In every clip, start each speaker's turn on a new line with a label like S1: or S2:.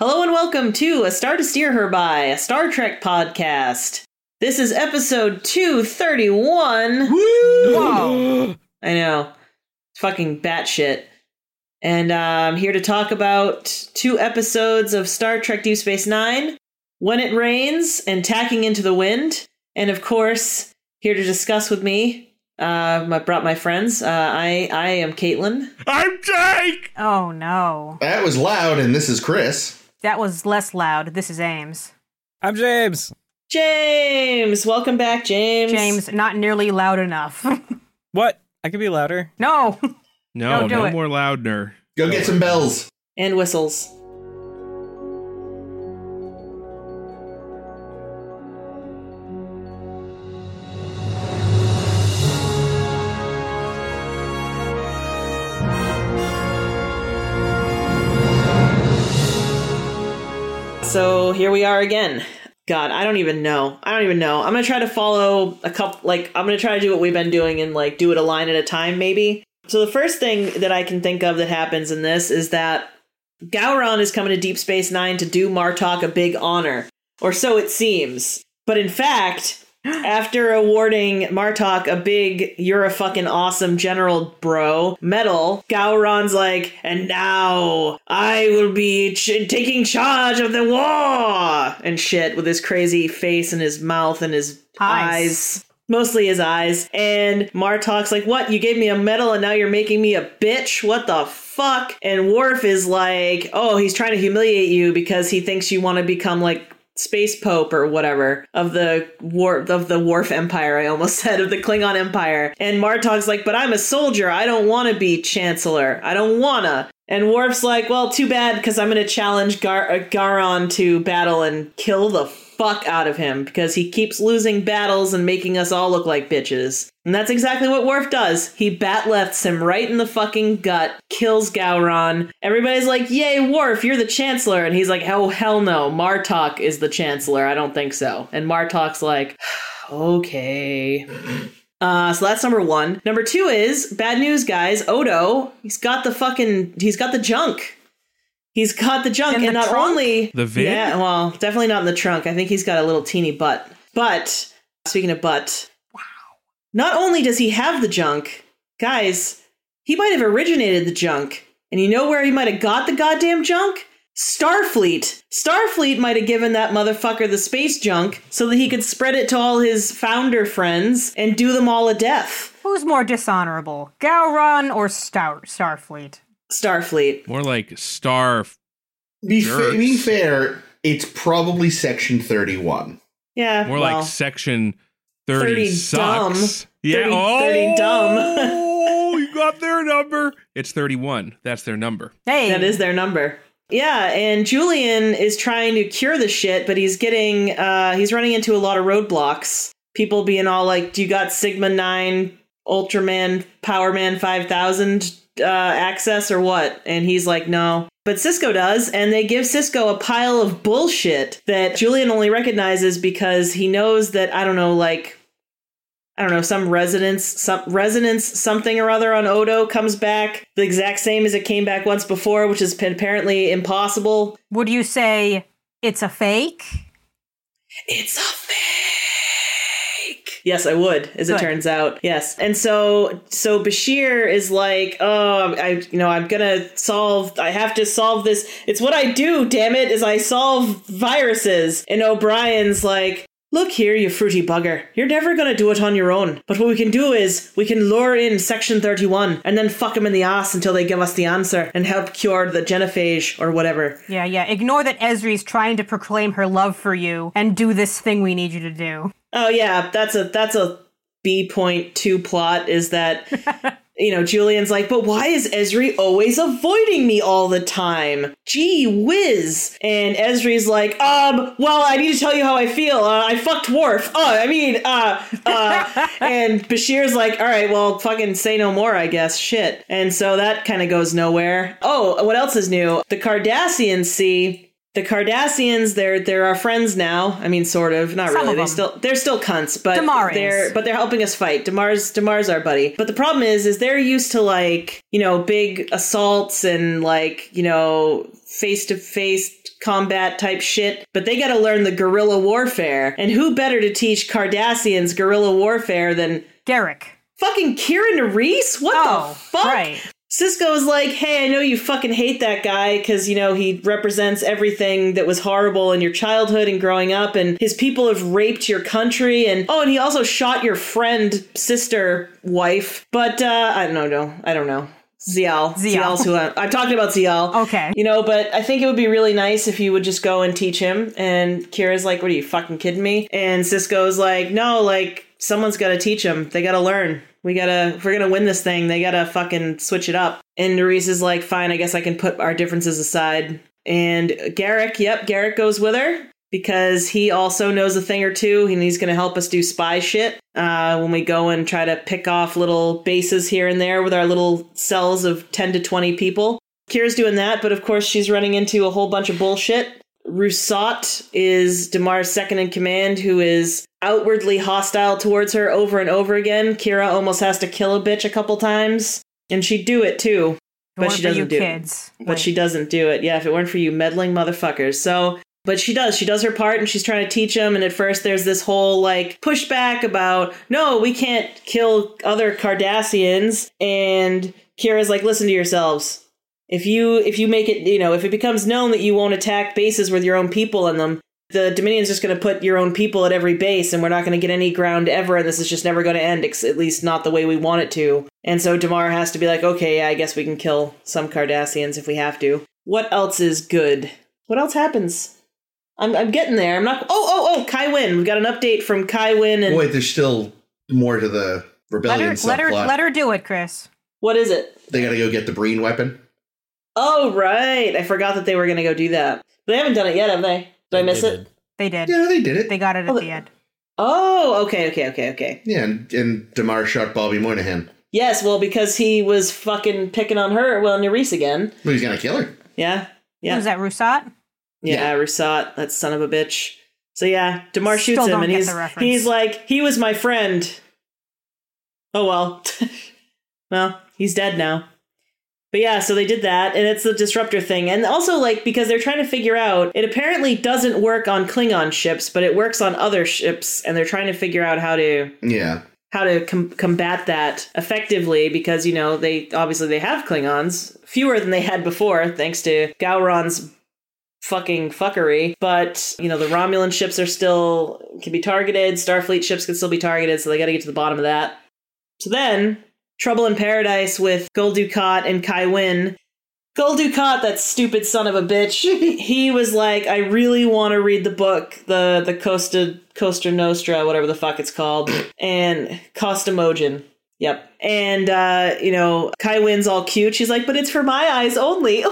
S1: Hello and welcome to A Star to Steer Her By, a Star Trek podcast. This is episode 231.
S2: Wow.
S1: I know. It's fucking batshit. And uh, I'm here to talk about two episodes of Star Trek Deep Space Nine When It Rains and Tacking into the Wind. And of course, here to discuss with me, uh, I brought my friends. Uh, I, I am Caitlin.
S2: I'm Jake.
S3: Oh no.
S4: That was loud, and this is Chris.
S3: That was less loud. This is Ames.
S2: I'm James.
S1: James! Welcome back, James.
S3: James, not nearly loud enough.
S2: What? I could be louder.
S3: no.
S5: No,
S3: Don't do
S5: no
S3: it.
S5: more Loudner.
S4: Go get some bells.
S1: And whistles. So here we are again. God, I don't even know. I don't even know. I'm gonna try to follow a couple. Like, I'm gonna try to do what we've been doing and like do it a line at a time, maybe. So the first thing that I can think of that happens in this is that Gowron is coming to Deep Space Nine to do Martok a big honor, or so it seems. But in fact, after awarding Martok a big "You're a fucking awesome general, bro" medal, Gowron's like, "And now I will be ch- taking charge of the war" and shit with his crazy face and his mouth and his eyes.
S3: Eyes.
S1: Mostly his eyes. And Martok's like, What? You gave me a medal and now you're making me a bitch? What the fuck? And Worf is like, Oh, he's trying to humiliate you because he thinks you want to become like space pope or whatever of the war of the Worf Empire, I almost said, of the Klingon Empire. And Martok's like, But I'm a soldier. I don't want to be chancellor. I don't wanna. And Worf's like, well, too bad, because I'm going to challenge Gar- uh, Garon to battle and kill the fuck out of him, because he keeps losing battles and making us all look like bitches. And that's exactly what Worf does. He bat lefts him right in the fucking gut, kills Gowron. Everybody's like, yay, Worf, you're the Chancellor. And he's like, oh, hell no, Martok is the Chancellor. I don't think so. And Martok's like, okay. Uh, so that's number one. Number two is bad news, guys. Odo, he's got the fucking, he's got the junk. He's got the junk,
S3: In the
S1: and not
S3: trunk?
S1: only
S5: The vid?
S1: Yeah, well, definitely not in the trunk. I think he's got a little teeny butt. But speaking of butt, wow. Not only does he have the junk, guys, he might have originated the junk. And you know where he might have got the goddamn junk? Starfleet. Starfleet might have given that motherfucker the space junk so that he could spread it to all his founder friends and do them all a death.
S3: Who's more dishonorable, Gowron or Star Starfleet?
S1: Starfleet.
S5: More like Star.
S4: Be, fa-
S5: Jerks.
S4: be fair, it's probably section 31.
S1: Yeah.
S5: More
S1: well.
S5: like Section Thirty,
S1: 30
S5: sucks.
S1: dumb.
S5: Yeah.
S1: 30
S5: oh,
S1: 30 dumb.
S5: you got their number. It's thirty-one. That's their number.
S3: Hey,
S1: That is their number. Yeah, and Julian is trying to cure the shit, but he's getting uh he's running into a lot of roadblocks. People being all like, "Do you got Sigma 9 Ultraman Powerman 5000 uh access or what?" And he's like, "No." But Cisco does, and they give Cisco a pile of bullshit that Julian only recognizes because he knows that I don't know like I don't know, some resonance, some resonance, something or other on Odo comes back the exact same as it came back once before, which is apparently impossible.
S3: would you say it's a fake?
S1: It's a fake. Yes, I would, as it
S3: Good.
S1: turns out. Yes, and so so Bashir is like, oh, I you know I'm gonna solve. I have to solve this. It's what I do. Damn it, is I solve viruses. And O'Brien's like. Look here, you fruity bugger. You're never gonna do it on your own. But what we can do is we can lure in Section 31 and then fuck them in the ass until they give us the answer and help cure the genophage or whatever.
S3: Yeah, yeah. Ignore that Ezri's trying to proclaim her love for you and do this thing we need you to do.
S1: Oh yeah, that's a that's a B point two plot is that you know Julian's like, but why is Esri always avoiding me all the time? Gee whiz! And Esri's like, um, well, I need to tell you how I feel. Uh, I fucked Worf. Oh, I mean, uh, uh. and Bashir's like, all right, well, fucking say no more, I guess. Shit. And so that kind of goes nowhere. Oh, what else is new? The Cardassians see. The Cardassians, they're they're our friends now. I mean, sort of, not
S3: Some
S1: really.
S3: of
S1: They
S3: them.
S1: still they're still cunts, but
S3: Damar is.
S1: they're but they're helping us fight. Demar's Demar's our buddy. But the problem is, is they're used to like you know big assaults and like you know face to face combat type shit, but they gotta learn the guerrilla warfare. And who better to teach Cardassians guerrilla warfare than
S3: Derek.
S1: fucking Kieran Reese? What the
S3: Oh,
S1: fuck?
S3: right.
S1: Cisco is like, hey, I know you fucking hate that guy because, you know, he represents everything that was horrible in your childhood and growing up, and his people have raped your country, and oh, and he also shot your friend, sister, wife. But, uh, I don't know, I don't know. Zial.
S3: Zial.
S1: Zial's who I'm, I'm talking about Zial.
S3: Okay.
S1: You know, but I think it would be really nice if you would just go and teach him. And Kira's like, what are you fucking kidding me? And Cisco's like, no, like, someone's got to teach him. They got to learn. We gotta, if we're gonna win this thing, they gotta fucking switch it up. And Nerys is like, fine, I guess I can put our differences aside. And Garrick, yep, Garrick goes with her because he also knows a thing or two and he's going to help us do spy shit uh, when we go and try to pick off little bases here and there with our little cells of 10 to 20 people. Kira's doing that, but of course she's running into a whole bunch of bullshit. Roussat is Damar's second in command, who is outwardly hostile towards her over and over again. Kira almost has to kill a bitch a couple times, and she'd do it too. But
S3: One
S1: she
S3: for
S1: doesn't
S3: you
S1: do it.
S3: kids.
S1: But she doesn't do it. Yeah, if it weren't for you meddling motherfuckers. So, but she does. She does her part and she's trying to teach him. And at first, there's this whole like pushback about, no, we can't kill other Cardassians. And Kira's like, listen to yourselves. If you if you make it, you know, if it becomes known that you won't attack bases with your own people in them, the Dominion's just going to put your own people at every base, and we're not going to get any ground ever, and this is just never going to end, ex- at least not the way we want it to. And so Damar has to be like, okay, yeah, I guess we can kill some Cardassians if we have to. What else is good? What else happens? I'm, I'm getting there. I'm not. Oh, oh, oh, Kai Wynn. We've got an update from Kai Wynn, and
S4: Wait, there's still more to the
S3: let
S4: rebellion
S3: her,
S4: subplot.
S3: let her, let her do it, Chris.
S1: what is it?
S4: They gotta go get the Breen weapon.
S1: Oh, right. I forgot that they were going to go do that. They haven't done it yet, have they? Did I miss it?
S3: They did.
S4: Yeah, they did it.
S3: They got it at
S1: Oh,
S3: the end.
S1: Oh, okay, okay, okay, okay.
S4: yeah, and, and Damar shot Bobby Moynihan.
S1: Yes, well, because he was fucking picking on her. Well, Nerys again.
S4: Well, he's gonna kill her.
S1: Yeah. Yeah.
S3: Who's that, Roussat?
S1: Yeah, Roussat, that son of a bitch. So yeah, Demar shoots
S3: Still
S1: him,
S3: don't
S1: and
S3: get
S1: he's
S3: the reference.
S1: he's like, he was my friend. Oh well, well, he's dead now. But yeah, so they did that, and it's the disruptor thing, and also like because they're trying to figure out it apparently doesn't work on Klingon ships, but it works on other ships, and they're trying to figure out how to
S4: Yeah.
S1: how to com- combat that effectively because you know they obviously they have Klingons fewer than they had before thanks to Gowron's fucking fuckery but you know the Romulan ships are still can be targeted Starfleet ships can still be targeted so they got to get to the bottom of that so then Trouble in Paradise with Gul Dukat and Kai Wynn Gul Dukat, that stupid son of a bitch, he was like, I really want to read the book, the the Costa Costa Nostra, whatever the fuck it's called, and Costamogen. Yep. And uh, you know, Kai Wynn's all cute. She's like, but it's for my eyes only.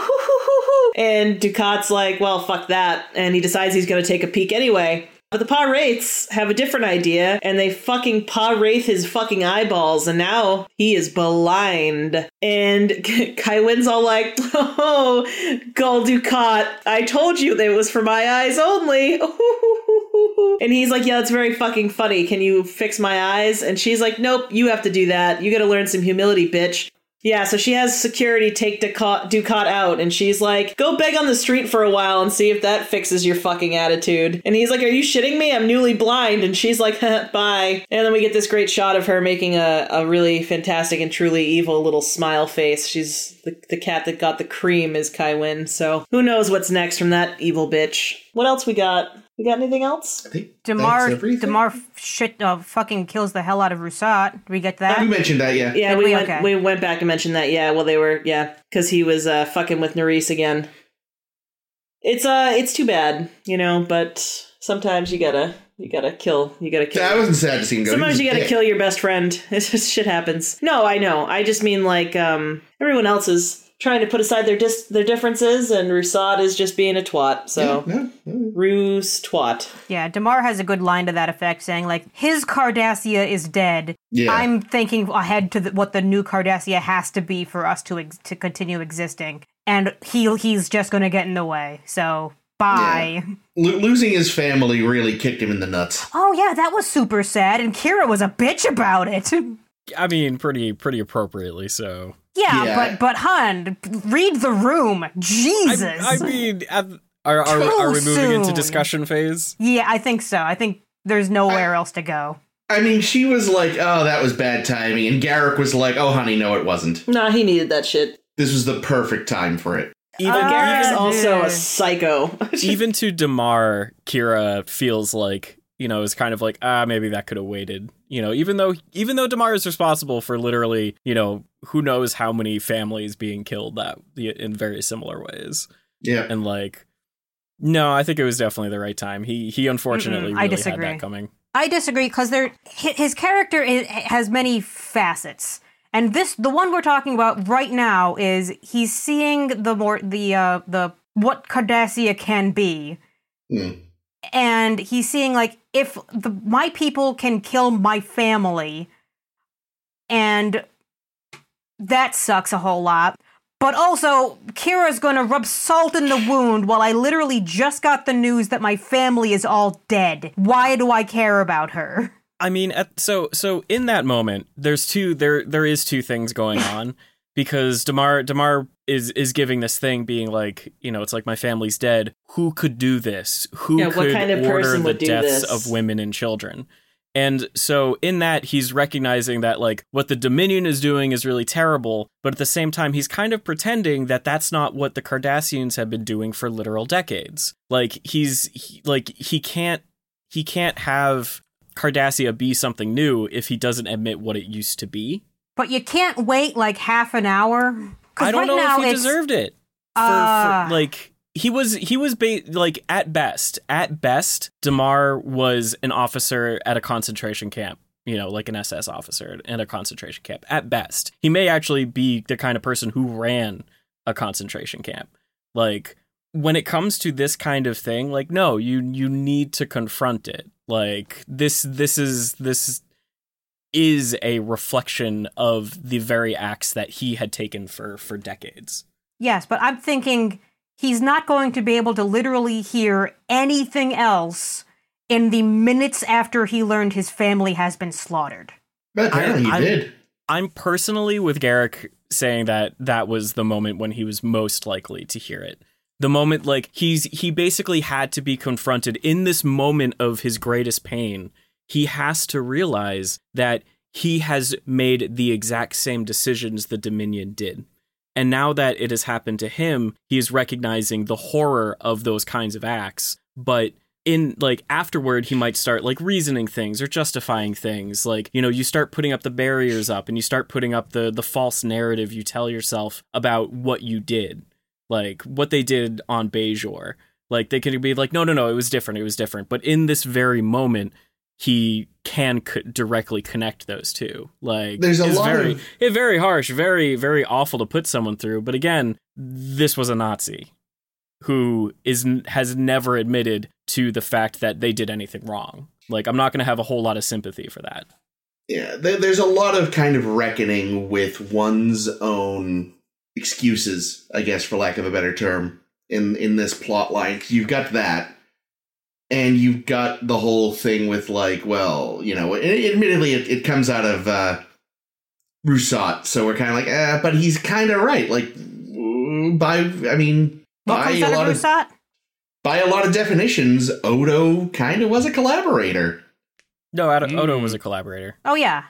S1: and Ducat's like, well, fuck that. And he decides he's gonna take a peek anyway. But the Pa Wraiths have a different idea, and they fucking Pa Wraith his fucking eyeballs, and now he is blind. And Kai Wynn's all like, oh, Gul Dukat, I told you that it was for my eyes only. and he's like, yeah, that's very fucking funny. Can you fix my eyes? And she's like, nope, you have to do that. You gotta learn some humility, bitch. Yeah, so she has security take Ducat, Ducat out, and she's like, go beg on the street for a while and see if that fixes your fucking attitude. And he's like, are you shitting me? I'm newly blind. And she's like, "Huh, bye. And then we get this great shot of her making a, a really fantastic and truly evil little smile face. She's the, the cat that got the cream, is Kai Wynn. So who knows what's next from that evil bitch. What else we got? We got anything else?
S4: I think
S3: Demar,
S4: that's everything.
S3: Demar, f- shit, uh, fucking kills the hell out of Roussat. Did we get to
S4: You
S3: that?
S4: mentioned that, yeah.
S1: Yeah,
S3: Did
S1: we
S3: we?
S1: went,
S3: Okay.
S1: we went back and mentioned that. Yeah, well, they were yeah because he was uh, fucking with Nerys again. It's uh, it's too bad, you know. But sometimes you gotta you gotta kill you gotta kill.
S4: I wasn't sad to see him go. He was
S1: Sometimes
S4: a
S1: you gotta
S4: dick.
S1: kill your best friend. It's just shit happens. No, I know. I just mean like um, everyone else is trying to put aside their dis- their differences, and Rusad is just being a twat. So
S4: Yeah, yeah.
S1: Ruse twat.
S3: Yeah, Demar has a good line to that effect, saying like, "His Cardassia is dead."
S4: Yeah.
S3: I'm thinking ahead to the, what the new Cardassia has to be for us to ex- to continue existing, and he he's just going to get in the way. So bye.
S4: Lo- losing his family really kicked him in the nuts.
S3: Oh yeah, that was super sad, and Kira was a bitch about it.
S2: I mean, pretty pretty appropriately so.
S3: Yeah,
S4: Yeah.
S3: but but hun, read the room, Jesus.
S2: I, I mean, at, are, are, are we
S3: Too
S2: moving into
S3: soon.
S2: discussion phase?
S3: yeah, I think so. I think there's nowhere else to go.
S4: I mean, she was like, "Oh, that was bad timing," and Garrick was like, "Oh, honey, no, it wasn't.
S1: Nah, he needed that shit. Ah,
S4: This was the perfect time for it."
S2: Even,
S3: Uh,
S1: But Garrick's
S2: even,
S1: also a
S3: dude.
S1: psycho.
S2: even to Damar, Kira feels like you know is kind of like ah maybe that could have waited. You know, even though even though Damar is responsible for literally you know who knows how many families being killed that in very similar ways,
S4: Yeah,
S2: and like no, I think it was definitely the right time. He he unfortunately
S3: Mm-mm, I
S2: really had
S3: disagree.
S2: that coming.
S3: I disagree because there hi- his character is, has many facets, and this the one we're talking about right now is he's seeing the more the uh, the what Cardassia can be,
S4: Mm.
S3: and he's seeing like if the, my people can kill my family, and that sucks a whole lot. But also, Kira's gonna rub salt in the wound while I literally just got the news that my family is all dead. Why do I care about her?
S2: I mean, at, so so in that moment, there's two there there is two things going on because Demar Demar is is giving this thing, being like, you know, it's like my family's dead. Who could do this? Who
S1: Yeah, what
S2: could
S1: kind of
S2: order
S1: person
S2: the
S1: would do
S2: deaths
S1: this?
S2: of women and children? And so in that, he's recognizing that like what the Dominion is doing is really terrible, but at the same time, he's kind of pretending that that's not what the Cardassians have been doing for literal decades. Like he's he, like he can't he can't have Cardassia be something new if he doesn't admit what it used to be.
S3: But you can't wait like half an hour. 'Cause
S2: I don't
S3: right
S2: know
S3: now
S2: if he
S3: it's-
S2: deserved it. For,
S3: Ah.
S2: for, like he was he was ba- like at best at best Damar was an officer at a concentration camp. You know, like an SS officer in a concentration camp. At best, he may actually be the kind of person who ran a concentration camp. Like when it comes to this kind of thing, like no, you you need to confront it. Like this this is this is a reflection of the very acts that he had taken for for decades.
S3: Yes, but I'm thinking he's not going to be able to literally hear anything else in the minutes after he learned his family has been slaughtered.
S4: but apparently
S2: I-
S4: he
S2: I-
S4: did.
S2: I'm personally with Garrick saying that that was the moment when he was most likely to hear it. The moment like he's he basically had to be confronted in this moment of his greatest pain. He has to realize that he has made the exact same decisions the Dominion did. And now that it has happened to him, he is recognizing the horror of those kinds of acts. But in like afterward, he might start like reasoning things or justifying things. Like, you know, you start putting up the barriers up and you start putting up the the false narrative you tell yourself about what you did. Like what they did on Bejor. Like they could be like, no, no, no, it was different. It was different. But in this very moment, he can co- directly connect those two. Like
S4: There's a
S2: it's
S4: lot
S2: very,
S4: of-
S2: it very harsh, very very awful to put someone through. But again, this was a Nazi who is n- has never admitted to the fact that they did anything wrong. Like I'm not going to have a whole lot of sympathy for that.
S4: Yeah, there, there's a lot of kind of reckoning with one's own excuses, I guess, for lack of a better term, in in this plot line. You've got that, and you've got the whole thing with like, well, you know, and admittedly, it, it comes out of uh, Roussat, so we're kind of like, eh, but he's kind of right. Like, mm, by I mean,
S3: What
S4: by
S3: comes
S4: a
S3: out
S4: lot
S3: of
S4: of
S3: Rusat?
S4: by a lot of definitions, Odo kind of was a collaborator.
S2: No, Ad-
S5: Mm.
S2: Odo was a collaborator.
S3: Oh yeah,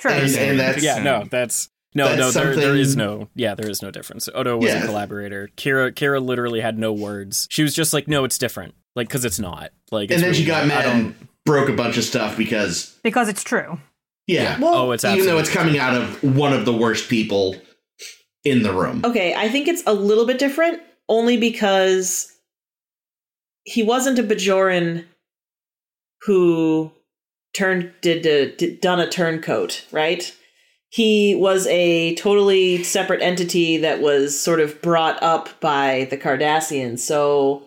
S3: true.
S4: And- and that's- um,
S2: yeah, no, that's no,
S4: That's
S2: no. There, there
S4: something-
S2: is no, yeah, there is no difference. Odo was a
S4: Yeah.
S2: collaborator. Kira, Kira literally had no words. She was just like, no, it's different. Like, cause it's not. Like, it's
S4: and then she
S2: really
S4: got
S2: not.
S4: mad
S2: I don't-
S4: and broke a bunch of stuff because
S3: because it's true.
S4: Yeah.
S2: oh, it's
S4: even though
S2: absolutely-
S4: it's coming out of one of the worst people in the room.
S1: Okay, I think it's a little bit different only because he wasn't a Bajoran who turned did, did, did done a turncoat, right? He was a totally separate entity that was sort of brought up by the Cardassians. So,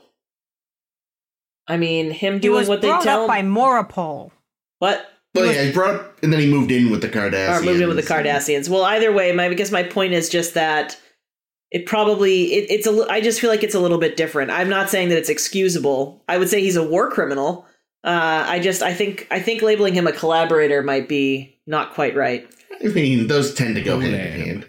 S1: I mean, him
S3: He
S1: doing
S3: was
S1: what they
S3: brought
S1: tell
S3: up
S1: him.
S3: by Morapole.
S1: what
S4: Well, yeah, he brought up, and then he moved in with the Kardashians.
S1: or moved in with the Cardassians. Well, either way, my I guess my point is just that it probably it, it's a. li- I just feel like it's a little bit different. I'm not saying that it's excusable. I would say he's a war criminal. Uh, I just I think I think labeling him a collaborator might be not quite right.
S4: I mean, those tend to go hand in
S5: Lamb.
S4: hand.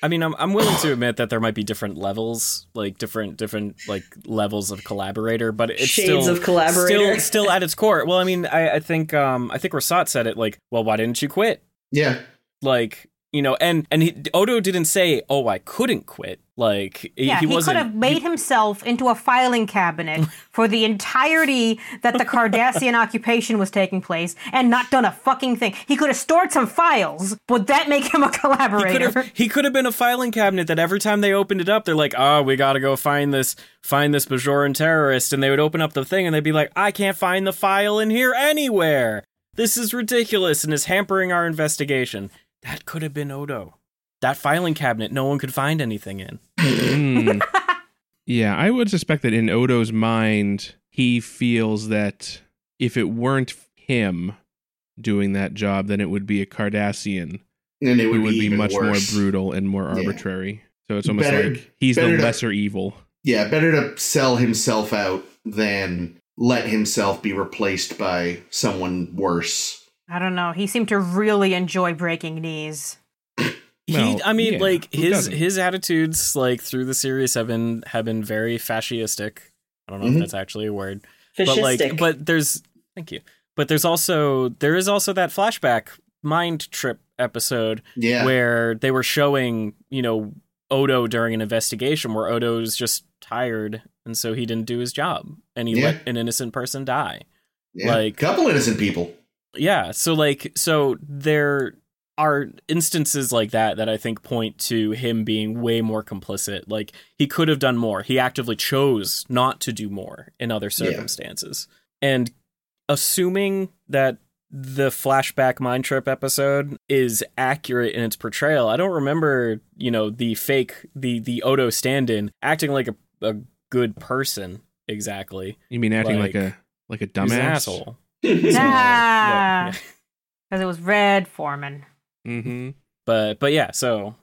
S2: I mean, I'm I'm willing to admit that there might be different levels, like different different like levels of collaborator, but it's
S1: Shades
S2: still,
S1: of collaborator.
S2: still still at its core. Well, I mean, I, I think um I think Rasat said it like, well, why didn't you quit?
S4: Yeah.
S2: Like you know, and and he, Odo didn't say, oh, I couldn't quit. Like
S3: Yeah,
S2: he,
S3: he,
S2: wasn't.
S3: could have made himself into a filing cabinet for the entirety that the Cardassian occupation was taking place and not done a fucking thing. He could have stored some files. Would that make him a
S2: he could
S3: collaborator?
S2: have he could have been a filing cabinet that every time they opened it up they're like oh we gotta go find this find this bajoran terrorist and they would open up the thing and they'd be like i can't find the file in here anywhere this is ridiculous and is hampering our investigation that could have been odo that filing cabinet no one could find anything in
S5: Hmm. yeah, I would suspect that in Odo's mind, he feels that if it weren't him doing that job, then it would be a Cardassian
S4: And it would,
S5: who would
S4: be,
S5: be,
S4: even
S5: much
S4: worse.
S5: more brutal and more
S4: Yeah.
S5: arbitrary. So it's almost
S4: Better-
S5: like he's the
S4: better to-
S5: lesser evil.
S4: Yeah, better to sell himself out than let himself be replaced by someone worse.
S3: I don't know. He seemed to really enjoy breaking knees.
S5: Well,
S2: he, I mean,
S5: yeah,
S2: like
S5: who
S2: his
S5: doesn't?
S2: his attitudes, like through the series, have been have been very fascistic. I don't know
S4: Mhm.
S2: if that's actually a word,
S1: Fascistic.
S2: but like but there's thank you but there's also there is also that flashback mind trip episode
S4: Yeah.
S2: where they were showing you know odo during an investigation where odo's just tired and so he didn't do his job and he
S4: Yeah.
S2: let an innocent person die
S4: yeah.
S2: like-
S4: couple innocent people.
S2: yeah so like so there are instances like that that i think point to him being way more complicit like he could have done more he actively chose not to do more in other circumstances and assuming that the flashback mind trip episode is accurate in its portrayal i don't remember you know the fake the the odo stand-in acting like a, a good person exactly
S5: You mean acting like,
S2: like,
S5: a like a
S2: He was
S5: dumbass?
S2: an asshole
S3: Nah.
S2: yeah.
S3: Because it was Red Foreman.
S5: hmm
S2: but but yeah so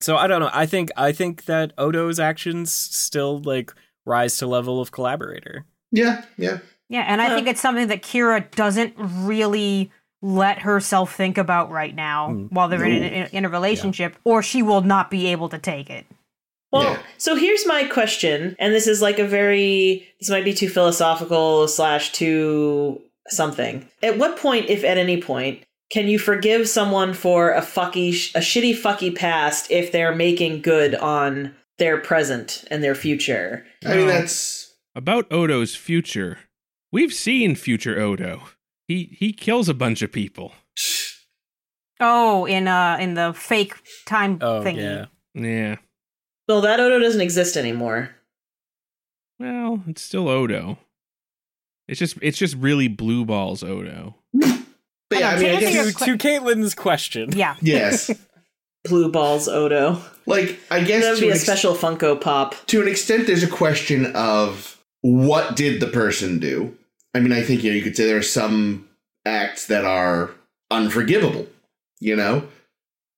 S2: so i don't know i think i think that odo's actions still like rise to level of collaborator
S4: Yeah, yeah.
S3: Yeah, and I
S1: Huh.
S3: think it's something that Kira doesn't really let herself think about right now
S2: Mm.
S3: while they're in, in, in a relationship, or she will not be able to take it.
S1: Well,
S4: Yeah.
S1: so here's my question, and this is like a very this might be too philosophical slash too something. At what point, if at any point, can you forgive someone for a fucky a shitty fucky past if they're making good on their present and their future?
S4: I mean,
S5: No.
S4: that's
S5: About Odo's future, we've seen future Odo. He he kills a bunch of people.
S3: Oh, in uh, in the fake time
S2: oh
S3: thingy.
S2: yeah
S5: Yeah.
S1: Well, that Odo doesn't exist anymore.
S5: Well, it's still Odo. It's just it's just really blue balls Odo.
S4: But yeah,
S3: Hold on,
S4: I mean, I
S3: to answer
S4: guess
S3: your-
S2: to, to caitlin's question
S3: Yeah.
S4: yes.
S1: Blue balls Odo.
S4: Like, I guess
S1: That would
S4: to
S1: be
S4: an
S1: a
S4: ex-
S1: special Funko Pop.
S4: to an extent, there's a question of what did the person do. I mean, I think you, know, you could say there are some acts that are unforgivable. You know,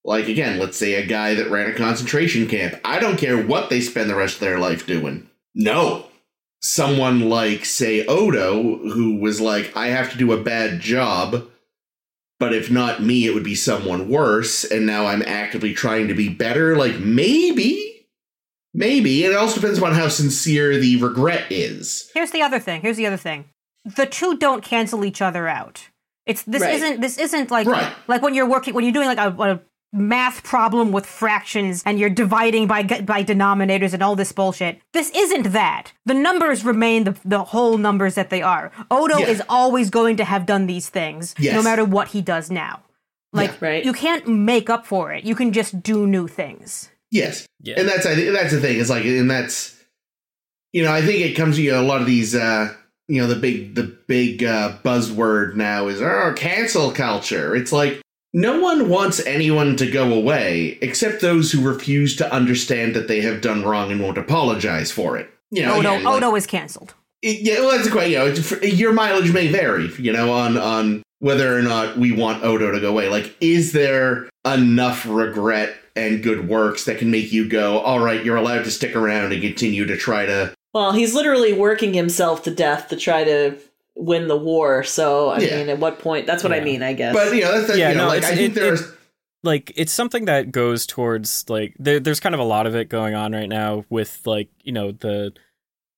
S4: like again, let's say a guy that ran a concentration camp. I don't care what they spend the rest of their life doing. No, someone like say Odo, who was like, I have to do a bad job. But if not me, it would be someone worse. And now I'm actively trying to be better. Like, maybe Maybe. It also depends upon how sincere the regret is.
S3: Here's the other thing. Here's the other thing. The two don't cancel each other out. It's this
S1: Right.
S3: isn't this isn't like
S4: Right.
S3: like when you're working when you're doing like a, a math problem with fractions and you're dividing by g- by denominators and all this bullshit. This isn't that. The numbers remain the the whole numbers that they are. Odo
S4: Yeah.
S3: is always going to have done these things no
S4: Yes.
S3: matter what he does now. Like
S1: Right.
S3: you can't make up for it. You can just do new things.
S4: Yes.
S2: yeah
S4: And that's I think that's the thing. It's like and that's you know, I think it comes you know, a lot of these uh you know, the big the big uh buzzword now is oh cancel culture. It's like no one wants anyone to go away except those who refuse to understand that they have done wrong and won't apologize for it. You know,
S3: Odo
S4: again, like-
S3: Odo is canceled.
S4: It- yeah, well, that's quite you know it's- your mileage may vary, you know, on on whether or not we want Odo to go away. Like, is there enough regret and good works that can make you go, all right, you're allowed to stick around and continue to try to?
S1: Well, he's literally working himself to death to try to win the war. So, I
S4: Yeah.
S1: mean, at what point? That's what I
S2: Yeah.
S1: mean, I guess.
S4: But you know, that's, that's
S2: Yeah,
S4: you know,
S2: no,
S4: like
S2: it's-
S4: I think
S2: it-
S4: there
S2: it-
S4: are
S2: like it's something that goes towards like there, there's kind of a lot of it going on right now with like you know the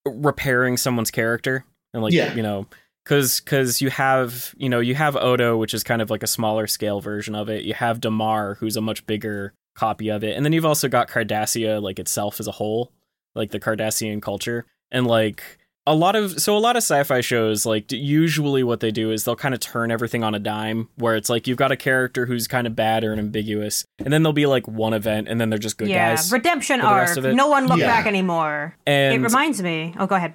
S2: repairing someone's character and like
S4: Yeah.
S2: you know because because you have you know you have Odo which is kind of like a smaller scale version of it you have Damar who's a much bigger copy of it and then you've also got Cardassia like itself as a whole like the Cardassian culture and like a lot of so a lot of sci-fi shows like d- usually what they do is they'll kind of turn everything on a dime where it's like you've got a character who's kind of bad or ambiguous and then there'll be like one event and then they're just good
S3: yeah,
S2: guys
S3: redemption
S2: for the rest
S3: arc.
S2: of it.
S3: No one look
S4: Yeah.
S3: back anymore.
S2: and
S3: it reminds me. Oh, go ahead.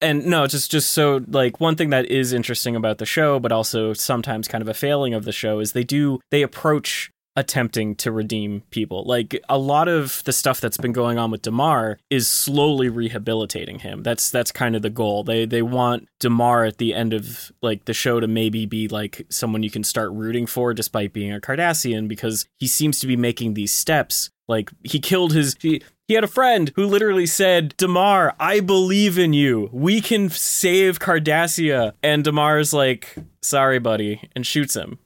S2: and no just just so like one thing that is interesting about the show but also sometimes kind of a failing of the show is they do they approach attempting to redeem people like a lot of the stuff that's been going on with Damar is slowly rehabilitating him that's that's kind of the goal they they want Damar at the end of like the show to maybe be like someone you can start rooting for despite being a Cardassian because he seems to be making these steps like he killed his he, he had a friend who literally said, Damar, I believe in you. We can save Cardassia. And Damar's like, sorry, buddy, and shoots him.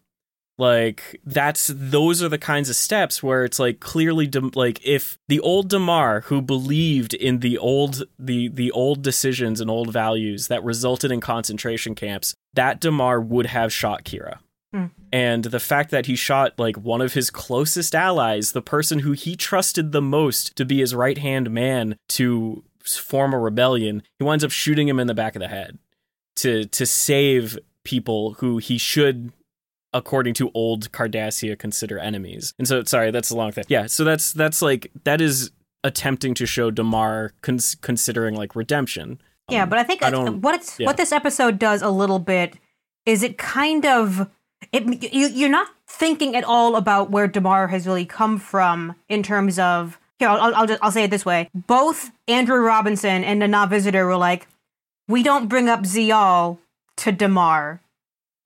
S2: Like, that's those are the kinds of steps where it's like clearly, Dam- like, if the old Damar who believed in the old, the, the old decisions and old values that resulted in concentration camps, that Damar would have shot Kira and the fact that he shot like one of his closest allies, the person who he trusted the most to be his right hand man to s- form a rebellion, he winds up shooting him in the back of the head to to save people who he should according to old Cardassia consider enemies. And so sorry, that's a long thing. Yeah, so that's that's like that is attempting to show Damar cons- considering like redemption.
S3: Yeah, but I think
S2: Um, I
S3: it's-
S2: don't-
S3: what it's
S2: yeah.
S3: what this episode does a little bit is it kind of it you you're not thinking at all about where Demar has really come from in terms of here I'll, I'll- I'll just I'll say it this way both Andrew Robinson and the Not Visitor were like we don't bring up Zial to Demar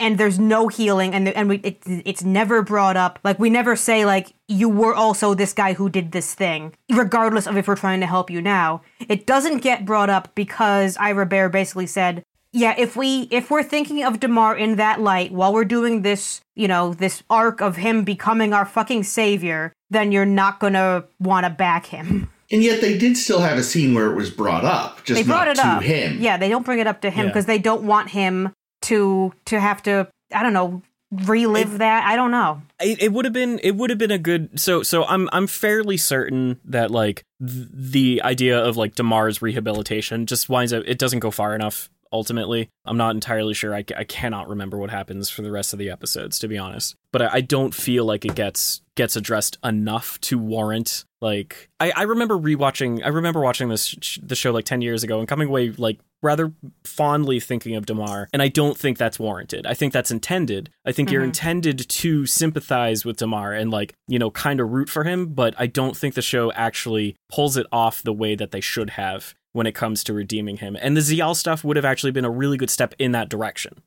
S3: and there's no healing and and we it, it's never brought up like we never say like you were also this guy who did this thing regardless of if we're trying to help you now it doesn't get brought up because Ira Bear basically said yeah if we if we're thinking of Damar in that light while we're doing this you know this arc of him becoming our fucking savior then you're not going to want to back him
S4: And yet they did still have a scene where it was brought up, just
S3: they brought
S4: not
S3: it
S4: to
S3: up
S4: him.
S3: yeah they don't bring it up to him
S2: Yeah.
S3: because they don't want him to to have to I don't know relive that I don't know
S2: it, it would have been it would have been a good so so I'm I'm fairly certain that like th- the idea of like Demar's rehabilitation just winds up it doesn't go far enough ultimately. I'm not entirely sure. I, ca- I cannot remember what happens for the rest of the episodes to be honest. But I, I don't feel like it gets gets addressed enough to warrant like I I remember rewatching I remember watching this sh- the show like 10 years ago and coming away like rather fondly thinking of Damar, and I don't think that's warranted. I think that's intended. I think you're intended to sympathize with Damar and like, you know, kind of root for him, but I don't think the show actually pulls it off the way that they should have when it comes to redeeming him. And the Zial stuff would have actually been a really good step in that direction.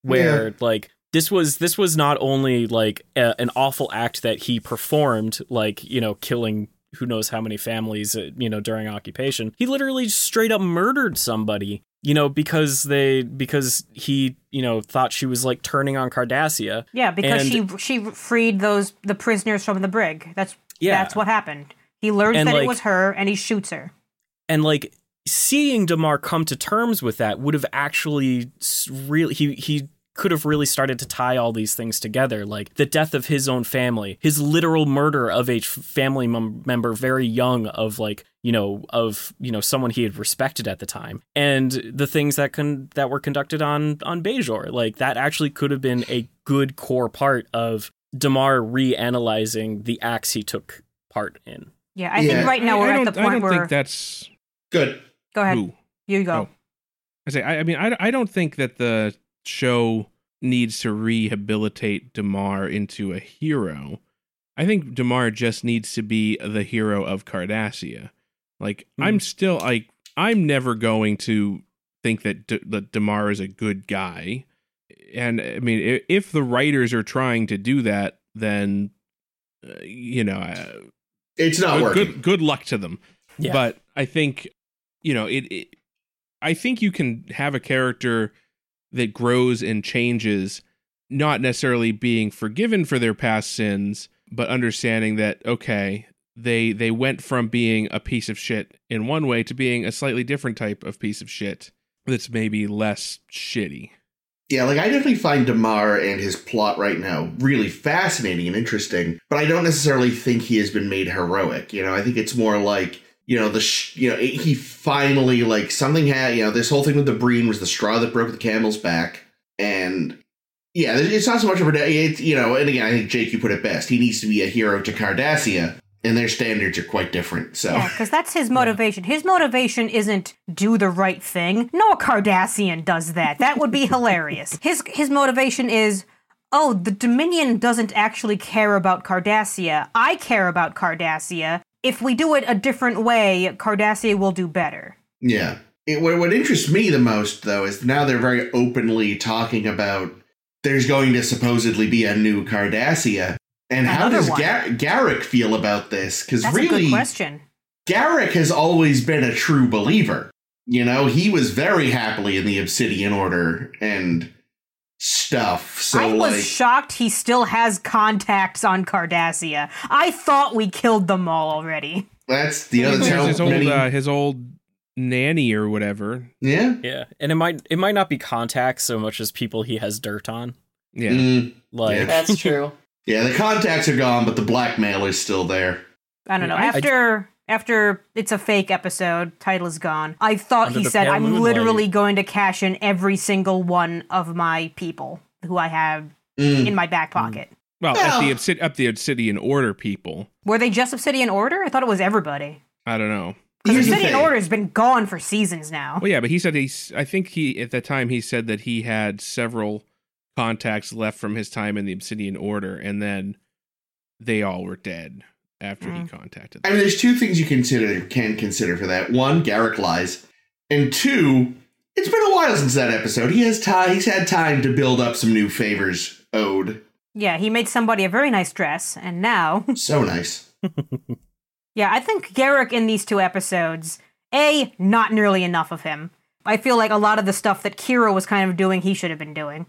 S2: Where like this was this was not only like a, an awful act that he performed like, you know, killing who knows how many families uh, you know during occupation he literally straight up murdered somebody you know because they because he you know thought she was like turning on cardassia
S3: Yeah, because
S2: And-
S3: she she freed those the prisoners from the brig. That's
S2: Yeah.
S3: that's what happened. He learns
S2: And,
S3: that
S2: like-
S3: it was her, and he shoots her.
S2: and like seeing Damar come to terms with that would have actually s- really he he could have really started to tie all these things together like the death of his own family his literal murder of a f- family mem- member very young of like you know of you know someone he had respected at the time and the things that con- that were conducted on on Bejor like that actually could have been a good core part of Damar reanalyzing the acts he took part in
S3: Yeah, I
S4: Yeah.
S3: think right now
S5: I-
S3: we're
S5: I
S3: at
S5: don't-
S3: the
S5: I
S3: point
S5: don't
S3: where
S5: think that's
S4: Good.
S3: go ahead,
S5: who.
S3: you go.
S5: I say, I, I mean, I, I don't think that the show needs to rehabilitate Damar into a hero. I think Damar just needs to be the hero of Cardassia. Like, I'm still like, I'm never going to think that D- that Damar is a good guy. And I mean, i- if the writers are trying to do that, then uh, you know, uh,
S4: It's not
S5: good,
S4: working.
S5: good good luck to them.
S2: Yeah.
S5: But I think you know it, it. I think you can have a character that grows and changes, not necessarily being forgiven for their past sins, but understanding that okay, they they went from being a piece of shit in one way to being a slightly different type of piece of shit that's maybe less shitty.
S4: Yeah, like I definitely find Damar and his plot right now really fascinating and interesting, but I don't necessarily think he has been made heroic. You know, I think it's more like you know the sh- you know it, he finally like something had you know this whole thing with the Breen was the straw that broke the camel's back, and yeah, it's not so much of a it's you know, and again I think Jake you put it best. He needs to be a hero to Cardassia, and their standards are quite different. So
S3: Yeah, because that's his motivation. His motivation isn't do the right thing. No Cardassian does that. That would be hilarious. His his motivation is, oh, the Dominion doesn't actually care about Cardassia. I care about Cardassia. If we do it a different way, Cardassia will do better.
S4: Yeah. It, what, what interests me the most, though, is now they're very openly talking about there's going to supposedly be a new Cardassia. And how
S3: Another
S4: does
S3: one.
S4: Ga- Garrick feel about this? Because
S3: That's a
S4: really,
S3: good question.
S4: Garrick has always been a true believer. You know, he was very happily in the Obsidian Order and stuff. So,
S3: I was
S4: like,
S3: shocked he still has contacts on Cardassia. I thought we killed them all already.
S4: that's the other
S5: There's his
S4: how
S5: old
S4: many-
S5: uh, his old nanny or whatever.
S4: yeah.
S2: Yeah, and it might it might not be contacts so much as people he has dirt on.
S5: Yeah.
S4: Mm.
S2: Like,
S4: Yeah.
S1: That's true.
S4: yeah, the contacts are gone, but the blackmail is still there.
S3: I don't know.
S2: I- I-
S3: after after it's a fake episode, title is gone. I thought
S2: Under
S3: he
S2: the
S3: said
S2: pale
S3: I'm
S2: moonlight."
S3: literally going to cash in every single one of my people who I have
S4: Mm.
S3: in my back
S2: Hmm.
S3: pocket.
S5: Well, at the
S4: Well-
S5: obsid- up the obsidian order people.
S3: Were they just Obsidian Order? I thought it was everybody.
S5: I don't know.
S3: Because
S4: Here's the
S3: Obsidian
S4: thing.
S3: Order has been gone for seasons now.
S5: Well, yeah, but he said he's. I think he at the time he said that he had several contacts left from his time in the Obsidian Order, and then they all were dead after he
S3: Mm.
S5: contacted
S4: I
S5: them.
S4: mean, there's two things you consider can consider for that. One, Garrick lies, and two, it's been a while since that episode. He has time. He's had time to build up some new favors owed.
S3: Yeah, he made somebody a very nice dress, and now
S4: So nice.
S3: Yeah, I think Garrick in these two episodes, A, not nearly enough of him. I feel like a lot of the stuff that Kira was kind of doing, he should have been doing.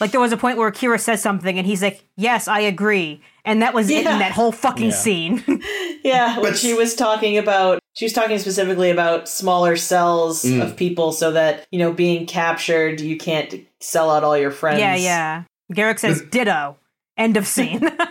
S3: Like there was a point where Kira says something and he's like, Yes, I agree. And that was it
S1: Yeah.
S3: in that whole fucking
S2: Yeah.
S3: scene.
S1: Yeah, when
S4: But-
S1: she was talking about, she was talking specifically about smaller cells
S4: Mm.
S1: of people so that, you know, being captured, you can't sell out all your friends.
S3: yeah, yeah. Garrick says ditto. End of scene.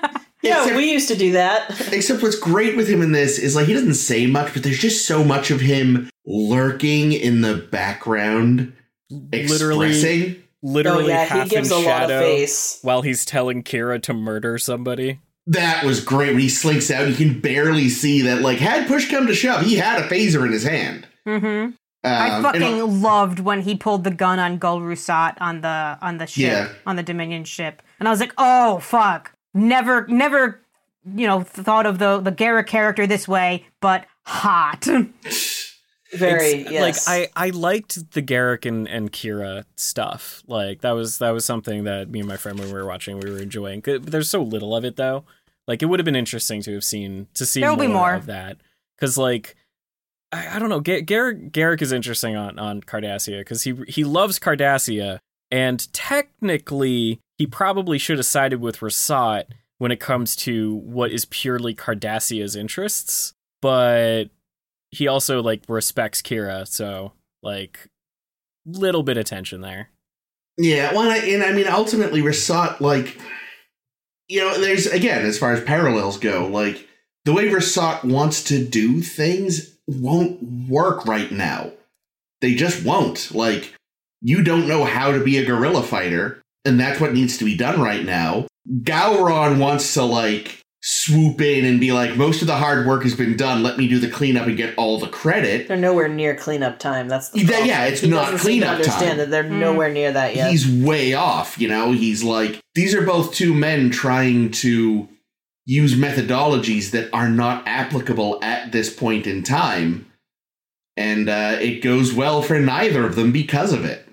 S1: Yeah,
S4: Except-
S1: we used to do that. Oh,
S4: Except what's great with him in this is like he doesn't say much, but there's just so much of him lurking in the background,
S2: Literally-
S4: expressing.
S2: literally
S1: oh, yeah,
S2: half
S1: he gives
S2: in
S1: a lot
S2: shadow
S1: of face.
S2: while he's telling Kira to murder somebody.
S4: That was great when he slinks out. You can barely see that. Like had push come to shove, he had a phaser in his hand.
S3: hmm I
S4: Um, and-
S3: fucking loved when he pulled the gun on Gul Rusat on the on the ship
S4: Yeah.
S3: on the Dominion ship, and I was like, oh fuck, never never, you know, thought of the the Garrick character this way, but hot.
S1: Very,
S2: It's-
S1: yes.
S2: Like I, I liked the Garrick and, and Kira stuff. Like that was that was something that me and my friend when we were watching we were enjoying. Good- There's so little of it though. Like it would have been interesting to have seen to see
S3: There
S2: more,
S3: will be more.
S2: of that because like I, I don't know. Ga- Garrick Garrick is interesting on on Cardassia because he he loves Cardassia and technically he probably should have sided with Rasat when it comes to what is purely Cardassia's interests, but he also like respects Kira, so like little bit of tension there.
S4: Yeah, well, and I, and I mean, ultimately, Rasat, like, you know, there's, again, as far as parallels go, like, the way Rasat wants to do things won't work right now. They just won't. Like, you don't know how to be a guerrilla fighter, and that's what needs to be done right now. Gowron wants to, like, swoop in and be like, most of the hard work has been done, let me do the cleanup and get all the credit.
S1: they're nowhere near cleanup time. That's the
S4: Yeah,
S1: problem. Hmm.
S4: yeah, it's
S1: He
S4: not
S1: doesn't seem to
S4: cleanup
S1: understand
S4: time.
S1: that they're
S3: Mm.
S1: nowhere near that yet.
S4: he's way off. You know, he's like, these are both two men trying to use methodologies that are not applicable at this point in time. And uh, it goes well for neither of them because of it.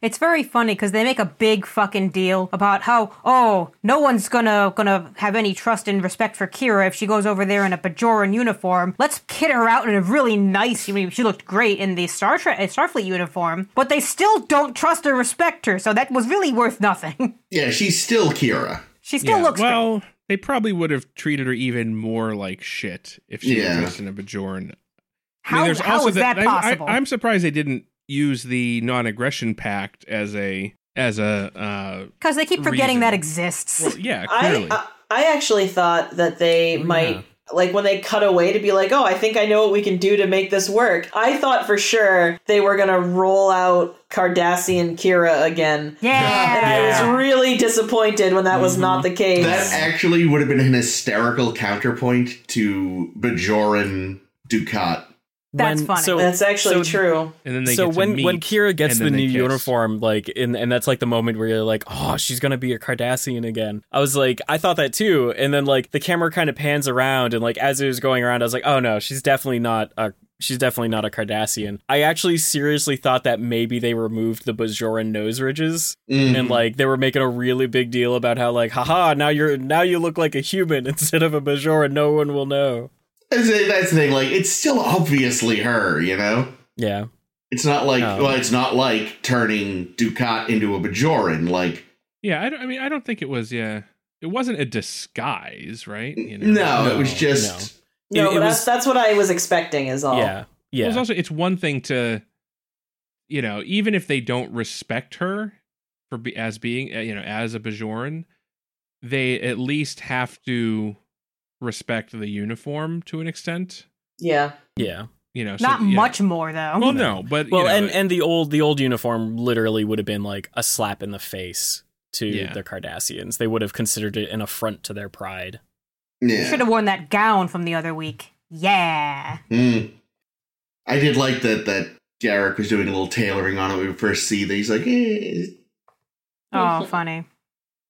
S3: It's very funny because they make a big fucking deal about how oh no one's gonna gonna have any trust and respect for Kira if she goes over there in a Bajoran uniform. Let's kit her out in a really nice. I mean, she looked great in the Star Trek uh, Starfleet uniform, but they still don't trust or respect her. So that was really worth nothing.
S4: Yeah, she's still Kira.
S3: she still
S5: Yeah.
S3: looks great.
S5: well. They probably would have treated her even more like shit if she
S4: Yeah.
S5: was dressed in a Bajoran. I
S3: How,
S5: mean,
S3: how
S5: there's
S3: is
S5: also
S3: that,
S5: I-
S3: possible?
S5: I, am surprised they didn't use the non-aggression pact as a as a uh
S3: Because they keep forgetting
S5: Reason.
S3: that exists.
S5: well, yeah
S1: I,
S5: clearly
S3: uh,
S1: I I actually thought that they
S2: Oh,
S1: might
S2: yeah.
S1: like when they cut away to be like, oh, I think I know what we can do to make this work. I thought for sure they were gonna roll out Cardassian Kira again. And
S3: yeah.
S1: I was really disappointed when that was
S2: Mm-hmm.
S1: not the case.
S4: That actually would have been an hysterical counterpoint to Bajoran Ducat.
S3: That's
S2: when,
S3: funny.
S2: So,
S1: That's actually
S2: so-
S1: true.
S5: and then they
S2: so
S5: get to
S2: when when
S5: meet.
S2: Kira gets
S5: and
S2: the
S5: then
S2: new
S5: they kiss.
S2: uniform, like and and that's like the moment where you're like, oh, she's gonna be a Cardassian again. I was like, I thought that too, and then like the camera kind of pans around, and like as it was going around, I was like, oh no, she's definitely not a. She's definitely not a Cardassian. I actually seriously thought that maybe they removed the Bajoran nose ridges
S4: Mm.
S2: and like they were making a really big deal about how like, haha, now you're now you look like a human instead of a Bajoran. No one will know.
S4: That's the that's the thing. Like, it's still obviously her, you know?
S2: Yeah,
S4: It's not like,
S2: Oh.
S4: well, it's not like turning Ducat into a Bajoran. Like,
S5: yeah I, don't, I mean I don't think it was yeah it wasn't a disguise right you
S4: no, it
S2: No,
S4: was just.
S1: No,
S2: It- it
S1: but
S2: was-
S1: that's that's what I was expecting is all.
S2: yeah, yeah.
S5: Well, it's also it's one thing to, you know, even if they don't respect her for be, as being, uh, you know, as a Bajoran, they at least have to respect the uniform to an extent.
S1: Yeah.
S2: yeah.
S5: You know, so-
S3: Not
S5: yeah.
S3: much more though.
S5: Well, no, but you
S2: Well,
S5: know,
S2: and and the old the old uniform literally would have been like a slap in the face to
S5: Yeah.
S2: the Cardassians. They would have considered it an affront to their pride.
S4: Yeah.
S3: Should have worn that gown from the other week. Yeah.
S4: Mm. I did like that that Derek was doing a little tailoring on it when we first see that he's like, eh.
S3: Oh, funny.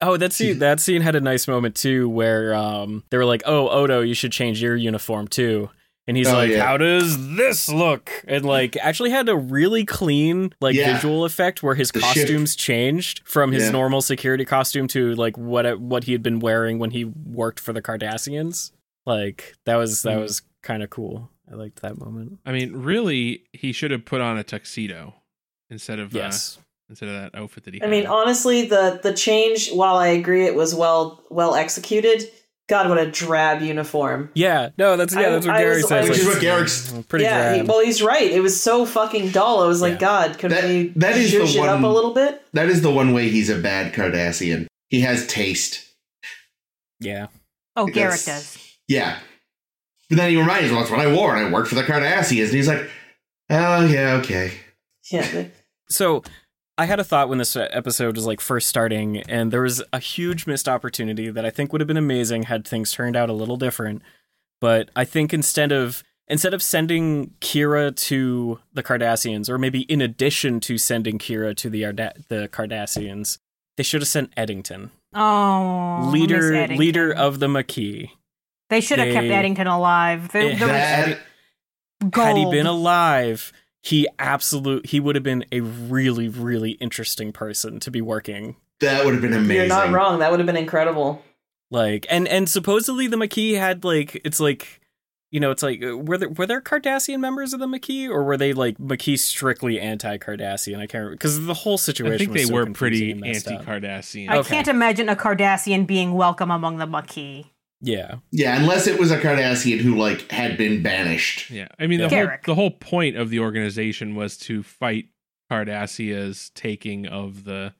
S2: Oh, that scene that scene had a nice moment too, where um they were like, "Oh, Odo, you should change your uniform too." And he's
S4: Oh,
S2: like,
S4: yeah.
S2: "How does this look?" And like, actually had a really clean like
S4: Yeah.
S2: visual effect where his
S4: The shift.
S2: costumes changed from his
S4: Yeah.
S2: normal security costume to like what what he had been wearing when he worked for the Cardassians. Like that was
S4: Hmm.
S2: that
S5: Mm.
S2: was kind of cool. I liked that moment.
S5: I mean, really, he should have put on a tuxedo instead of
S2: Yes.
S5: uh, instead of that outfit that he.
S1: I mean,
S5: had.
S1: honestly, the the change, while I agree it was well well executed, God, what a drab uniform.
S2: Yeah, no, that's yeah,
S1: I-
S2: that's what
S1: I
S2: Gary
S1: was- I
S2: says.
S1: was- Which is
S4: what Garrick's-
S2: Mm, pretty
S1: yeah, he-
S2: drab.
S1: well, he's right. It was so fucking dull. I was like,
S2: Yeah.
S1: God, could
S4: That-
S1: we
S4: that is the
S1: zhuzh it up
S4: one-
S1: a little bit?
S4: that is the one way he's a bad Cardassian. He has taste.
S2: yeah,
S3: Oh,
S4: Yes.
S3: Garrick does.
S4: Yeah. But then he reminds me, well, that's what I wore, and I worked for the Cardassians. And he's like, oh, yeah, okay.
S1: Yeah,
S2: so I had a thought when this uh, episode was like first starting, and there was a huge missed opportunity that I think would have been amazing had things turned out a little different. But I think instead of instead of sending Kira to the Cardassians, or maybe in addition to sending Kira to the Arda- the Cardassians, they should have sent Eddington,
S3: Oh, Miss
S2: leader
S3: Eddington.
S2: leader of the Maquis.
S3: They should have kept
S2: they-
S3: Eddington alive. There,
S2: Yeah.
S3: there was
S4: That,
S3: gold.
S2: Had he been alive, he absolute he would have been a really really interesting person to be working.
S4: that would have been amazing.
S1: you're not wrong. That would have been incredible.
S2: Like and and supposedly the Maquis had like it's like you know it's like uh, were there were there Cardassian members of the Maquis or were they like Maquis strictly anti-Cardassian? I can't remember because the whole situation.
S5: I think
S2: was
S5: they
S2: so
S5: were
S2: confusing
S5: pretty
S2: and messed up.
S5: anti-Cardassian.
S3: I
S2: Okay.
S3: can't imagine a Cardassian being welcome among the Maquis.
S2: Yeah,
S4: Yeah, unless it was a Cardassian who, like, had been banished.
S5: Yeah, I mean the
S2: Yeah.
S5: whole
S3: Garrick.
S5: the whole point of the organization was to fight Cardassia's taking of the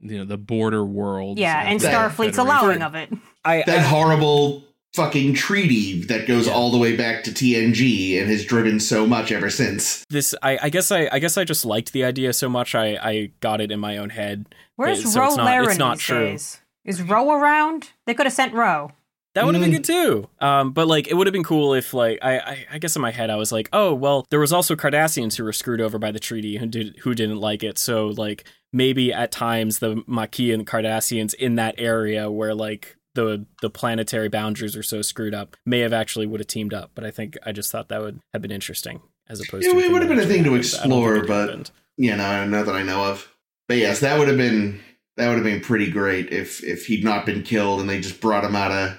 S5: you know the border worlds.
S3: Yeah,
S5: of
S3: and
S5: the
S4: That-
S3: Starfleet's
S5: Federation.
S3: allowing of it.
S2: I,
S4: That horrible fucking treaty that goes all the way back to TNG and has driven so much ever since.
S2: this I, I guess I I guess I just liked the idea so much I I got it in my own head.
S3: Where's
S2: so
S3: Ro
S2: it's not- it's
S3: Laren
S2: not
S3: these
S2: true.
S3: days? Is Ro around? They could have sent Ro.
S2: That would have been
S4: Mm.
S2: good too. Um, but like, it would have been cool if like I, I, I guess in my head I was like, oh well, there was also Cardassians who were screwed over by the treaty who did who didn't like it. So like maybe at times the Maquis and Cardassians in that area where like the the planetary boundaries are so screwed up may have actually would have teamed up. But I think I just thought that would have been interesting as opposed
S4: Yeah,
S2: to
S4: it would have been a
S2: actually
S4: thing to
S2: happened. I don't think
S4: explore,
S2: it
S4: but-
S2: happened.
S4: you know, not that I know of. But yes, that would have been that would have been pretty great if if he'd not been killed and they just brought him out of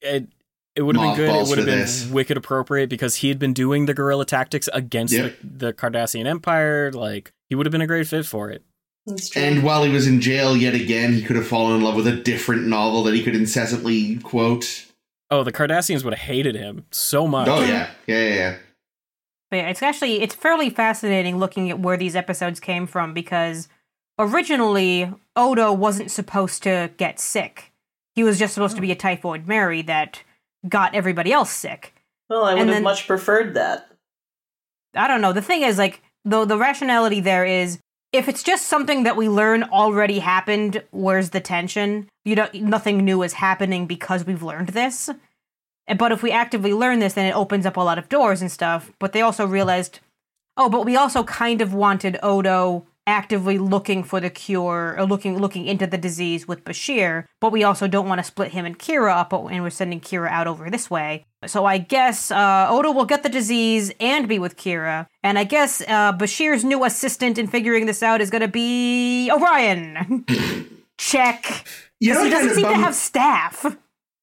S2: it it would have been good. It
S4: Mothballs
S2: would have
S4: for
S2: been
S4: this.
S2: wicked appropriate because he had been doing the guerrilla tactics against
S4: Yep.
S2: the, the Cardassian Empire. Like he would have been a great fit for it.
S1: That's true.
S4: And while he was in jail yet again, he could have fallen in love with a different novel that he could incessantly quote.
S2: Oh, the Cardassians would have hated him so much.
S4: Oh yeah, yeah, yeah. yeah.
S3: But yeah, it's actually it's fairly fascinating looking at where these episodes came from because originally Odo wasn't supposed to get sick. He was just supposed to be a typhoid Mary that got everybody else sick.
S1: well, I would
S3: and
S1: have
S3: then-
S1: much preferred that.
S3: I don't know. The thing is, like, though the rationality there is, if it's just something that we learn already happened, where's the tension? You don't. Nothing new is happening because we've learned this. And- But if we actively learn this, then it opens up a lot of doors and stuff. But they also realized, oh, but we also kind of wanted Odo actively looking for the cure or looking looking into the disease with Bashir, but we also don't want to split him and Kira up, but- and we're sending Kira out over this way. So I guess uh, Odo will get the disease and be with Kira, and I guess uh, Bashir's new assistant in figuring this out is going to be Orion. Check.
S4: You
S3: Because
S4: know,
S3: he
S4: what kind
S3: doesn't
S4: of
S3: seem to
S4: bum-
S3: have staff.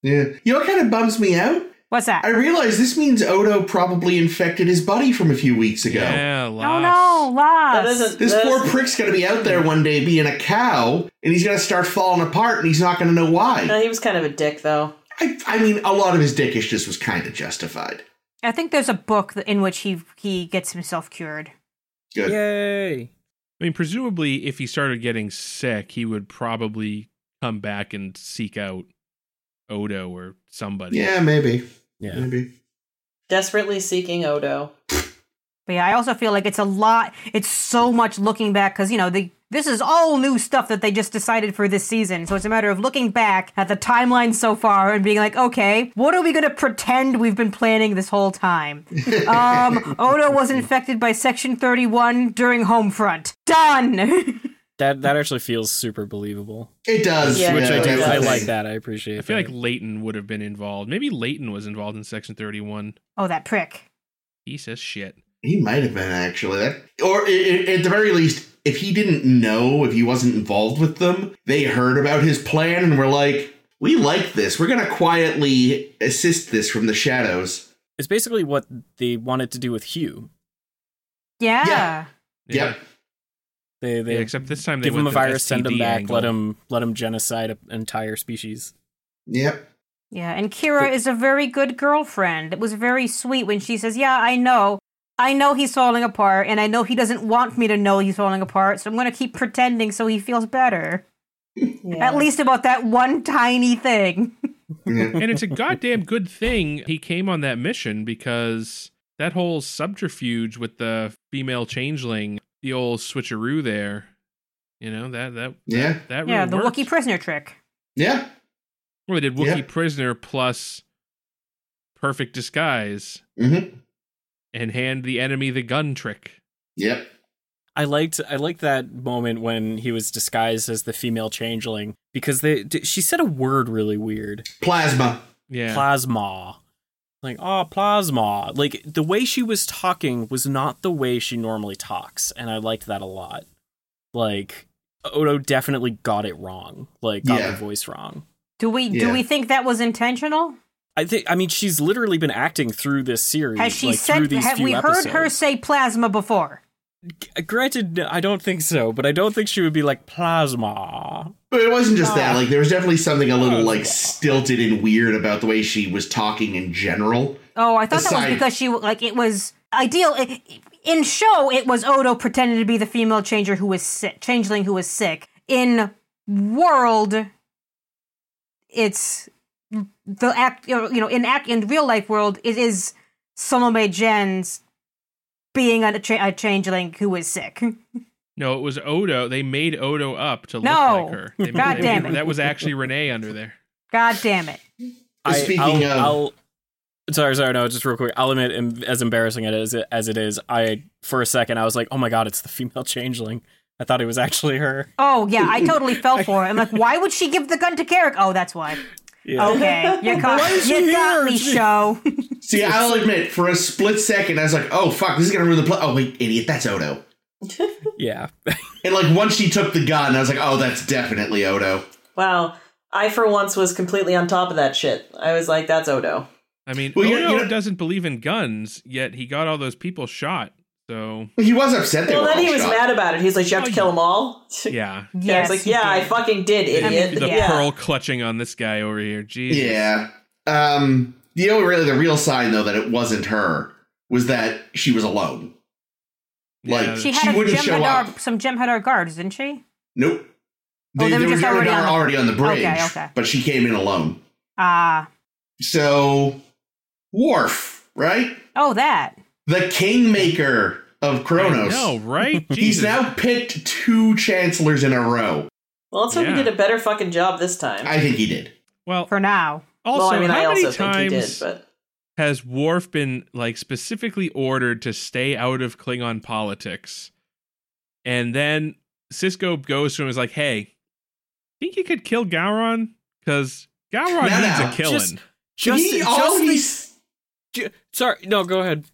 S4: yeah. You know, what kind of bums me out.
S3: What's that?
S4: I realize this means Odo probably infected his buddy from a few weeks ago.
S5: Yeah,
S3: oh
S5: loss.
S3: no, Lost.
S1: That isn't
S4: This
S1: that
S4: poor
S1: is-
S4: prick's gonna be out there one day being a cow, and he's gonna start falling apart, and he's not gonna know why.
S1: No, he was kind of a dick though.
S4: I, I mean, a lot of his dickishness was kind of justified.
S3: I think there's a book th- in which he he gets himself cured.
S4: Good.
S2: Yay.
S5: I mean, presumably, if he started getting sick, he would probably come back and seek out Odo or somebody.
S4: Yeah, maybe.
S2: Yeah.
S4: Maybe.
S1: Desperately seeking Odo.
S3: But yeah, I also feel like it's a lot. It's so much looking back because you know the this is all new stuff that they just decided for this season. So it's a matter of looking back at the timeline so far and being like, okay, what are we gonna pretend we've been planning this whole time? Um, Odo was infected by Section Thirty One during Homefront. Done.
S2: That that actually feels super believable.
S4: It does.
S1: Yeah,
S2: Which I do.
S1: it
S2: I
S1: does.
S2: like that. I appreciate
S5: I feel
S2: that.
S5: like Leighton would have been involved. Maybe Leighton was involved in Section 31.
S3: oh, that prick.
S5: He says shit.
S4: He might have been actually that, or i i at the very least, if he didn't know, if he wasn't involved with them, they heard about his plan and were like, "We like this. We're gonna quietly assist this from the shadows."
S2: It's basically what they wanted to do with Hugh.
S3: Yeah.
S4: Yeah. Yep.
S2: They
S5: Yeah,
S2: they
S5: except this time they
S2: give him
S5: went
S2: a
S5: the
S2: virus, send him
S5: STD
S2: back, let
S5: angle.
S2: him let him genocide an entire species.
S4: Yep.
S3: Yeah, and Kira is a very good girlfriend. It was very sweet when she says, "Yeah, I know. I know he's falling apart and I know he doesn't want me to know he's falling apart, so I'm going to keep pretending so he feels better."
S1: Yeah.
S3: At least about that one tiny thing.
S4: Yeah.
S5: and it's a goddamn good thing he came on that mission because that whole subterfuge with the female changeling, the old switcheroo there, you know that that
S4: Yeah.
S5: that really
S3: yeah, the
S5: worked.
S3: Wookiee prisoner trick.
S4: Yeah.
S5: Well, they did Wookiee
S4: Yeah.
S5: prisoner plus perfect disguise
S4: Mm-hmm.
S5: and hand the enemy the gun trick.
S4: Yep.
S2: I liked I liked that moment when he was disguised as the female changeling because they d- she said a word really weird.
S4: Plasma.
S5: Yeah,
S2: Plasma. Like, oh, plasma. Like the way she was talking was not the way she normally talks, and I liked that a lot. Like Odo definitely got it wrong. Like got
S4: Yeah.
S2: the voice wrong.
S3: Do we do
S4: Yeah.
S3: we think that was intentional?
S2: I think I mean she's literally been acting through this series.
S3: Has she
S2: like, through
S3: said
S2: these
S3: have
S2: few
S3: we heard her
S2: episodes.
S3: say plasma before?
S2: Granted, I don't think so, but I don't think she would be like plasma.
S4: But it wasn't just that.
S3: Oh.
S4: Like there was definitely something a little
S2: Oh.
S4: like stilted and weird about the way she was talking in general.
S3: Oh, I thought that
S4: Aside-
S3: was because she like it was ideal. i in show, it was Odo pretending to be the female changer who was sick, changeling who was sick. In world, it's the act. You know, you know, in act in real life world, it is Salome Jens being a, cha- a changeling who is sick.
S5: no, it was Odo. They made Odo up to
S3: No.
S5: look like her. They,
S3: God
S5: they-
S3: damn it.
S5: that was actually Renee under there.
S3: God damn it!
S2: I,
S4: Speaking
S2: I'll,
S4: of-
S2: I'll- sorry, sorry, no, just real quick. I'll admit, em- as embarrassing it is as it is, I for a second I was like, oh my god, it's the female changeling. I thought it was actually her.
S3: Oh yeah, I totally fell for it. I'm like, why would she give the gun to Carrick? Oh, that's why.
S2: Yeah.
S3: Okay, you
S2: Why
S3: got
S2: is
S3: you
S2: she
S3: got
S2: here?
S3: me,
S2: She-
S3: show.
S4: See, I'll admit, for a split second, I was like, "Oh fuck, this is gonna ruin the plot." Oh wait, idiot, that's Odo.
S3: Oh.
S2: Yeah,
S4: And like once she took the gun, I was like, "Oh, that's definitely Odo."
S1: Wow. I for once was completely on top of that shit. I was like, that's Odo.
S5: I mean,
S4: Well,
S5: Odo
S4: you- you know-
S5: doesn't believe in guns, yet he got all those people shot. So
S4: He was upset. They
S1: Well,
S4: were
S1: then
S4: all
S1: he was
S4: shot.
S1: mad about it. He's like, "You have to
S5: Oh,
S1: kill them all."
S5: yeah,
S1: Yeah, it's
S3: Yes.
S1: like,
S3: he
S1: yeah, I
S3: did.
S1: fucking did,
S3: I mean,
S1: idiot.
S5: the
S1: yeah.
S5: pearl clutching on this guy over here. Jesus.
S4: Yeah. Um. The only really the real sign though that it wasn't her was that she was alone. Like,
S5: Yeah.
S3: She
S4: She
S3: had a
S4: wouldn't
S3: Gem
S4: show
S3: Hadar-
S4: up.
S3: some Gem Hadar guards, didn't she?
S4: Nope.
S3: Oh, they were just
S4: Jem'Hadar
S3: already on the-
S4: already on the bridge,
S3: Okay, okay.
S4: but she came in alone.
S3: Ah,
S4: So, Worf, right?
S3: oh, that.
S4: The kingmaker of Kronos.
S5: No, right?
S4: He's
S5: Jesus.
S4: now picked two chancellors in a row.
S1: Well, let's hope
S5: Yeah.
S1: he did a better fucking job this time.
S4: I think he did.
S5: well,
S3: For now,
S5: also,
S1: well, I mean,
S5: how
S1: I
S5: many
S1: also
S5: times
S1: think he did, but
S5: has Worf been like specifically ordered to stay out of Klingon politics? And then Cisco goes to him and is like, "Hey, think you could kill Gowron? Because Gowron
S4: No,
S5: needs
S4: no,
S5: a killing."
S2: just- Just,
S4: he,
S2: just
S4: all,
S2: the-
S4: he,
S2: ju- sorry, no, go ahead.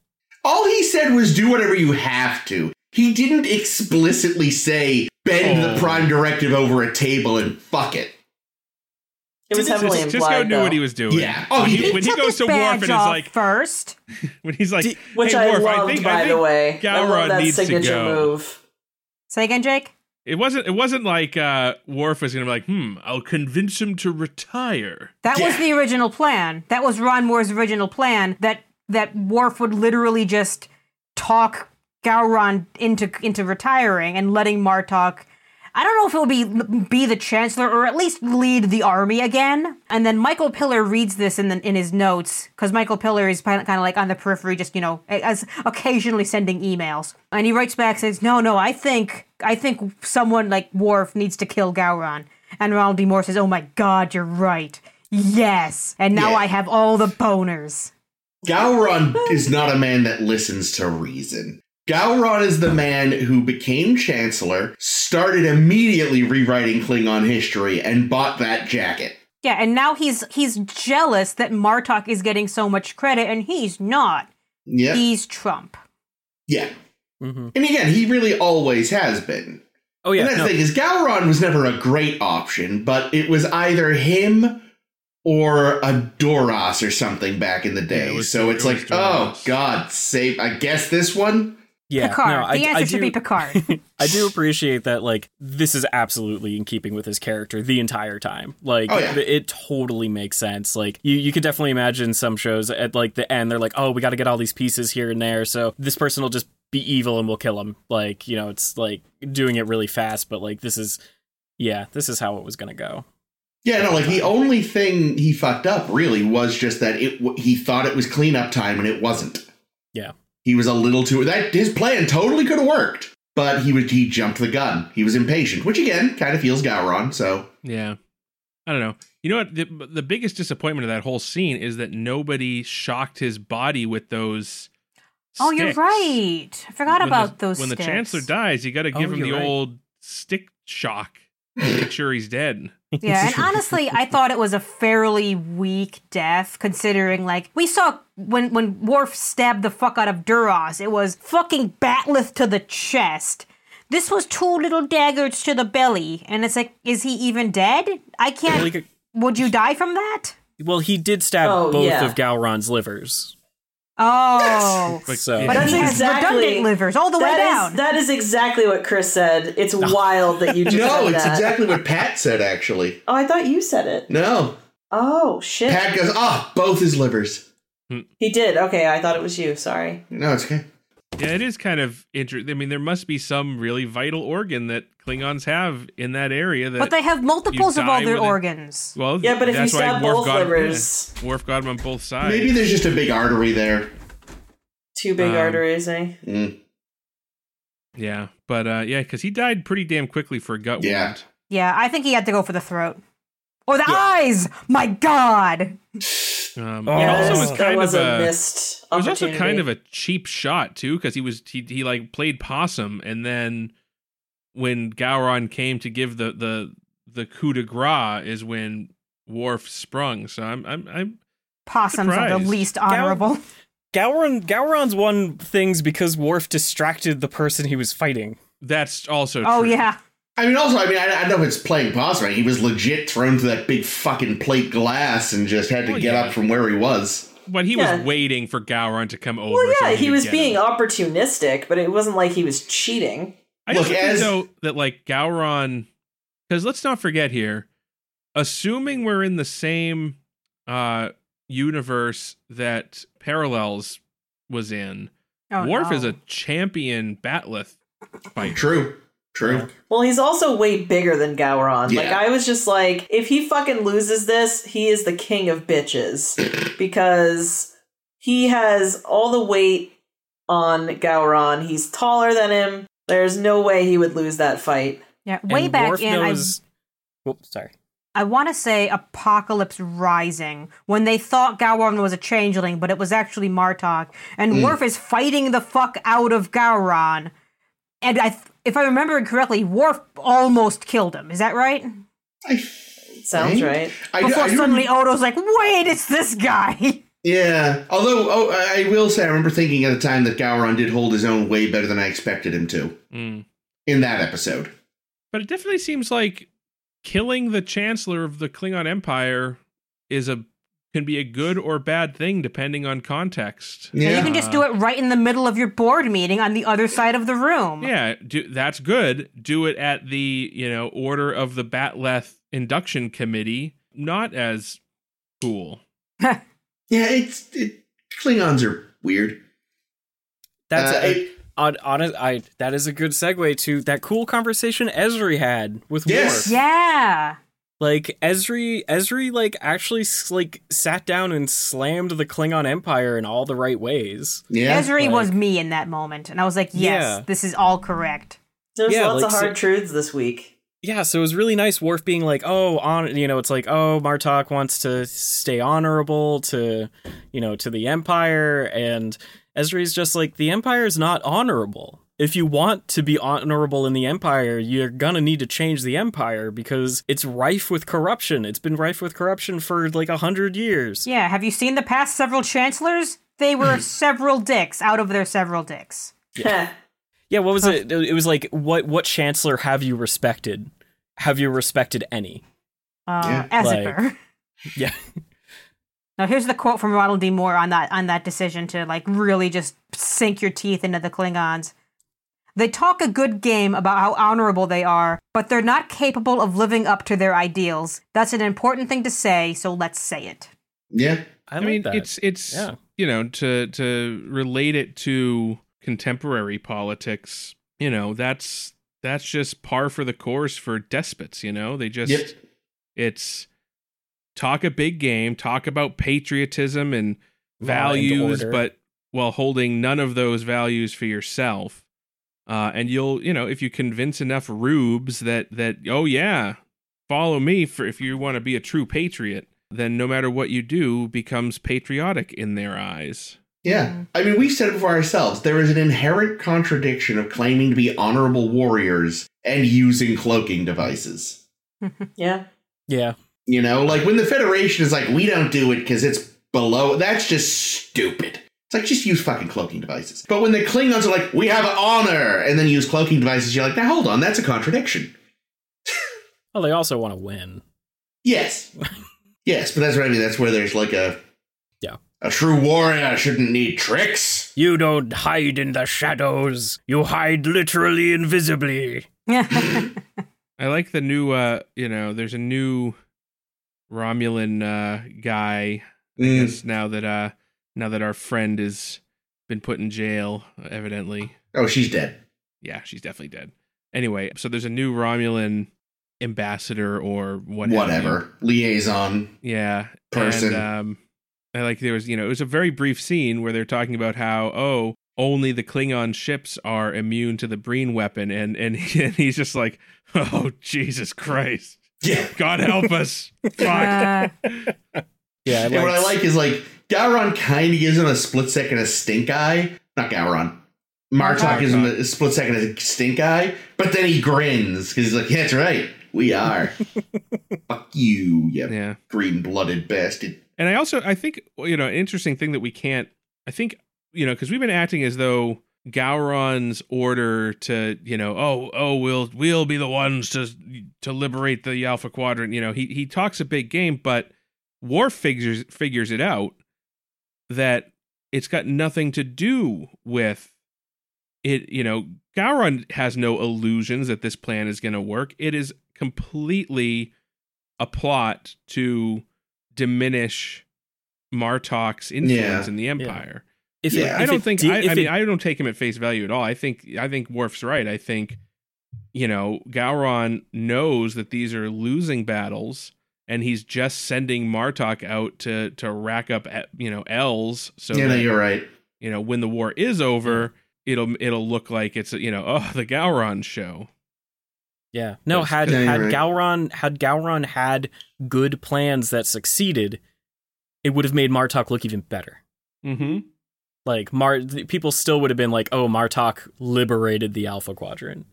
S4: all he said was do whatever you have to. He didn't explicitly say bend
S5: Oh.
S4: the prime directive over a table and fuck it.
S1: it was
S5: Sis-
S1: heavily
S5: Cisco
S1: implied.
S5: knew
S1: though.
S5: what he was doing.
S4: Yeah. Oh,
S5: when
S4: he
S5: he,
S4: did.
S5: when he
S3: Took
S5: goes
S3: his
S5: to Worf
S3: badge
S5: and is
S3: off
S5: like,
S3: first.
S5: when he's like,
S2: Did-
S1: Which
S5: "Hey,
S1: I
S5: Worf,
S1: loved,
S5: I think,
S1: by
S5: I think
S1: the way. I
S5: Gowron
S1: love that
S5: needs to
S1: signature
S5: go.
S1: move.
S3: Say again, Jake.
S5: It wasn't. It wasn't like uh, Worf was gonna be like, "Hmm, I'll convince him to retire."
S3: That was
S4: Yeah.
S3: the original plan. That was Ron Moore's original plan. That that Worf would literally just talk Gowron into into retiring and letting Martok. I don't know if it'll be be the chancellor or at least lead the army again. And then Michael Pillar reads this in the, in his notes because Michael Pillar is kind of like on the periphery, just you know, as occasionally sending emails. And he writes back says, "No, no, I think I think someone like Worf needs to kill Gowron." And Ronald D. Moore says, "Oh my God, you're right. Yes, and now
S4: Yeah.
S3: I have all the boners."
S4: Gowron is not a man that listens to reason. Gowron is the man who became chancellor, started immediately rewriting Klingon history, and bought that jacket.
S3: Yeah, and now he's he's jealous that Martok is getting so much credit and he's not.
S4: Yeah.
S3: He's Trump.
S4: yeah.
S2: hmm
S4: And again, he really always has been.
S2: Oh yeah,
S4: and that's
S2: no,
S4: the thing is, Gowron was never a great option, but it was either him or a Doros or something back in the day.
S5: Yeah, it was-
S4: so it's
S5: it was
S4: like, oh
S5: Doros.
S4: God, save! I guess this one.
S2: yeah.
S3: Picard.
S2: No, I,
S3: the answer
S2: I
S3: should
S2: do-
S3: be Picard.
S2: I do appreciate that. Like, this is absolutely in keeping with his character the entire time. Like,
S4: Oh, yeah.
S2: th- it totally makes sense. Like, you you could definitely imagine some shows at like the end, they're like, oh, we got to get all these pieces here and there, so this person will just be evil and we'll kill him. Like, you know, it's like doing it really fast, but like this is, yeah, this is how it was gonna go.
S4: Yeah, no, like the only thing he fucked up really was just that it w- he thought it was cleanup time and it wasn't.
S2: Yeah.
S4: He was a little too that his plan totally could have worked, but he was he jumped the gun. He was impatient, which again kind of feels Gowron, so
S5: Yeah, I don't know. You know what? The, the biggest disappointment of that whole scene is that nobody shocked his body with those.
S3: oh, you're
S5: sticks.
S3: right. I forgot
S5: When the-
S3: about those.
S5: When the
S3: sticks.
S5: chancellor dies, you got to
S2: Oh,
S5: give him the
S2: you're right.
S5: old stick shock. to Make sure he's dead.
S3: Yeah, and honestly, I thought it was a fairly weak death, considering like we saw when when Worf stabbed the fuck out of Duras, it was fucking batleth to the chest. This was two little daggers to the belly, and it's like, is he even dead? I can't.
S2: Like,
S3: would you die from that?
S2: well, he did stab
S1: Oh,
S2: both
S1: yeah.
S2: of Gowron's livers.
S3: Oh,
S5: Like,
S2: So-
S5: yeah.
S3: but
S1: That's
S3: he has
S1: exactly-
S3: redundant livers all the way
S1: That is-
S3: down.
S1: that is exactly what Chris said. It's wild that you just
S4: No,
S1: said
S4: it's
S1: that.
S4: exactly what Pat said actually.
S1: Oh, I thought you said it.
S4: No.
S1: Oh shit,
S4: Pat goes, "Ah, both his livers."
S1: he did. Okay, I thought it was you. Sorry.
S4: No, it's okay.
S5: yeah, it is kind of interesting. I mean, there must be some really vital organ that Klingons have in that area. That
S3: but they have multiples of all
S5: die
S3: their
S5: with it.
S3: organs.
S5: well,
S1: Yeah, but if you
S5: that's why
S1: stab
S5: Worf
S1: both
S5: got him-
S1: livers,
S5: yeah, Worf got him on both sides.
S4: Maybe there's just a big artery there.
S1: two big
S5: Um,
S1: arteries, eh?
S4: Mm.
S5: Yeah, but uh, yeah, because he died pretty damn quickly for a gut
S4: Yeah.
S5: wound.
S3: Yeah, I think he had to go for the throat or the eyes. My God.
S5: Um,
S2: Oh.
S5: it
S1: Yeah,
S5: also
S1: that
S5: was
S1: was- that
S5: kind
S1: was
S5: of
S1: a
S5: a,
S1: missed.
S5: it was also kind of a cheap shot too, because he was he, he like played possum, and then when Gowron came to give the the the coup de grace is when Worf sprung. So I'm I'm, I'm
S3: Possums are the
S5: Surprised.
S3: least honorable.
S2: Gowron Gowron's won things because Worf distracted the person he was fighting.
S5: that's also
S3: oh,
S5: true.
S3: yeah.
S4: I mean, also, I mean, I, I don't know if it's playing possum. He was legit thrown to that big fucking plate glass and just had to
S5: Oh,
S4: get
S5: yeah.
S4: up from where he was.
S5: but he
S1: Yeah.
S5: was waiting for Gowron to come over.
S1: Well,
S5: so
S1: yeah, he
S5: could
S1: was
S5: get
S1: being
S5: him.
S1: opportunistic, but it wasn't like he was cheating.
S5: I also
S4: Look,
S5: think
S4: as-
S5: though that like Gowron, because let's not forget here, assuming we're in the same uh universe that Parallels was in,
S3: Oh,
S5: Worf
S3: no.
S5: is a champion Batleth fighter.
S4: True. True.
S1: Well, he's also way bigger than Gowron. Like
S4: Yeah.
S1: I was just like, if he fucking loses this, he is the king of bitches because he has all the weight on Gowron. He's taller than him. There's no way he would lose that fight.
S3: yeah. Way
S2: And
S3: back
S2: Worf
S3: in, I
S2: knows- Whoops, sorry.
S3: I want to say Apocalypse Rising, when they thought Gowron was a changeling, but it was actually Martok. And Worf is fighting the fuck out of Gowron. And I, th- if I remember correctly, Worf almost killed him. Is that right?
S4: I
S1: Sounds
S4: Right?
S1: right.
S4: I do-
S3: Before
S4: I do
S3: suddenly Odo's like, wait, it's this guy.
S4: Yeah. Although, oh, I I will say, I remember thinking at the time that Gowron did hold his own way better than I expected him to
S5: Mm.
S4: in that episode.
S5: But it definitely seems like killing the Chancellor of the Klingon Empire is a can be a good or bad thing depending on context.
S3: And
S4: Yeah.
S3: you can just do it right in the middle of your board meeting on the other side of the room.
S5: Yeah, do, that's good. Do it at the you know order of the Batleth induction committee. Not as cool.
S4: yeah, it's it, Klingons are weird.
S2: That's
S4: Uh,
S2: a-
S4: it-
S2: on, on a- I- that is a good segue to that cool conversation Ezri had with
S4: Yes.
S2: Worf.
S3: Yeah.
S2: Like Ezri, Ezri like actually s- like sat down and slammed the Klingon Empire in all the right ways.
S4: Yeah.
S3: Ezri
S2: like-
S3: was me in that moment. And I was like, yes,
S2: Yeah.
S3: this is all correct.
S1: There's
S2: Yeah,
S1: lots
S2: like,
S1: of hard
S2: so-
S1: truths this week.
S2: Yeah, so it was really nice. Worf being like, "Oh, on," you know, it's like, "Oh, Martok wants to stay honorable to, you know, to the Empire," and Ezri's just like, "The Empire is not honorable. If you want to be honorable in the Empire, you're gonna need to change the Empire because it's rife with corruption. It's been rife with corruption for like a hundred years."
S3: Yeah, have you seen the past several chancellors? They were several dicks out of their several dicks.
S2: Yeah, what was it? It was like, "What what chancellor have you respected? Have you respected any?"
S3: Uh,
S2: Yeah.
S3: Ezra.
S2: Yeah.
S3: Now here's the quote from Ronald D. Moore on that on that decision to like really just sink your teeth into the Klingons. They talk a good game about how honorable they are, but they're not capable of living up to their ideals. That's an important thing to say, so let's say it.
S4: Yeah.
S2: I,
S5: I,
S2: like
S5: mean,
S2: that.
S5: it's it's
S2: Yeah.
S5: you know to to relate it to contemporary politics. You know, that's that's just par for the course for despots. You know, they just
S4: Yep.
S5: it's talk a big game, talk about patriotism and
S2: Law and
S5: values,
S2: order.
S5: but while holding none of those values for yourself. Uh, and you'll, you know, if you convince enough rubes that that oh yeah, follow me for if you want to be a true patriot, then no matter what you do becomes patriotic in their eyes.
S4: Yeah. I mean, we've said it before ourselves. There is an inherent contradiction of claiming to be honorable warriors and using cloaking devices.
S1: Yeah.
S2: yeah.
S4: You know, like when the Federation is like, we don't do it because it's below, that's just stupid. It's like, just use fucking cloaking devices. But when the Klingons are like, we have honor, and then use cloaking devices, you're like, now hold on, that's a contradiction.
S2: Well, Oh, they also want to win.
S4: Yes. yes, but that's what I mean. That's where there's like a.
S2: Yeah.
S4: A true warrior shouldn't need tricks.
S2: You don't hide in the shadows. You hide literally invisibly.
S5: I like the new, uh, you know, there's a new Romulan uh, guy Yes, now that uh now that our friend is been put in jail, evidently.
S4: Oh, she's dead.
S5: Yeah, she's definitely dead. Anyway, so there's a new Romulan ambassador or what have you.
S4: Whatever. Liaison.
S5: Yeah.
S4: Person.
S5: And, um I like there was, you know, it was a very brief scene where they're talking about how, oh, only the Klingon ships are immune to the Breen weapon and and, and he's just like, Oh Jesus Christ.
S4: Yeah.
S5: God help us. Fuck.
S3: Uh,
S2: Yeah,
S4: And what I like is like Gowron kind of gives him a split second a stink eye. Not Gowron. Martok gives him a split second a stink eye, but then he grins because he's like, "Yeah, that's right. We are. Fuck you, you
S5: yeah.
S4: green blooded bastard."
S5: And I also I think you know an interesting thing that we can't I think you know because we've been acting as though Gowron's order to you know oh oh we'll we'll be the ones to to liberate the Alpha Quadrant you know he he talks a big game but Worf figures figures it out that it's got nothing to do with it. You know, Gowron has no illusions that this plan is going to work. It is completely a plot to diminish Martok's influence
S4: Yeah.
S5: in the Empire.
S2: If
S4: Yeah.
S5: I
S2: if
S5: don't
S2: it
S5: think.
S2: did-
S5: I, I
S2: if
S5: mean,
S2: it-
S5: I don't take him at face value at all. I think. I think Worf's right. I think, you know, Gowron knows that these are losing battles, and he's just sending Martok out to to rack up, eh, you know, L's. So
S4: yeah, no,
S5: that,
S4: you're right.
S5: you know, when the war is over, it'll it'll look like it's you know, oh, the Gowron show.
S2: yeah, no. Had
S4: Yeah, you're
S2: had
S4: right.
S2: Gowron had Gowron had good plans that succeeded, it would have made Martok look even better.
S5: Mm-hmm.
S2: Like Mar, th- people still would have been like, "Oh, Martok liberated the Alpha Quadrant."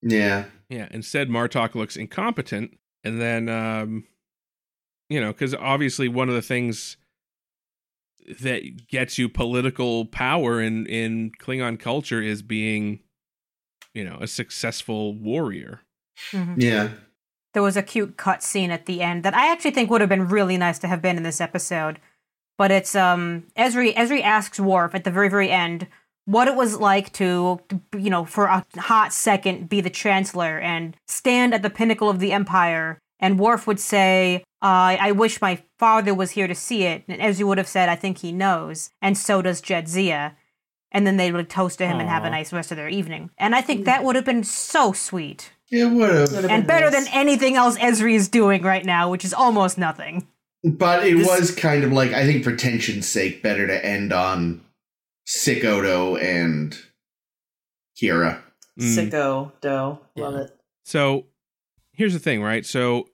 S4: Yeah.
S5: Yeah. Instead, Martok looks incompetent, and then, um, you know, because obviously one of the things that gets you political power in in Klingon culture is being, you know, a successful warrior.
S3: Mhm.
S4: Yeah.
S3: There was a cute cut scene at the end that I actually think would have been really nice to have been in this episode. But it's um Ezri Ezri asks Worf at the very very end what it was like to you know for a hot second be the chancellor and stand at the pinnacle of the empire and Worf would say uh, I wish my father was here to see it and Ezri would have said I think he knows and so does Jedzia and then they would toast to him and have a
S2: Aw.
S3: nice rest of their evening and I think that would have been so sweet
S4: It would have.
S3: and better than anything else Ezri is doing right now, which is almost nothing.
S4: But it
S2: This-
S4: was kind of like I think for tension's sake, better to end on Sick Odo and Kira.
S5: Mm.
S1: Sicko dough. Love
S2: Yeah.
S1: it.
S5: So here's the thing, right? So,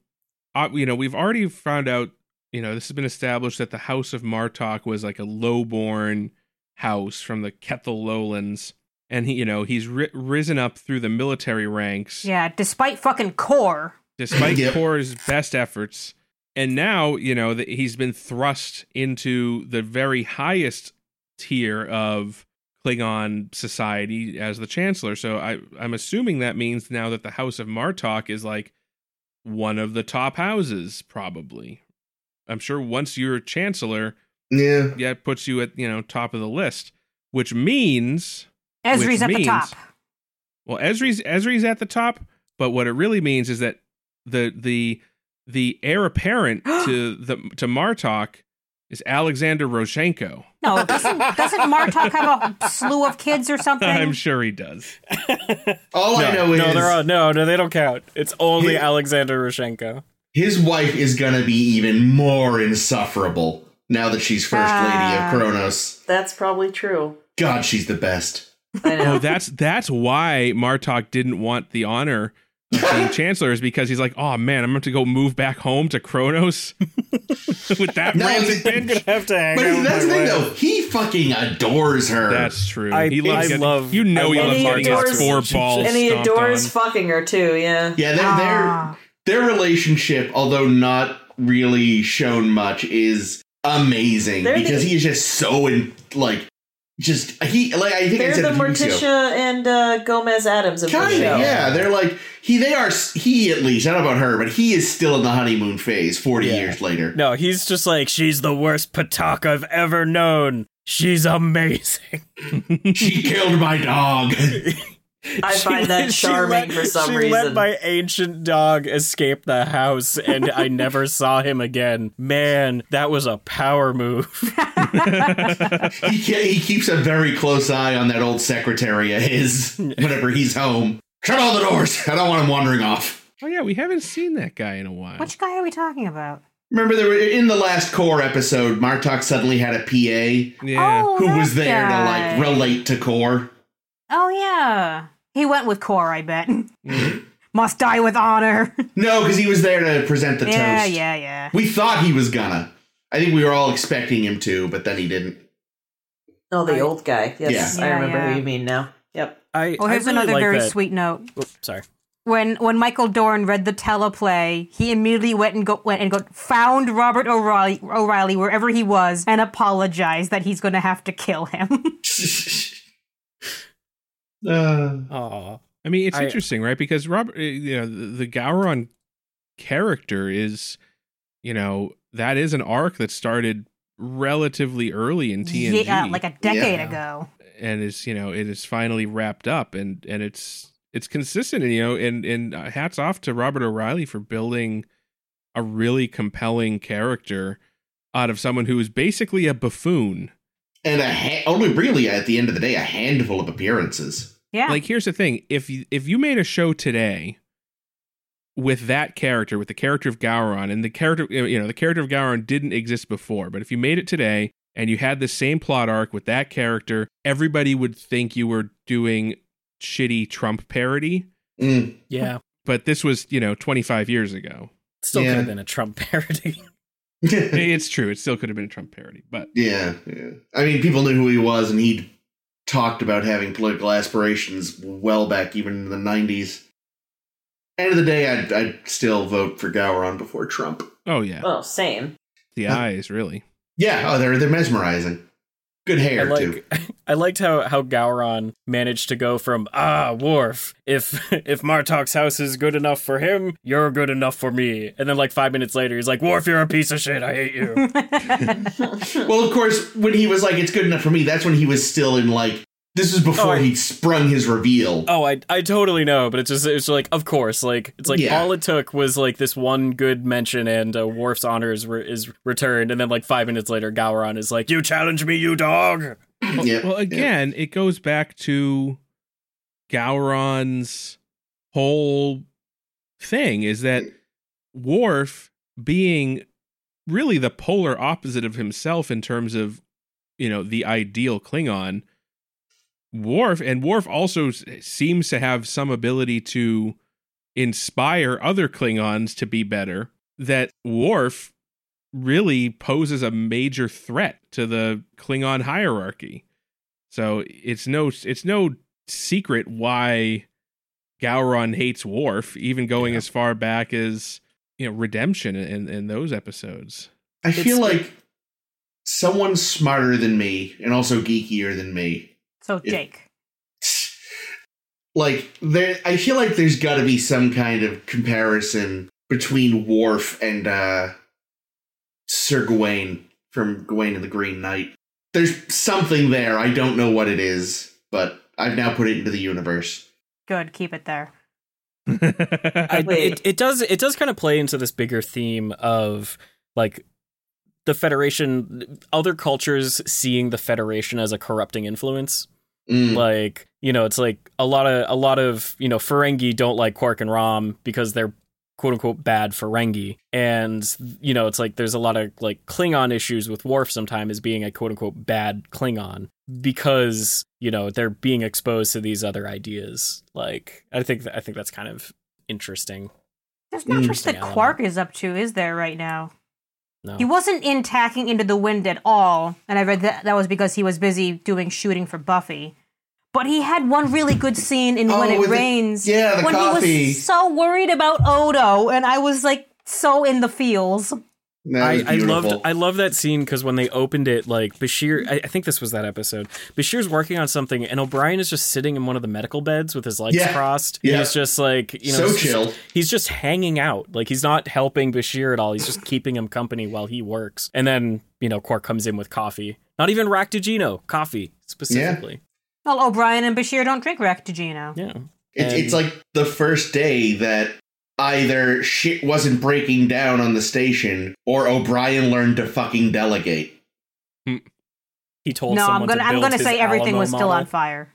S5: uh, you know, we've already found out, you know, this has been established that the house of Martok was like a lowborn house from the Kethel Lowlands. And he, you know, he's ri- risen up through the military ranks
S3: Yeah, despite fucking core.
S5: despite
S4: Yep.
S5: Kor's best efforts. And now, you know, that he's been thrust into the very highest tier of Klingon society as the chancellor. So I, I'm assuming that means now that the House of Martok is like one of the top houses, probably. I'm sure once you're chancellor,
S4: Yeah.
S5: yeah, it puts you at, you know, top of the list, which means
S3: Ezri's
S5: Which
S3: at the
S5: means-
S3: top.
S5: well, Esri's Esri's at the top, but what it really means is that the the the heir apparent to the to Martok is Alexander Roshenko.
S3: No, doesn't, doesn't Martok have a slew of kids or something?
S5: I'm sure he does.
S4: All I
S2: no,
S4: know is
S2: no, they're all, no, no, they don't count. It's only
S4: He-
S2: Alexander Roshenko.
S4: his wife is gonna be even more insufferable now that she's first lady
S3: Ah.
S4: of Kronos.
S1: That's probably true.
S4: God, she's the best.
S1: I know.
S5: Oh, that's that's why Martok didn't want the honor of being chancellor is because he's like, oh man, I'm going to go move back home to Kronos with that
S4: No,
S5: rancid
S4: he-
S5: bitch.
S2: have to hang
S4: But that's the thing though, he fucking adores her.
S5: That's true.
S2: I-
S5: he loves
S2: I
S5: getting-
S2: love-
S5: you know
S2: I
S5: he
S2: love
S5: loves
S1: Martok's
S5: getting his four
S2: relationship.
S5: balls
S1: and he
S5: stomped
S1: adores
S5: on.
S1: fucking her too. Yeah.
S4: yeah, they're,
S3: Ah.
S4: their relationship, although not really shown much, is amazing
S1: They're the-
S4: because he is just so in like just he like I think I
S1: They're
S4: said
S1: the
S4: it a few weeks ago.
S1: Morticia and uh, Gomez Adams of
S4: Kind
S1: the
S4: of,
S1: show.
S4: yeah. They're like he. They are s- he at least. I don't know about her, but he is still in the honeymoon phase. Forty
S2: Yeah.
S4: years later,
S2: No, he's just like, she's the worst Patak I've ever known. She's amazing.
S4: she killed my dog.
S1: I find that charming for some
S2: she
S1: reason.
S2: let my ancient dog escape the house, and I never saw him again. Man, that was a power move.
S4: he ke- he keeps a very close eye on that old secretary of his whenever he's home. Shut all the doors. I don't want him wandering off.
S5: Oh yeah, we haven't seen that guy in a while.
S3: Which guy are we talking about?
S4: Remember, there were, in the last core episode, Martok suddenly had a PA
S5: yeah.
S3: Oh,
S4: who
S3: that
S4: was there
S3: guy.
S4: to like relate to Core.
S3: Oh, yeah. He went with core, I bet.
S5: Mm-hmm.
S3: Must die with honor.
S4: No, because he was there to present the
S3: yeah,
S4: toast.
S3: yeah, yeah.
S4: We thought he was gonna. I think we were all expecting him to, but then he didn't.
S1: No, Oh, the old guy. Yes,
S3: Yeah.
S1: I
S3: Yeah,
S1: remember
S3: yeah.
S1: who you mean now. Yep.
S2: I,
S3: Oh,
S2: I
S3: here's
S2: really
S3: another
S2: like
S3: very
S2: that.
S3: sweet note.
S2: Oops, sorry.
S3: when when Michael Dorn read the teleplay, he immediately went and go went and go found Robert O'Reilly, O'Reilly wherever he was and apologized that he's going to have to kill him.
S4: uh,
S2: Aw.
S5: I mean, it's
S2: I-
S5: interesting, right? Because Robert, uh, you know, the, the Gowron character is, you know, that is an arc that started relatively early in TNG,
S3: Yeah, uh, like a decade
S2: Yeah.
S3: ago.
S5: and is you know it is finally wrapped up, and and it's it's consistent, and you know, and and uh, hats off to Robert O'Reilly for building a really compelling character out of someone who is basically a buffoon.
S4: and a ha- only really at the end of the day a handful of appearances.
S3: Yeah.
S5: Like here's the thing, if you, if you made a show today with that character, with the character of Gowron and the character you know, the character of Gowron didn't exist before, but if you made it today and you had the same plot arc with that character, everybody would think you were doing shitty Trump parody,
S4: Mm.
S2: Yeah.
S5: but this was, you know, 25 years ago.
S2: Still
S4: Yeah.
S2: could have been a Trump parody.
S5: it's true, it still could have been a Trump parody, but
S4: Yeah, yeah. I mean, people knew who he was, and he talked about having political aspirations well back even in the 90s. End of the day, I'd, I'd still vote for Gowron before Trump.
S5: oh yeah,
S1: Oh, same.
S5: the eyes really.
S4: Yeah, oh, they're, they're mesmerizing. Good
S2: I
S4: hair, too.
S2: like I liked how how Gowron managed to go from ah Worf if if Martok's house is good enough for him you're good enough for me and then like five minutes later he's like Worf you're a piece of shit I hate you
S4: Well, of course, when he was like, it's good enough for me, that's when he was still in like, this is before
S2: Oh.
S4: he'd sprung his reveal.
S2: oh I I totally know but it's just it's like of course like it's like
S4: Yeah.
S2: all it took was like this one good mention and uh, Worf's honor is, re- is returned and then like five minutes later Gowron is like you challenge me you dog
S5: Well,
S4: Yeah,
S5: well, again, it goes back to Gowron's whole thing is that Worf being really the polar opposite of himself in terms of, you know, the ideal Klingon. Worf and Worf also s- seems to have some ability to inspire other Klingons to be better. That Worf really poses a major threat to the Klingon hierarchy. So it's no it's no secret why Gowron hates Worf, even going
S2: Yeah.
S5: as far back as you know Redemption and and those episodes.
S4: I feel
S2: It's-
S4: like someone smarter than me and also geekier than me
S3: so
S4: Yeah.
S3: Jake.
S4: like there I feel like there's got to be some kind of comparison between Worf and uh Sir Gawain from Gawain and the Green Knight. There's something there. I don't know what it is, but I've now put it into the universe.
S3: Good, keep it there.
S2: I,
S1: Wait.
S2: it, it does it does kind of play into this bigger theme of like the federation other cultures seeing the federation as a corrupting influence
S4: Mm.
S2: like you know it's like a lot of a lot of you know ferengi don't like quark and rom because they're quote unquote bad ferengi and you know it's like there's a lot of like klingon issues with Worf sometimes as being a quote unquote bad klingon because you know they're being exposed to these other ideas like i think i think that's kind of interesting
S3: There's not much
S2: Interesting
S3: that Quark is up to, is there, right now?
S2: no
S4: Oh.
S3: He wasn't in Tacking Into the Wind at all, and I read that that was because he was busy doing shooting for Buffy. But he had one really good scene in
S4: Oh,
S3: When It
S4: with the-
S3: Rains.
S4: yeah, the
S3: when he
S4: coffee.
S3: was so worried about Odo, and I was like so in the feels.
S4: That
S2: I,
S4: was
S2: I loved
S4: beautiful.
S2: I love that scene because when they opened it, like Bashir, I, I think this was that episode. Bashir's working on something, and O'Brien is just sitting in one of the medical beds with his legs
S4: Yeah.
S2: crossed.
S4: Yeah.
S2: He's just like you know,
S4: so
S2: he's,
S4: chill.
S2: he's just hanging out. Like he's not helping Bashir at all. He's just keeping him company while he works. And then you know, Quark comes in with coffee. Not even Ractigino, coffee specifically.
S3: Well, O'Brien and Bashir don't drink Rectigino.
S2: Yeah.
S4: It's,
S2: And-
S4: it's like the first day that either shit wasn't breaking down on the station or O'Brien learned to fucking delegate.
S2: He told
S3: No,
S2: someone
S3: I'm gonna
S2: to
S3: I'm
S2: build
S3: gonna
S2: his
S3: say everything
S2: Alamo
S3: was still on
S2: model.
S3: fire.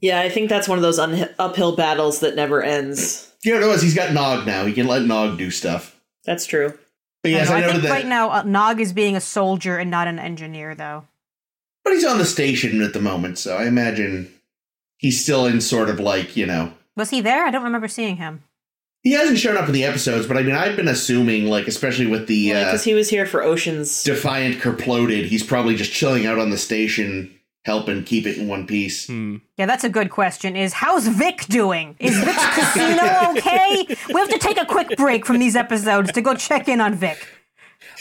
S1: Yeah, I think that's one of those un- uphill battles that never ends.
S4: You know what it was? He's got Nog now. He can let Nog do stuff.
S1: That's true.
S4: But yes,
S3: I,
S4: I,
S3: know. I
S4: noted
S3: think
S4: that.
S3: right now uh, Nog is being a soldier and not an engineer, though.
S4: but he's on the station at the moment, so I imagine he's still in sort of like, you know.
S3: Was he there? I don't remember seeing him.
S4: He hasn't shown up in the episodes, but I mean, I've been assuming, like, especially with the uh,
S1: because he was here for Oceans.
S4: Defiant Kerploded, he's probably just chilling out on the station, helping keep it in one piece.
S5: Hmm.
S3: Yeah, that's a good question. Is how's Vic doing? Is Vic's casino okay? We have to take a quick break from these episodes to go check in on Vic.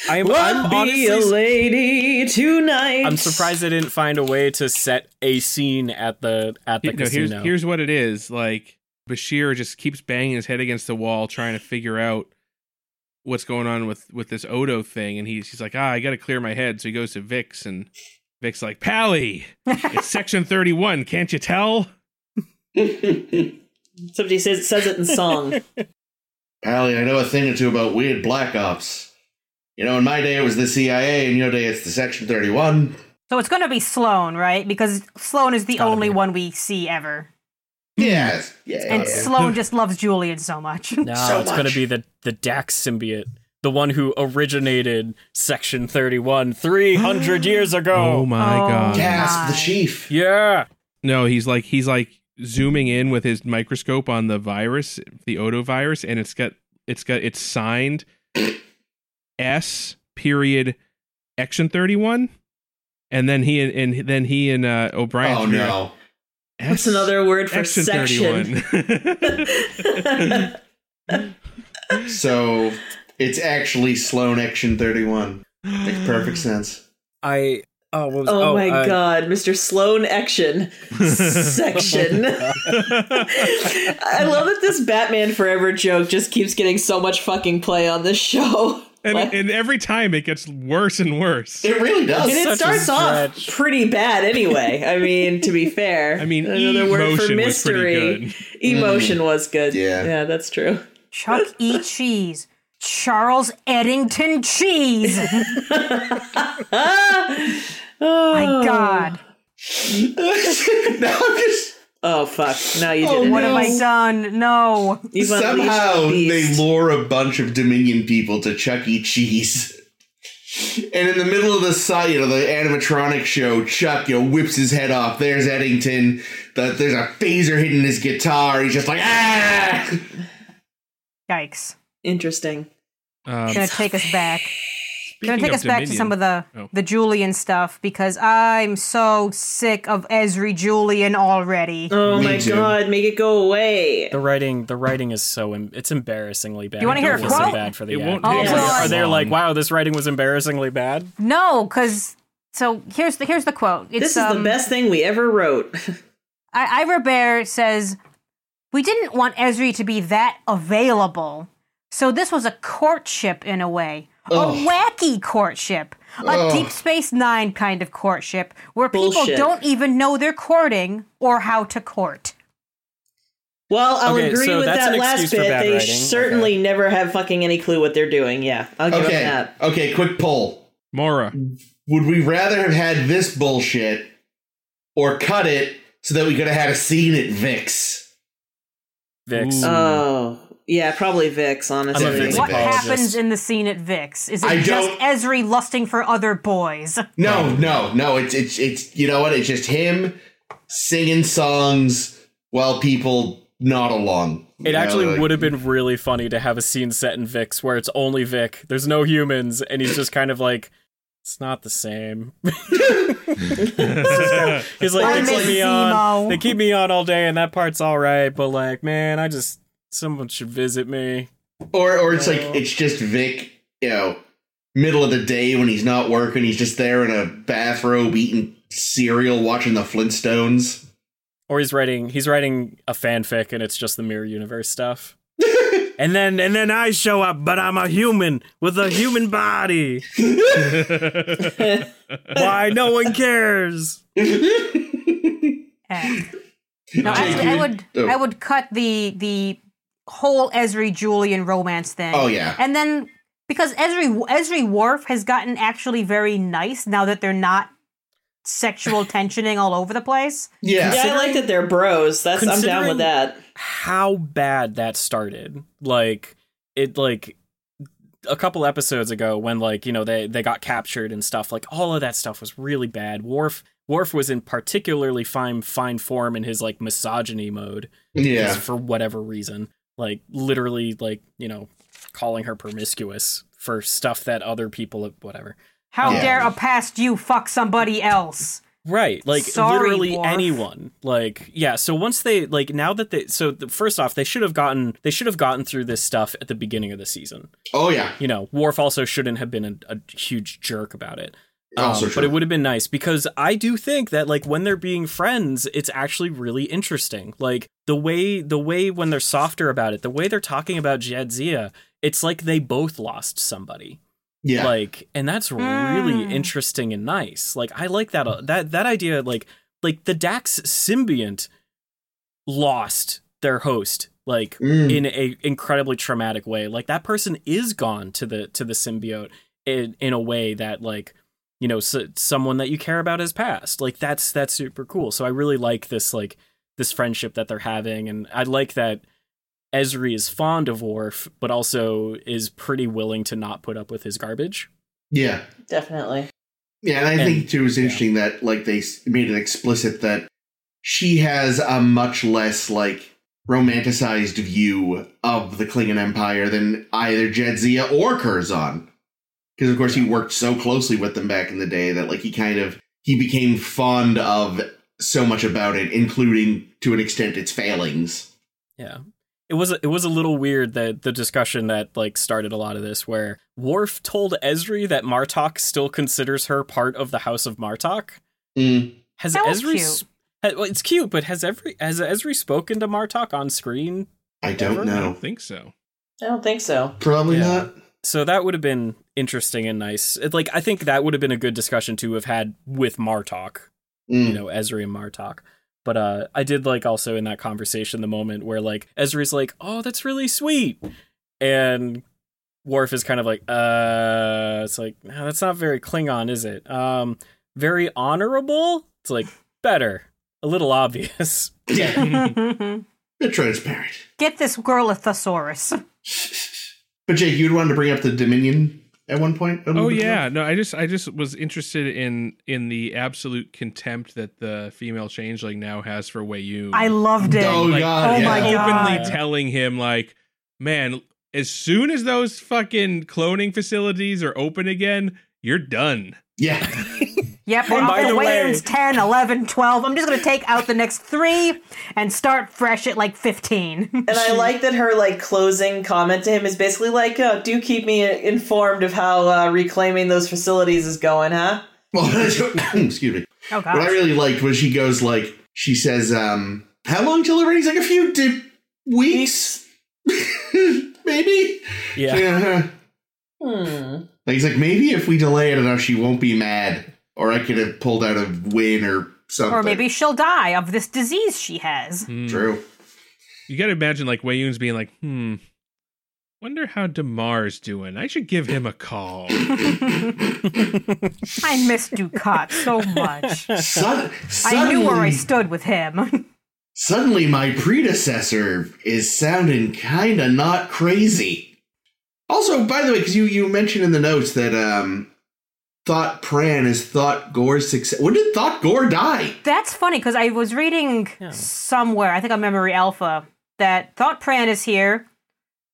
S2: I am
S1: Won't
S2: I'm
S1: be a
S2: honestly
S1: lady tonight.
S2: I'm surprised they didn't find a way to set a scene at the at the
S5: You know,
S2: casino.
S5: here's here's what it is. Like Bashir just keeps banging his head against the wall trying to figure out what's going on with with this Odo thing, and he's he's like, ah, I got to clear my head. So he goes to Vix, and Vic's like, Pally, it's section thirty one. Can't you tell?
S1: Somebody says says it in song.
S4: Pally, I know a thing or two about weird black ops. You know, in my day it was the CIA, in your day it's the Section 31.
S3: So it's going to be Sloan, right? Because Sloan is the
S2: gotta
S3: only
S2: be.
S3: one we see ever.
S4: Yes. Yeah.
S3: And
S4: yeah.
S3: Sloan just loves Julian so much.
S2: No,
S4: So
S2: it's going to
S4: much.
S2: be the the Dax symbiote, the one who originated Section Thirty One three hundred years
S5: Oh,
S2: ago.
S5: my
S3: Oh.
S5: god!
S4: Gasp, the
S3: my.
S4: chief.
S2: yeah,
S5: No, he's like he's like zooming in with his microscope on the virus, the otovirus, and it's got it's got it's signed S period action thirty one, and then he and, and then he and uh, O'Brien.
S4: Oh,
S5: figure out
S4: no.
S1: That's
S5: S
S1: another word for
S5: action
S1: section.
S5: 31.
S4: So it's actually Sloan Action 31. Makes perfect sense.
S2: I. Oh, what was,
S1: oh, my
S2: uh,
S1: god, Mr. Sloan Action section. I love that this Batman Forever joke just keeps getting so much fucking play on this show.
S5: and,
S1: Like-
S5: and every time it gets worse and worse.
S4: It really does.
S1: and it
S2: such a
S1: starts off
S2: stretch.
S1: pretty bad anyway. I mean, to be fair.
S5: I mean,
S1: another word for
S5: emotion was pretty
S1: mystery. Emotion was good.
S4: Yeah.
S1: Yeah, that's true.
S3: Chuck E. Cheese. Charles Eddington Cheese.
S1: Oh
S3: My God.
S4: now I'm just.
S1: Oh fuck. No, you
S4: Oh,
S1: didn't.
S3: What have
S4: No.
S3: I done? No.
S1: You've unleashed
S4: Somehow
S1: the
S4: they
S1: beast.
S4: lure a bunch of Dominion people to Chuck E. Cheese. And in the middle of the site, you know, the animatronic show, Chuck, you know, whips his head off. There's Eddington. The, there's a phaser hitting his guitar. He's just like, ah!
S3: Yikes.
S1: Interesting.
S5: Um,
S3: Gonna take us back. Gonna
S5: speaking
S3: take
S5: of
S3: us back to
S5: Dominion-
S3: some of the
S5: Oh.
S3: the Julian stuff because I'm so sick of Ezri Julian already.
S1: Oh
S4: Me
S1: my
S4: too.
S1: god, make it go away.
S2: The writing, the writing is so em- it's embarrassingly bad.
S3: You wanna
S2: I
S3: hear
S2: don't
S3: a
S2: feel so
S3: quote?
S2: bad for the
S5: It won't
S2: actors.
S3: take Oh, us
S2: Are they
S5: long.
S2: like, wow, this writing was embarrassingly bad?
S3: No, because so here's the here's the quote. It's,
S1: This is the
S3: um,
S1: best thing we ever wrote.
S3: I- Ira Bear says, We didn't want Esri to be that available. So this was a courtship in a way.
S4: Ugh.
S3: A wacky courtship. A
S4: Ugh.
S3: Deep Space Nine kind of courtship where people
S1: Bullshit.
S3: don't even know they're courting or how to court.
S1: Well, I'll
S2: Okay,
S1: agree
S2: so
S1: with
S2: that's
S1: that
S2: an
S1: last
S2: excuse for
S1: bit.
S2: bad
S1: They
S2: writing.
S1: certainly never have fucking any clue what they're doing. Yeah, I'll give them
S4: Okay.
S1: that.
S4: Okay, quick poll.
S5: Mora.
S4: Would we rather have had this bullshit or cut it so that we could have had a scene at Vix?
S2: Vix.
S5: Ooh.
S2: Mm.
S1: Oh, yeah, probably Vix, honestly.
S2: I'm a Vix
S4: It's
S3: what
S4: apologist.
S3: happens in the scene at Vix? Is it
S4: I
S3: just
S4: don't-
S3: Esri lusting for other boys?
S4: No, no, no. It's it's it's you know what? It's just him singing songs while people nod along.
S2: It actually would
S4: have.
S2: have been really funny to have a scene set in Vix where it's only Vic. There's no humans, and he's just kind of like, it's not the same. He's like,
S3: I
S2: they
S3: miss
S2: keep me
S3: Zemo.
S2: on. They keep me on all day, and that part's all right. But like, man, I just someone should visit me.
S4: Or or it's like it's just Vic, you know, middle of the day when he's not working, he's just there in a bathrobe eating cereal, watching the Flintstones.
S2: Or he's writing he's writing a fanfic, and it's just the mirror universe stuff. and then and then I show up, but I'm a human with a human body. Why no one cares?
S3: Eh. No, actually,
S4: Jake,
S3: I
S4: you-
S3: would
S4: oh.
S3: I would cut the the whole Esri Julian romance thing.
S4: Oh, yeah.
S3: and then because Esri Esri Worf has gotten actually very nice now that they're not sexual tensioning all over the place.
S4: Yeah.
S1: Yeah, I like that they're bros. That's I'm down
S2: Considering-
S1: with that.
S2: how bad that started. Like it like a couple episodes ago when like, you know, they they got captured and stuff, like all of that stuff was really bad. Worf Worf was in particularly fine fine form in his like misogyny mode
S4: Yeah.
S2: for whatever reason. Like literally like, you know, calling her promiscuous for stuff that other people whatever.
S3: How
S4: Yeah.
S3: dare a past you fuck somebody else?
S2: Right, like
S3: Sorry,
S2: literally
S3: Worf.
S2: anyone. Like yeah, so once they like now that they so the, first off, they should have gotten they should have gotten through this stuff at the beginning of the season.
S4: Oh yeah.
S2: you know, Worf also shouldn't have been a, a huge jerk about it.
S4: Also
S2: Um, but
S4: true.
S2: it would have been nice because I do think that like when they're being friends, it's actually really interesting. Like the way the way when they're softer about it, the way they're talking about Jadzia it's like they both lost somebody.
S4: Yeah.
S2: Like, and that's
S3: Mm.
S2: really interesting and nice. Like, I like that uh, that that idea. Like, like the Dax symbiont lost their host. Like,
S4: Mm.
S2: in a incredibly traumatic way. Like that person is gone to the to the symbiote in in a way that like you know s someone that you care about has passed. Like that's that's super cool. So I really like this like this friendship that they're having, and I like that Ezri is fond of Worf, but also is pretty willing to not put up with his garbage.
S4: yeah.
S1: Definitely.
S4: Yeah, and I
S2: And-
S4: think too it's interesting that like they s- made it explicit that she has a much less like romanticized view of the Klingon Empire than either Jedzia or Curzon. Because of course he worked so closely with them back in the day that like he kind of he became fond of so much about it, including to an extent its failings.
S2: Yeah. It was a, it was a little weird that the discussion that like started a lot of this where Worf told Ezri that Martok still considers her part of the House of Martok.
S4: Mm.
S2: Has
S3: That was
S2: Ezri s- ha- well, it's cute, but has every has Ezri spoken to Martok on screen?
S4: I don't
S2: Ever?
S5: I
S4: know.
S5: don't think so.
S1: I don't think so.
S4: Probably
S2: Yeah.
S4: not.
S2: So that would have been interesting and nice. It, like I think that would have been a good discussion to have had with Martok. you
S4: Mm.
S2: know Ezri and Martok. But uh, I did like also in that conversation the moment where like Ezri's like, "Oh, that's really sweet," and Worf is kind of like, "Uh," it's like "No, that's not very Klingon, is it? Um, very honorable. It's like better, a little obvious.
S4: Yeah,
S3: Get
S4: they're transparent.
S3: this girl a thesaurus.
S4: But Jake, you'd wanted to bring up the Dominion at one point. a little
S5: Oh
S4: bit ago?
S5: yeah, no, I just I just was interested in in the absolute contempt that the female changeling now has for Wei Yun.
S3: I loved it.
S4: Oh,
S5: Like,
S4: God,
S3: oh
S4: yeah.
S3: my
S5: openly
S3: God.
S5: telling him like, man, as soon as those fucking cloning facilities are open again, you're done.
S4: Yeah.
S3: Yep,
S2: And
S3: we're
S2: by
S3: off
S2: the
S3: the
S2: way-
S3: Wayans 10, 11, 12. I'm just going to take out the next three and start fresh at like 15.
S1: And I like that her like closing comment to him is basically like, oh, "Do keep me informed of how uh, reclaiming those facilities is going, huh?"
S4: Well, excuse me.
S3: oh,
S4: What I
S3: gosh.
S4: really liked was she goes like she says, um, "How long till it rains? Like a few di- weeks, maybe."
S2: Yeah,
S4: Uh-huh.
S1: Hmm.
S4: Like he's like, maybe if we delay it enough, she won't be mad, or I could have pulled out a win or something.
S3: Or maybe she'll die of this disease she has.
S5: Hmm.
S4: true.
S5: You got to imagine like Wei Yun's being like, hmm, wonder how Demar's doing. I should give him a call.
S3: I miss Ducat so much.
S4: Sud-
S3: I
S4: suddenly,
S3: knew where I stood with him.
S4: suddenly, my predecessor is sounding kind of not crazy. Also, by the way, because you you mentioned in the notes that um, Thought Pran is Thought Gore's success. When did Thought Gore die?
S3: That's funny because I was reading
S2: Yeah.
S3: somewhere, I think on Memory Alpha, that Thought Pran is here.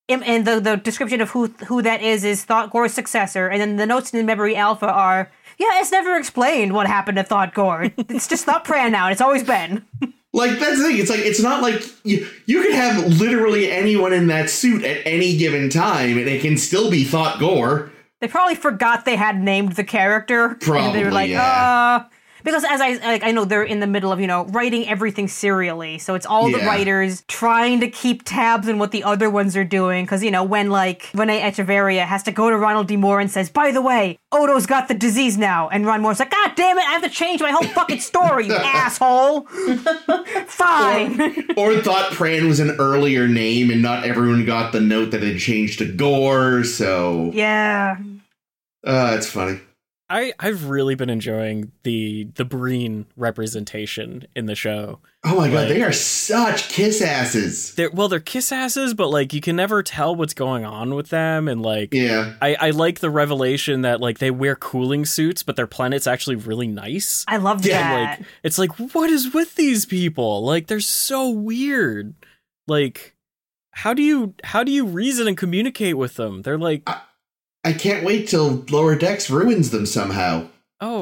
S3: Im- And the, the description of who who that is is Thought Gore's successor. And then the notes in Memory Alpha are, yeah, it's never explained what happened to Thought Gore. it's just Thought Pran now, and it's always been.
S4: Like that's the thing. It's like it's not like you you could have literally anyone in that suit at any given time, and it can still be thought gore.
S3: They probably forgot they had named the character. and they
S4: Probably,
S3: were like,
S4: yeah.
S3: uh. Because as I like, I know they're in the middle of you know writing everything serially, so it's all the
S4: Yeah.
S3: writers trying to keep tabs on what the other ones are doing. Because you know when like Renee Echeverria has to go to Ronald D. Moore and says, "By the way, Odo's got the disease now," and Ron Moore's like, "God damn it, I have to change my whole fucking story, you asshole." Fine.
S4: Or thought Pran was an earlier name, and not everyone got the note that it changed to Gore. So
S3: yeah.
S4: uh, it's funny.
S2: I I've really been enjoying the the Breen representation in the show.
S4: Oh my god,
S2: Right.
S4: they are such kiss asses.
S2: They're well, they're kiss asses, but like you can never tell what's going on with them, and like
S4: Yeah,
S2: I, I like the revelation that like they wear cooling suits, but their planet's actually really nice.
S3: I love
S4: Yeah,
S3: that.
S2: Like it's like what is with these people? Like they're so weird. Like how do you how do you reason and communicate with them? They're like
S4: I can't wait till Lower Decks ruins them somehow.
S2: oh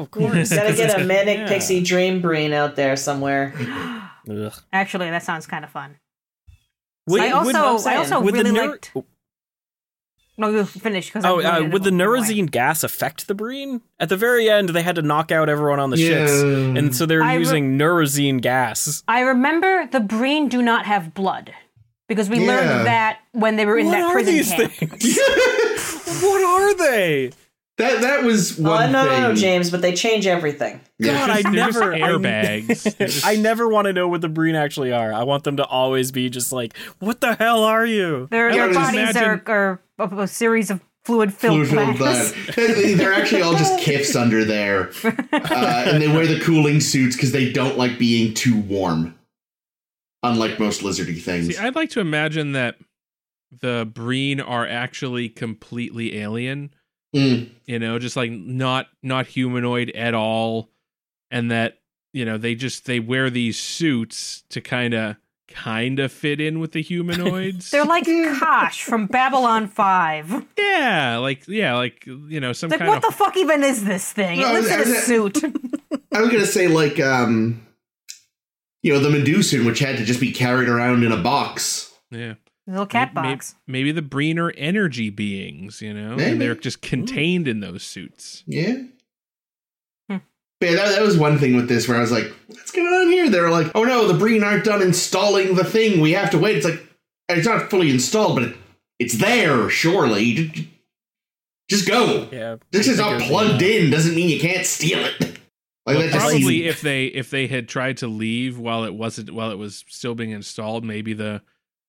S2: of course.
S1: Gotta get a manic
S2: Yeah.
S1: pixie dream brain out there somewhere.
S2: Ugh.
S3: Actually, that sounds kind of fun.
S2: Would-
S3: I also,
S2: would-
S3: I also
S2: would the
S3: really
S2: neur-
S3: liked. No, you finish because
S2: Oh, uh, would the neurozine gas affect the brain? At the very end, they had to knock out everyone on the ships, and so they're
S3: I re-
S2: using neurozine gas.
S3: I remember the Breen do not have blood because we
S4: Yeah.
S3: learned that when they were in
S2: what
S3: that
S2: are
S3: prison
S2: these
S3: camp.
S2: things? what are they?
S4: that that was
S1: Oh,
S4: one
S1: no,
S4: thing.
S1: no, no, James, but they change everything.
S4: Yeah.
S2: God, I
S5: They're just
S2: never I-
S5: airbags. They're
S2: I
S5: just-
S2: never want to know what the Breen actually are. I want them to always be just like, what the hell are you?
S3: Their,
S4: I
S3: their
S4: would
S3: bodies are,
S5: imagine-
S3: are a, a series of fluid filled
S4: Fluid filled
S3: glands.
S4: blood. They- They're actually all just kiffs under there, uh, and they wear the cooling suits because they don't like being too warm. Unlike most lizardy things,
S5: See, I'd like to imagine that the Breen are actually completely alien.
S4: Mm.
S5: you know just like not not humanoid at all and that you know they just they wear these suits to kind of kind of fit in with the humanoids
S3: They're like Kosh from Babylon 5.
S5: yeah like yeah like you know some
S3: Like,
S5: kind
S3: what the
S5: of
S3: fuck even is this thing? It
S4: No,
S3: lives in a
S4: is it-
S3: suit.
S4: I was gonna say like um, you know, the Medusan, which had to just be carried around in a box.
S5: yeah
S3: Little cat
S5: May- may-
S3: box.
S5: maybe, the breen are energy beings you know
S4: Maybe.
S5: and they're just contained in those suits
S4: Yeah.
S3: Hmm.
S4: But yeah, that, that was one thing with this where I was like, what's going on here? They were like, oh no, the Breen aren't done installing the thing. We have to wait. It's like, it's not fully installed, but it, it's there, surely. J- j- Just go.
S2: Yeah.
S4: This is not plugged in, doesn't mean you can't steal it. Like,
S5: Well,
S4: that just seems-
S5: probably if they if they had tried to leave while it wasn't while it was still being installed maybe the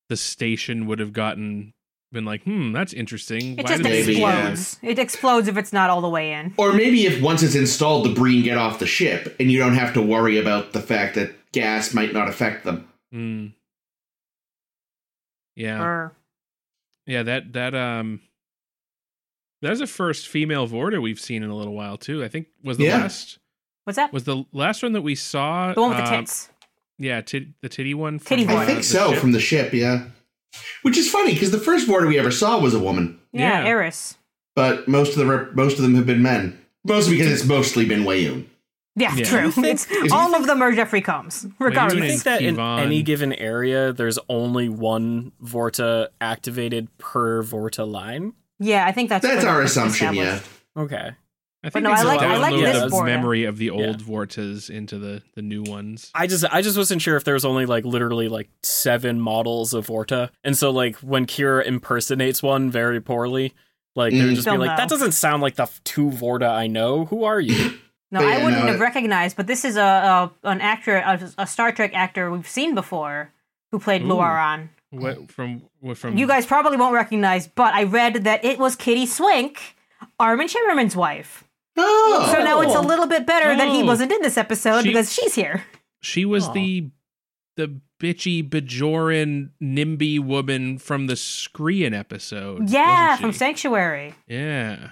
S5: the station would have gotten been like hmm that's interesting
S3: It
S5: Why
S3: just
S5: did they do
S4: Maybe,
S5: that?"
S4: yeah.
S3: explodes. It explodes if it's not all the way in.
S4: Or maybe if once it's installed, the Breen get off the ship and you don't have to worry about the fact that gas might not affect them.
S5: Mm. Yeah,
S3: Or
S5: yeah. That that um, that was the first female Vorta we've seen in a little while too. I think was the
S4: Yeah.
S5: last
S3: what's that?
S5: was the last one that we saw.
S3: The one with the
S5: um,
S3: tits.
S5: Yeah, tit the titty one. From,
S3: Titty
S5: uh,
S3: one.
S4: I think
S5: the
S4: so,
S5: ship.
S4: from the ship, yeah. Which is funny because the first border we ever saw was a woman.
S3: Yeah,
S5: yeah.
S3: Eris.
S4: but most of the rep- most of them have been men. Mostly because it's mostly been Wayoon.
S3: Yeah,
S5: Yeah.
S3: true.
S2: Do you
S3: It's,
S2: think-
S3: all of them are Jeffrey Combs,
S2: Do you
S5: Wait,
S3: regardless.
S2: think that in
S5: Kevon.
S2: any given area, there's only one Vorta activated per Vorta line?
S3: Yeah, I think that's
S4: That's
S3: pretty
S4: our
S3: much
S4: assumption, yeah.
S3: established.
S2: Okay.
S5: I think
S3: no,
S5: it's
S3: I like-
S5: allowed
S2: I like
S5: to load
S2: this
S5: the
S3: Vorta.
S5: memory of the
S2: Yeah.
S5: old Vortas into the the new ones.
S2: I just I just wasn't sure if there was only like literally like seven models of Vorta, and so like when Kira impersonates one very poorly, like they would
S4: Mm.
S2: just be
S3: Don't
S2: like,
S3: know.
S2: "That doesn't sound like the f- two Vorta I know. Who are you?"
S3: No,
S4: But
S3: I
S4: yeah,
S3: wouldn't
S4: no,
S3: have
S4: it-
S3: recognized, but this is a, a an actor, a, a Star Trek actor we've seen before, who played
S2: Ooh.
S3: Luaran.
S5: What from what from
S3: Oh. You guys probably won't recognize, but I read that it was Kitty Swink, Armin Shimmerman's wife.
S4: Oh,
S3: So now it's a little bit better that he
S5: Oh.
S3: wasn't in this episode
S5: She-
S3: because she's here.
S5: She was
S2: Aw.
S5: the the bitchy Bajoran NIMBY woman from the Screean episode.
S3: Yeah,
S5: wasn't
S3: from
S5: she?
S3: Sanctuary.
S5: Yeah.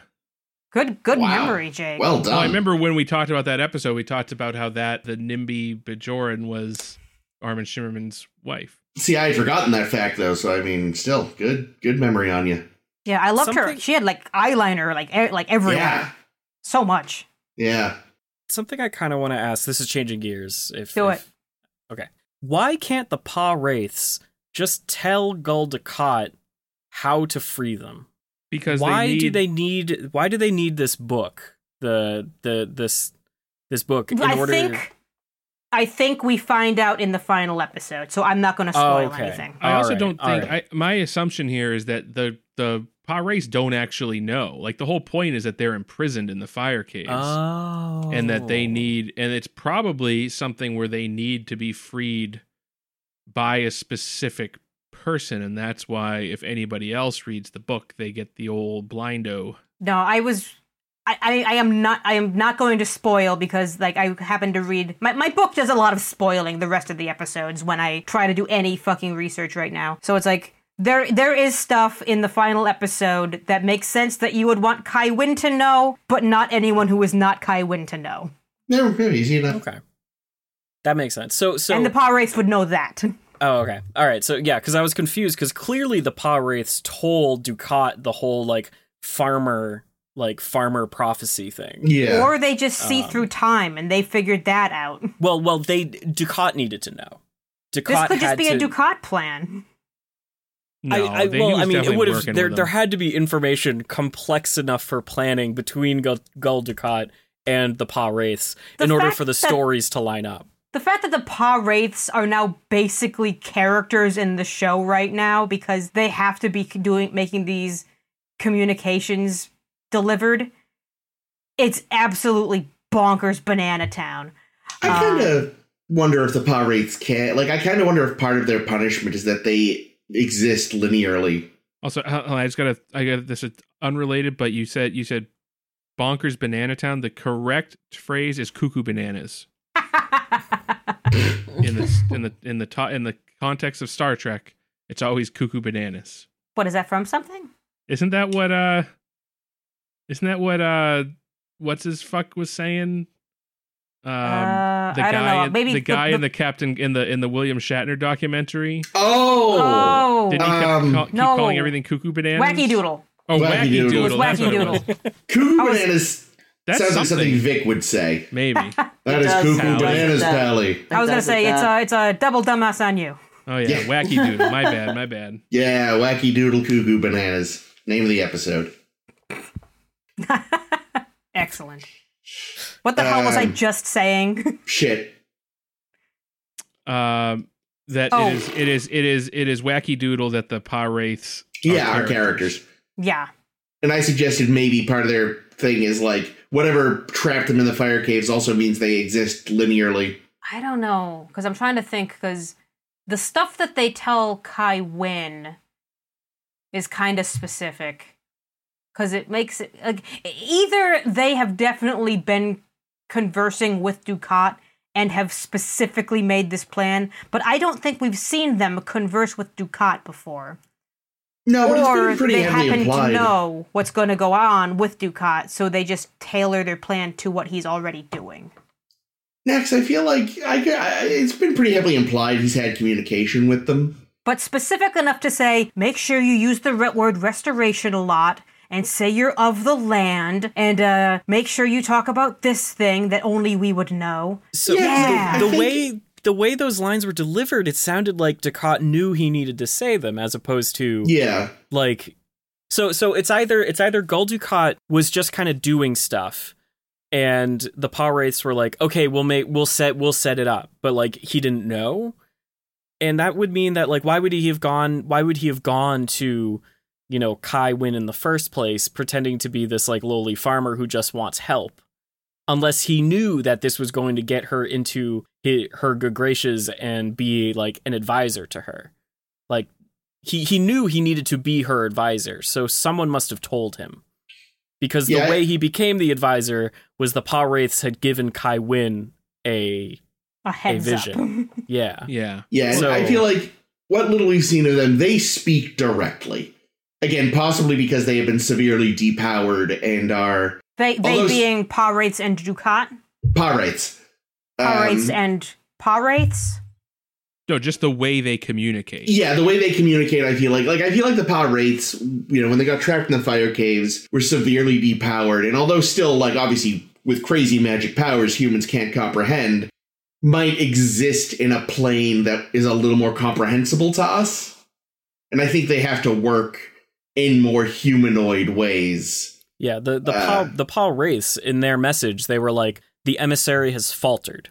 S3: Good, good
S4: Wow.
S3: memory, Jake.
S4: well done.
S5: Well, Oh, I remember when we talked about that episode, we talked about how that the NIMBY Bajoran was Armin Shimmerman's wife.
S4: See, I had forgotten that fact though. So I mean, still good, good memory on you.
S3: yeah, I loved her.
S2: Something-
S3: She had like eyeliner, like e- like everywhere,
S4: Yeah,
S3: so much.
S4: yeah.
S2: Something I kind of want to ask. This is changing gears. If
S3: Do
S2: if- Okay. Why can't the Pa Wraiths just tell Gul Dukat how to free them?
S5: Because
S2: why
S5: they need,
S2: do they need? Why do they need this book? The the this this book in
S3: I
S2: order.
S3: think, I think we find out in the final episode. So I'm not going to
S2: Oh,
S3: spoil
S2: okay.
S3: anything.
S5: I
S2: All
S5: also
S2: right,
S5: don't
S2: all
S5: think
S2: right.
S5: I, my assumption here is that the the Pa Race don't actually know. Like the whole point is that they're imprisoned in the fire caves.
S2: oh,
S5: and that they need and it's probably something where they need to be freed by a specific person and that's why if anybody else reads the book they get the old blindo
S3: No, I was. I, I, I am not I am not going to spoil because like I happen to read my, my book does a lot of spoiling the rest of the episodes when I try to do any fucking research right now. So it's like there there is stuff in the final episode that makes sense that you would want Kai Wynn to know, but not anyone who is not Kai Wynn to know.
S4: They're pretty easy enough.
S2: Okay. That makes sense. So so
S3: and the Pa Race would know that.
S2: Oh, okay. All right. So yeah, because I was confused because clearly the Pa Wraiths told Ducat the whole like farmer like farmer prophecy thing.
S4: Yeah,
S3: Or they just see
S2: Um,
S3: through time and they figured that out.
S2: Well, well, they Ducat needed to know.
S3: This
S2: Ducat
S3: could just
S2: had
S3: be a
S2: to-
S3: Ducat plan.
S5: no,
S2: I, I,
S5: they- he
S2: well,
S5: was
S2: I mean, it
S5: definitely
S2: would have
S5: working
S2: there.
S5: with
S2: There
S5: them.
S2: had to be information complex enough for planning between Gul, Gul Ducat and the Pa Wraiths
S3: The
S2: in order
S3: fact
S2: for the
S3: that-
S2: stories to line up.
S3: the fact that the Pa Wraiths are now basically characters in the show right now because they have to be doing making these communications delivered. It's absolutely bonkers, Banana Town.
S4: I
S3: uh,
S4: kind of wonder if the Pa Wraiths can like. I kind of wonder if part of their punishment is that they exist linearly.
S5: Also, hold on, I just got to I got this is unrelated, but you said you said bonkers banana town. The correct phrase is cuckoo bananas
S3: Um,
S5: in the in the in the to, in the context of Star Trek. It's always cuckoo bananas.
S3: what is that from? Something?
S5: Isn't that what uh? Isn't that what uh? What's his fuck was saying? Um, the
S3: Uh, I
S5: guy,
S3: don't know.
S5: in-
S3: Maybe
S5: the
S3: the-
S5: guy
S3: the-
S5: in the captain in the in the William Shatner documentary.
S4: Oh,
S3: Oh,
S5: Did he kept
S4: Um,
S5: call, keep
S3: no.
S5: calling everything cuckoo bananas?
S3: wacky doodle.
S5: Oh, wacky,
S4: Wacky Doodle.
S5: doodle.
S4: It was
S5: that's
S3: Wacky
S5: what it
S3: doodle.
S5: was.
S4: cuckoo
S3: I was-
S4: bananas
S5: That's
S4: sounds like
S5: something.
S4: something Vic would say.
S5: Maybe.
S4: That
S1: It
S4: is
S1: does
S4: cuckoo
S1: sound like
S4: bananas,
S1: that.
S4: pally.
S3: I was gonna
S1: does it
S3: say it's
S1: that.
S3: a it's a double dumbass on you.
S5: Oh yeah,
S4: Yeah.
S5: wacky doodle. My bad. My bad.
S4: Yeah, wacky doodle cuckoo bananas. Name of the episode.
S3: Excellent. What the hell was I
S4: Um,
S3: just saying?
S4: Shit.
S5: Um, that
S3: Oh.
S5: it is. It is. It is. It is wacky doodle that the pa wraiths.
S4: Yeah, our
S5: characters.
S4: characters.
S3: yeah.
S4: And I suggested maybe part of their thing is like whatever trapped them in the fire caves also means they exist linearly.
S3: I don't know, because I'm trying to think, because the stuff that they tell Kai Wynn is kind of specific. Because it makes it like e-, either they have definitely been conversing with Ducat and have specifically made this plan, but I don't think we've seen them converse with Ducat before.
S4: No, but it's
S3: or
S4: been pretty
S3: they
S4: heavily
S3: happen
S4: implied.
S3: to know what's going to go on with Ducat, so they just tailor their plan to what he's already doing.
S4: Next, I feel like I, I- it's been pretty heavily implied he's had communication with them.
S3: but specific enough to say, make sure you use the re- word restoration a lot and say you're of the land and uh, make sure you talk about this thing that only we would know.
S2: So
S3: Yeah.
S2: the,
S4: I
S2: the
S4: think-
S2: way the way those lines were delivered, it sounded like Ducat knew he needed to say them, as opposed to
S4: Yeah,
S2: like so so it's either it's either Gul Dukat was just kind of doing stuff and the paw wraiths were like okay we'll make we'll set we'll set it up but like he didn't know and that would mean that like why would he have gone why would he have gone to you know kai win in the first place pretending to be this like lowly farmer who just wants help unless he knew that this was going to get her into hi her good graces and be like an advisor to her like he he knew he needed to be her advisor so someone must have told him because the
S4: Yeah, I-
S2: way he became the advisor was the paw wraiths had given kai win a
S3: A heads
S2: vision.
S3: up.
S2: yeah
S5: Yeah.
S4: yeah. and
S2: So-
S4: I feel like what little we've seen of them, they speak directly. Again, possibly because they have been severely depowered and are
S3: they they
S4: Although s-
S3: being Parates and Ducat.
S4: pirates.
S3: Parates
S4: Um,
S3: and Parates?
S5: No, just the way they communicate.
S4: Yeah, the way they communicate, I feel like, like I feel like the Pa Wraiths, you know, when they got trapped in the fire caves, were severely depowered, and although still, like, obviously, with crazy magic powers, humans can't comprehend, might exist in a plane that is a little more comprehensible to us, and I think they have to work in more humanoid ways.
S2: Yeah, the the
S4: Uh,
S2: Paul the Paul Wraiths in their message, they were like, the emissary has faltered.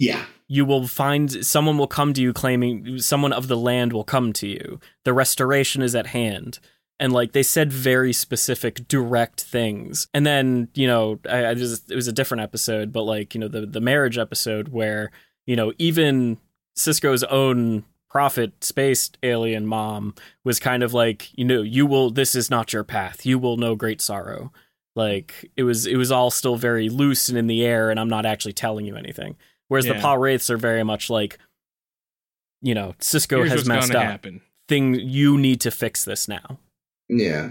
S4: Yeah,
S2: You will find someone will come to you claiming someone of the land will come to you. The restoration is at hand. And like they said very specific, direct things. And then, you know, I, I just, it was a different episode, but like, you know, the, the marriage episode where, you know, even Cisco's own prophet space alien mom was kind of like, you know, you will this is not your path. You will know great sorrow. Like it was it was all still very loose and in the air and I'm not actually telling you anything. Whereas the
S5: Yeah.
S2: Paw Wraiths are very much like you know, Cisco
S5: Here's
S2: has
S5: what's
S2: messed
S5: gonna
S2: up.
S5: happen.
S2: Thing you need to fix this now.
S4: yeah.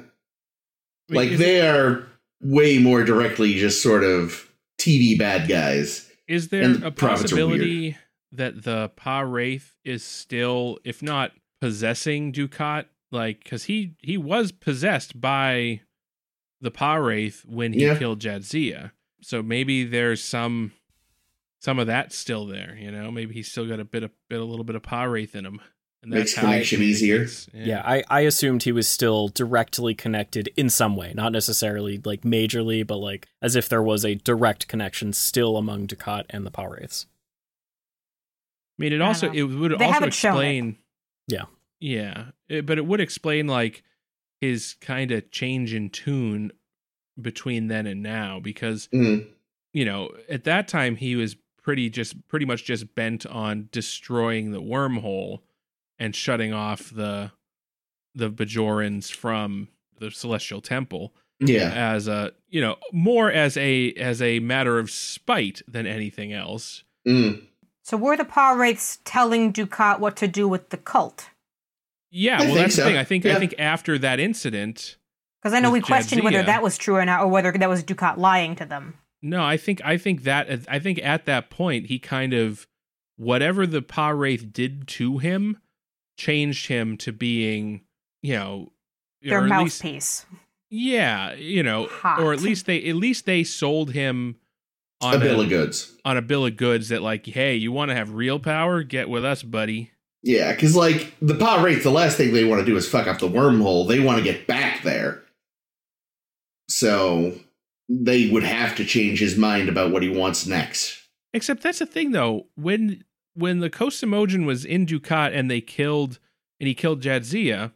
S5: I mean,
S4: Like
S5: is,
S4: they are way more directly just sort of TV bad guys.
S5: is there
S4: and
S5: a
S4: prophets are weird.
S5: possibility that the Pa Wraith is still, if not possessing Ducat, like because he he was possessed by the Pa Wraith when he
S4: Yeah.
S5: killed Jadzia. So maybe there's some some of that still there. You know, maybe he's still got a bit of bit a little bit of Pa Wraith in him. And
S4: Makes
S5: he
S4: connection easier.
S5: communicates.
S2: Yeah, I, I assumed he was still directly connected in some way, not necessarily like majorly, but like as if there was a direct connection still among Ducat and the Paw Wraiths.
S5: I mean, it
S3: I
S5: also
S3: don't
S5: it would
S3: They
S5: also
S3: haven't shown it.
S5: explain.
S2: Yeah.
S5: yeah, It- but it would explain like his kind of change in tune between then and now because
S4: Mm.
S5: you know at that time he was pretty just pretty much just bent on destroying the wormhole and shutting off the the Bajorans from the Celestial Temple
S4: Yeah.
S5: as a you know more as a as a matter of spite than anything else.
S4: Mm.
S3: So were the Power Wraiths telling Ducat what to do with the cult?
S5: Yeah,
S4: I
S5: well,
S4: think
S5: that's
S4: so.
S5: the thing. I think
S4: Yeah.
S5: I think after that incident,
S3: Because I know
S5: With
S3: we questioned whether
S5: Jadzia.
S3: that was true or not, or whether that was Ducat lying to them.
S5: no, I think I think that I think at that point he kind of whatever the Pa Wraith did to him changed him to being you know
S3: Their
S5: or at least-
S3: mouthpiece.
S5: yeah, you know,
S3: Hot.
S5: or at least they at least they sold him on
S4: A bill of goods.
S5: on a bill of goods that like, hey, you want to have real power? Get with us, buddy.
S4: Yeah, because like the pot rates, the last thing they want to do is fuck up the wormhole. They want to get back there. So they would have to change his mind about what he wants next.
S5: Except that's the thing though. When when the Kosamogen was in Ducat and they killed and he killed Jadzia,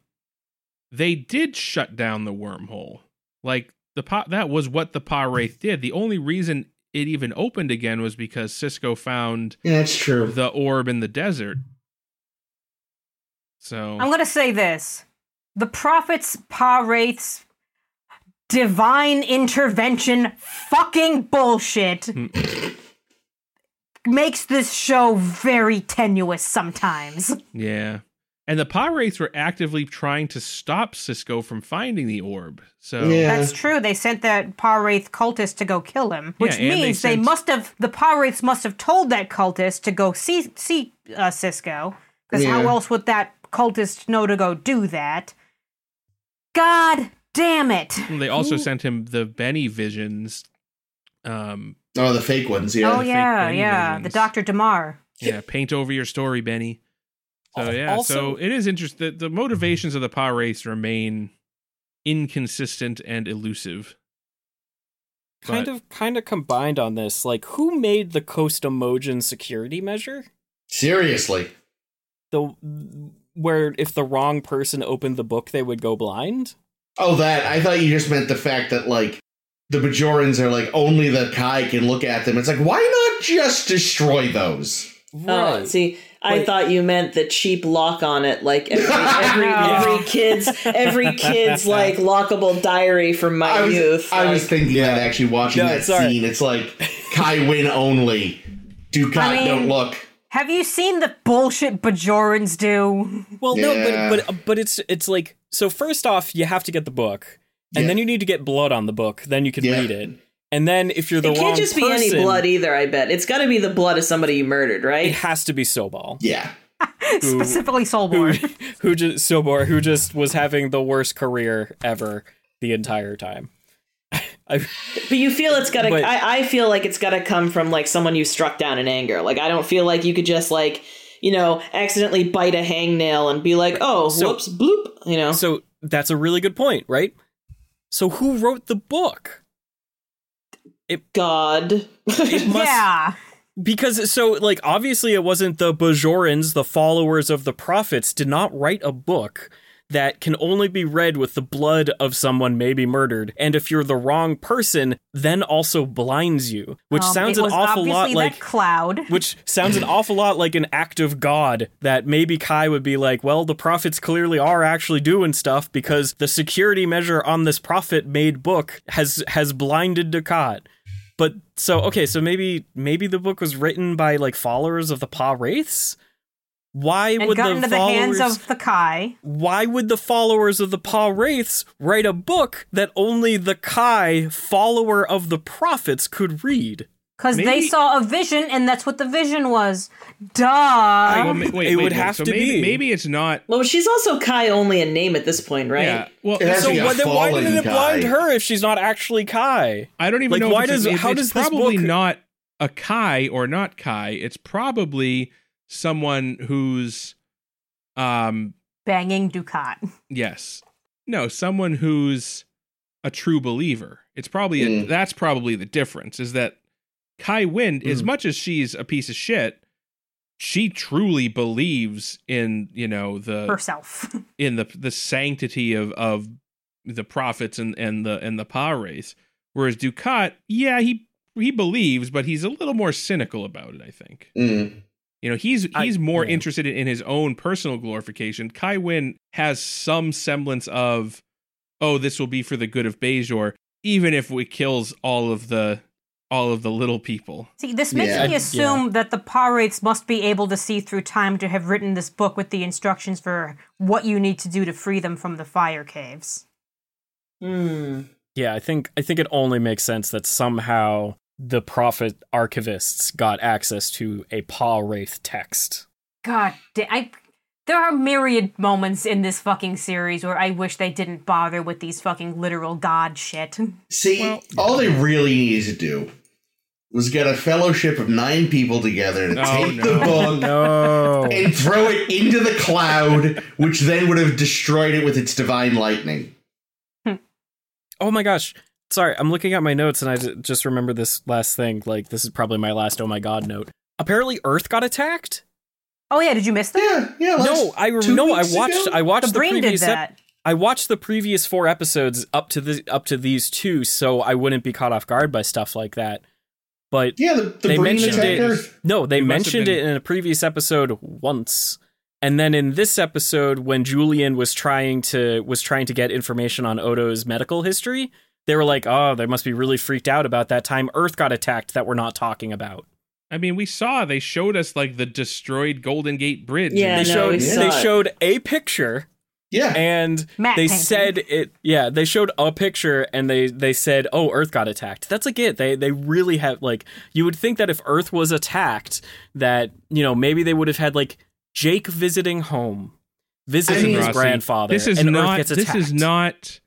S5: they did shut down the wormhole. Like the pa- that was what the Pa Wraith did. The only reason it even opened again was because Cisco found
S4: Yeah, that's true.
S5: the orb in the desert. So
S3: I'm going to say this. The Prophet's Pa Wraith's divine intervention fucking bullshit
S5: Hmm.
S3: makes this show very tenuous sometimes.
S5: yeah. And the Pa Wraiths were actively trying to stop Cisco from finding the orb. So
S4: Yeah.
S3: That's true. They sent that Pa Wraith cultist to go kill him, which
S5: and they
S3: means they,
S5: sent-
S3: must have, the Pa Wraiths must have told that cultist to go see, see uh, Cisco. Because how
S4: Yeah.
S3: else would that cultist know to go do that? God damn it.
S5: Well, They also sent him the Benny visions. Um,
S4: Oh, the fake ones. Yeah.
S3: oh,
S5: fake
S3: yeah,
S5: Benny
S3: yeah. The
S5: versions.
S3: Dr. Damar.
S5: yeah, paint over your story, Benny. So
S2: Al-
S5: yeah,
S2: Oh, also-
S5: so it is interesting. The, the motivations of the Pa race remain inconsistent and elusive.
S2: kind
S5: But-
S2: of kind of combined on this like who made the coast emojin security measure
S4: Seriously.
S2: the where if the wrong person opened the book they would go blind
S4: Oh, that. I thought you just meant the fact that like the Bajorans are like only the Kai can look at them. It's like why not just destroy those?
S1: Oh, see, I
S2: But-
S1: thought you meant the cheap lock on it, like every every,
S3: No.
S1: every kid's every kid's like lockable diary from my
S4: I was,
S1: youth.
S4: I was
S1: Like,
S4: thinking that actually watching
S2: No,
S4: that
S2: sorry.
S4: scene. It's like Kai win only. Ducat
S3: I mean-
S4: don't look.
S3: Have you seen the bullshit Bajorans do?
S2: well
S4: Yeah.
S2: no but but but it's it's like so first off you have to get the book and
S4: Yeah.
S2: then you need to get blood on the book then you can
S4: Yeah.
S2: read it and then if you're the
S1: it
S2: wrong
S1: can't just be
S2: person,
S1: any blood either. I bet it's got to be the blood of somebody you murdered,
S2: it
S1: right?
S2: has to be Sobal
S4: Yeah.
S3: Specifically Soulborn.
S2: who just Sobor, who just was having the worst career ever the entire time. I,
S1: But you feel it's got to.
S2: But-
S1: I, I feel like it's got to come from like someone you struck down in anger. Like I don't feel like you could just like you know accidentally bite a hangnail and be like, oh,
S2: So-
S1: whoops, bloop. You know,
S2: so that's a really good point, right? So who wrote the book?
S1: God.
S2: It must
S3: yeah.
S2: because so like obviously it wasn't the Bajorans, the followers of the prophets, did not write a book that can only be read with the blood of someone maybe murdered, and if you're the wrong person, then also blinds you, which
S3: Um,
S2: sounds
S3: it
S2: an
S3: was
S2: awful lot
S3: obviously
S2: like
S3: that cloud.
S2: which sounds an awful lot like an act of God that maybe Kai would be like, well, the prophets clearly are actually doing stuff because the security measure on this prophet made book has has blinded Dukat. But so okay, so maybe maybe the book was written by like followers of the Pa Wraiths. Why
S3: And
S2: would
S3: got
S2: the
S3: into the
S2: followers
S3: hands of the Kai.
S2: why would the followers of the Pa Wraiths write a book that only the Kai follower of the prophets could read?
S3: Because they
S5: Maybe-
S3: saw a vision, and that's what the vision was. Duh.
S5: Well, ma-
S2: Um, it would have
S5: so
S2: to
S5: maybe,
S2: be.
S5: Maybe it's not.
S1: well, she's also Kai only in name at this point, right?
S5: Yeah. Well,
S4: It has
S2: So
S4: to be a
S2: why, then why
S4: fallen
S2: did it
S4: Kai.
S2: blind her if she's not actually Kai?
S5: I don't even
S2: Like,
S5: know. if
S2: why
S5: it's a-
S2: does-
S5: it-
S2: how
S5: it's
S2: does this
S5: probably
S2: book-
S5: not a Kai or not Kai? It's probably someone who's, um,
S3: Banging Ducat.
S2: Uh,
S5: yes, no, someone who's a true believer. It's probably a,
S4: Mm.
S5: that's probably the difference is that Kai Wind, as much as she's a piece of shit, she truly believes in you know the
S3: herself.
S5: in the the sanctity of of the prophets and and the and the pa race. Whereas Ducat, yeah, he he believes, but he's a little more cynical about it. I think
S4: Mm.
S5: you know he's
S2: I-
S5: he's more
S2: yeah.
S5: interested in, in his own personal glorification. Kai Wynn has some semblance of, oh, this will be for the good of Bejor, even if it kills all of the all of the little people.
S3: See, this makes
S4: Yeah.
S3: me assume that the Pirates must be able to see through time to have written this book with the instructions for what you need to do to free them from the fire caves.
S1: Hmm.
S2: Yeah, I think I think it only makes sense that somehow the prophet archivists got access to a paw wraith text.
S3: God damn. I, there are myriad moments in this fucking series where I wish they didn't bother with these fucking literal god shit.
S2: Hmm.
S4: See, all they really needed to do was get a fellowship of nine people together to
S5: Oh,
S4: take
S5: no.
S4: the book
S2: No.
S4: and throw it into the cloud, which then would have destroyed it with its divine lightning.
S2: oh my gosh. Sorry, I'm looking at my notes and I ju- just remember this last thing. Like this is probably my last oh my god note. Apparently Earth got attacked?
S3: Oh, yeah, did you miss that?
S4: Yeah, yeah. like
S2: No, I
S4: two
S2: no, I
S4: weeks
S2: watched
S4: ago?
S2: I watched
S3: The
S2: the,
S3: brain did
S2: previous ep-
S3: that.
S2: I watched the previous four episodes up to the up to these two, so I wouldn't be caught off guard by stuff like that. But
S4: yeah, the, the
S2: they
S4: brain
S2: mentioned
S4: attacked
S2: it.
S4: Earth.
S2: No, they
S5: It must have
S2: mentioned it
S5: been-
S2: in a previous episode once. And then in this episode when Julian was trying to was trying to get information on Odo's medical history, they were like, "Oh, they must be really freaked out about that time Earth got attacked that we're not talking about."
S5: I mean, we saw they showed us like the destroyed Golden Gate Bridge.
S1: Yeah,
S2: They
S1: I know,
S2: showed
S1: we
S4: yeah.
S1: saw
S2: they
S1: it.
S2: showed a picture
S4: Yeah,
S2: and
S3: Matt
S2: they
S3: painting.
S2: said it yeah, they showed a picture and they they said, "Oh, Earth got attacked." That's like it. They they really have like you would think that if Earth was attacked that, you know, maybe they would have had like Jake visiting home, visiting
S4: I mean,
S2: his
S5: Rossi,
S2: grandfather.
S5: This is
S2: and Earth
S5: not.
S2: gets
S5: This is
S2: attacked.
S5: not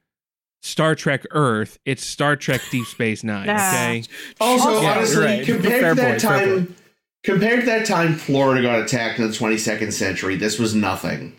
S5: Star Trek Earth. It's Star Trek Deep Space Nine.
S3: Nah.
S5: Okay.
S4: Also,
S2: Yeah,
S4: honestly,
S2: you're right.
S4: compared
S2: Fair
S4: to that
S2: point, fair
S4: time, compared to that time Florida got attacked in the 22nd century, this was nothing.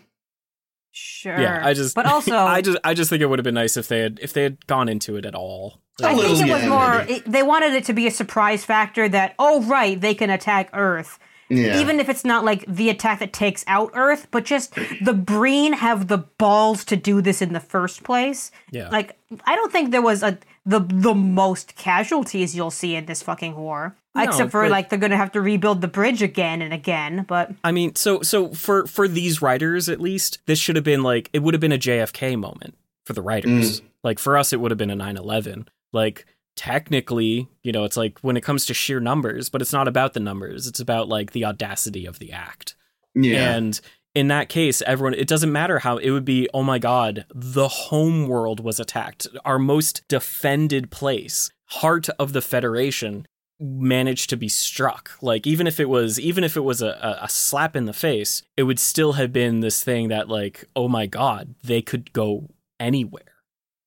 S3: Sure.
S2: Yeah, I just
S3: But also,
S2: I just I just think it would have been nice if they had if they had gone into it at all.
S4: A
S3: I think
S4: little
S3: it was
S4: yeah,
S3: more.
S4: maybe.
S3: It, they wanted it to be a surprise factor that oh right they can attack Earth,
S4: Yeah,
S3: even if it's not like the attack that takes out Earth, but just the Breen have the balls to do this in the first place.
S2: Yeah.
S3: Like I don't think there was a the the most casualties you'll see in this fucking war,
S2: No,
S3: except for
S2: but-
S3: like they're gonna have to rebuild the bridge again and again. But
S2: I mean, so so for for these writers at least, this should have been like it would have been a JFK moment for the writers. Like for us it would have been a 9/11. Like technically, you know, it's like when it comes to sheer numbers, but it's not about the numbers. It's about like the audacity of the act.
S4: yeah.
S2: And in that case, everyone, it doesn't matter how it would be, oh my God, the home world was attacked. Our most defended place, heart of the Federation managed to be struck like even if it was even if it was a, a, a slap in the face it would still have been this thing that like oh my god they could go anywhere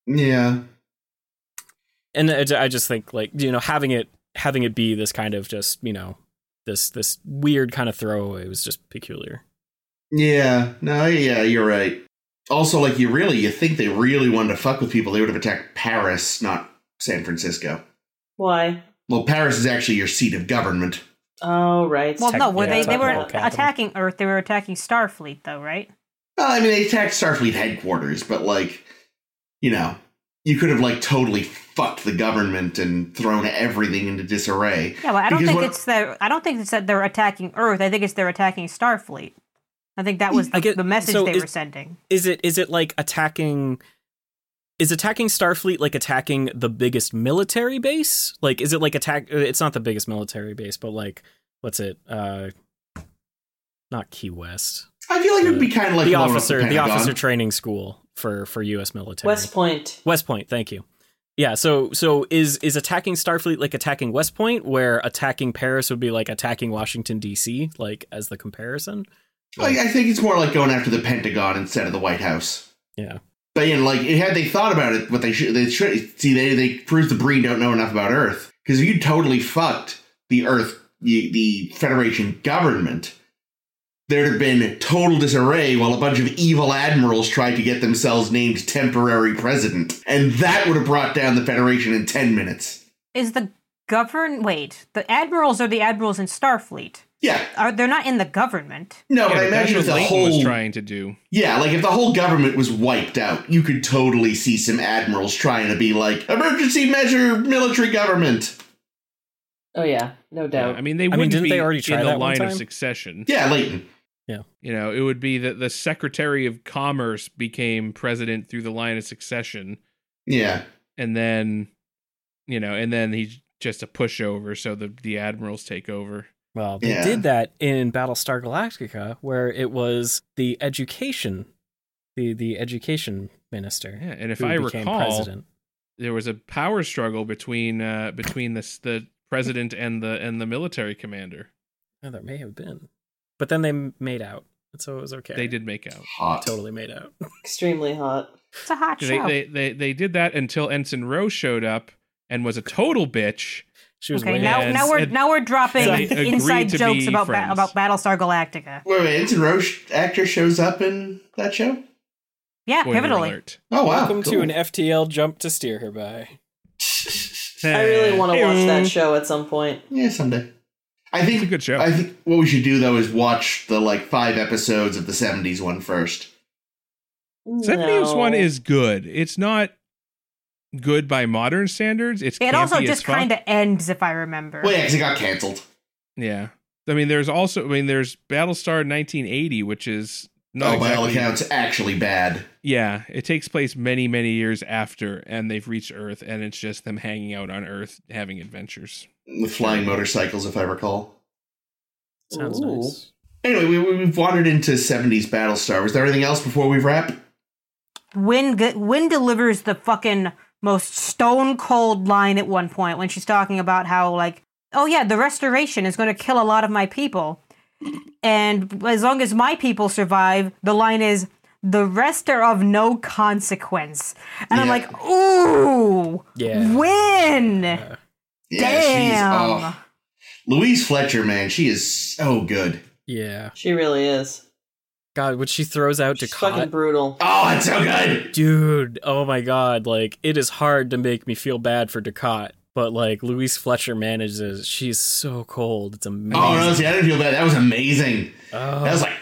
S4: yeah.
S2: and I, ju- I just think like you know having it having it be this kind of just you know this this weird kind of throwaway was just peculiar
S4: Yeah, no, yeah, you're right. Also, like you really, you think they really wanted to fuck with people, they would have attacked Paris, not San Francisco.
S1: Why?
S4: Well, Paris is actually your seat of government.
S1: Oh, right.
S3: well, no,
S2: techni-
S3: were
S1: yeah,
S3: they they were
S2: technical capital.
S3: attacking Earth? They were attacking Starfleet though, right?
S4: Well, I mean, they attacked Starfleet headquarters, but like, you know, you could have like totally fucked the government and thrown everything into disarray.
S3: Yeah, but I don't
S4: Because
S3: think
S4: what-
S3: it's that. I don't think it's that they're attacking Earth. I think it's they're attacking Starfleet. I think that was
S2: I
S3: the,
S2: get-
S3: the message
S2: so
S3: they
S2: is-
S3: were sending.
S2: is it is it like attacking is attacking starfleet like attacking the biggest military base like is it like attack it's not the biggest military base but like what's it uh not key west
S4: I feel like it would be kind of like
S2: Mm. the
S4: blowing up
S2: officer the
S4: Pentagon.
S2: officer training school for for us military
S1: West Point.
S2: West Point, thank you. Yeah, so so is is attacking Starfleet like attacking West Point, where attacking Paris would be like attacking Washington D.C. like as the comparison?
S4: Like, I think it's more like going after the Pentagon instead of the White House.
S2: Yeah.
S4: But you know, like had they thought about it, what they should they should see they they prove the Breen don't know enough about Earth because if you totally fucked the Earth the, the Federation government, there'd have been total disarray while a bunch of evil admirals tried to get themselves named temporary president, and that would have brought down the Federation in ten minutes.
S3: Is the govern. Wait, the admirals are the admirals in Starfleet.
S4: Yeah.
S3: Are they're not in the government?
S4: No, but
S5: Yeah,
S4: Oh, I
S5: but that's
S4: imagine
S5: what
S4: if the
S5: Leighton
S4: whole
S5: was trying to do.
S4: yeah, like if the whole government was wiped out, you could totally see some admirals trying to be like emergency measure, military government.
S1: Oh yeah, no doubt.
S5: I mean, they
S2: mean,
S5: wouldn't
S2: didn't
S5: be
S2: they already
S5: in
S2: try
S5: the
S2: that one
S5: line of
S2: time?
S5: succession.
S4: Yeah, Leighton.
S5: You know, it would be that the Secretary of Commerce became president through the line of succession,
S4: Yeah,
S5: and then, you know, and then he's just a pushover, so the the admirals take over.
S2: Well, they
S4: Yeah.
S2: did that in Battlestar Galactica, where it was the education, the the education minister
S5: Yeah, and if
S2: who
S5: I
S2: became
S5: recall,
S2: president.
S5: there was a power struggle between uh between the s- the president and the and the military commander.
S2: Oh, there may have been, but then they m- made out, and so it was okay.
S5: They did make out.
S4: hot.
S2: totally made out.
S1: Extremely hot.
S3: It's a hot
S5: They,
S3: show.
S5: they they they did that until Ensign Rose showed up and was a total bitch.
S2: She was
S3: okay,
S2: way
S5: and-
S3: now now we're
S5: and-
S3: now we're dropping
S5: and they agreed
S3: inside
S5: to
S3: jokes
S5: be
S3: about ba-
S5: friends.
S3: about Battlestar Galactica.
S4: Wait, wait, Ensign Roche actor shows up in that show.
S3: Yeah,
S5: Spoiler
S3: pivotally.
S5: alert.
S4: Oh wow!
S2: Welcome
S4: cool.
S2: to an FTL jump to steer her by.
S5: Eh.
S1: I really want to
S5: Hey.
S1: watch that show at some point.
S4: yeah someday. I
S5: It's a
S4: think
S5: good show.
S4: I think what we should do though is watch the like five episodes of the '70s one first.
S5: Seventies
S1: No.
S5: one is good. It's not good by modern standards. It's
S3: It also
S5: campy
S3: just
S5: kind
S3: kind of ends, if I remember.
S4: Well, yeah, 'cause it got canceled.
S5: yeah. I mean, there's also I mean, there's Battlestar 1980, which is
S4: oh,
S5: not
S4: by all
S5: exactly-
S4: accounts, actually bad.
S5: Yeah, it takes place many many years after, and they've reached Earth, and it's just them hanging out on Earth having adventures.
S4: With flying motorcycles, if I recall.
S2: Sounds
S1: Ooh.
S2: nice.
S4: Anyway, we, we- we've wandered into 70s Battlestar. Was there anything else before we wrap?
S3: Wynn, g- Wynn delivers the fucking most stone cold line at one point when she's talking about how, like, oh yeah, the restoration is going to kill a lot of my people. And as long as my people survive, the line is, the rest are of no consequence. And I'm
S4: Yeah.
S3: like, ooh,
S2: Yeah.
S3: Wynn!
S2: Yeah.
S4: she's
S3: Damn!
S4: off. Louise Fletcher, man, she is so good.
S2: Yeah.
S1: She really is.
S2: God, what she throws out to
S1: She's fucking
S2: Cot.
S1: brutal.
S4: Oh, it's so good.
S2: Dude, oh my god, like it is hard to make me feel bad for Ducat, but like Louise Fletcher manages. She's so cold. It's amazing.
S4: Oh, no, see, I didn't feel bad. That was amazing.
S2: Oh.
S4: That was like,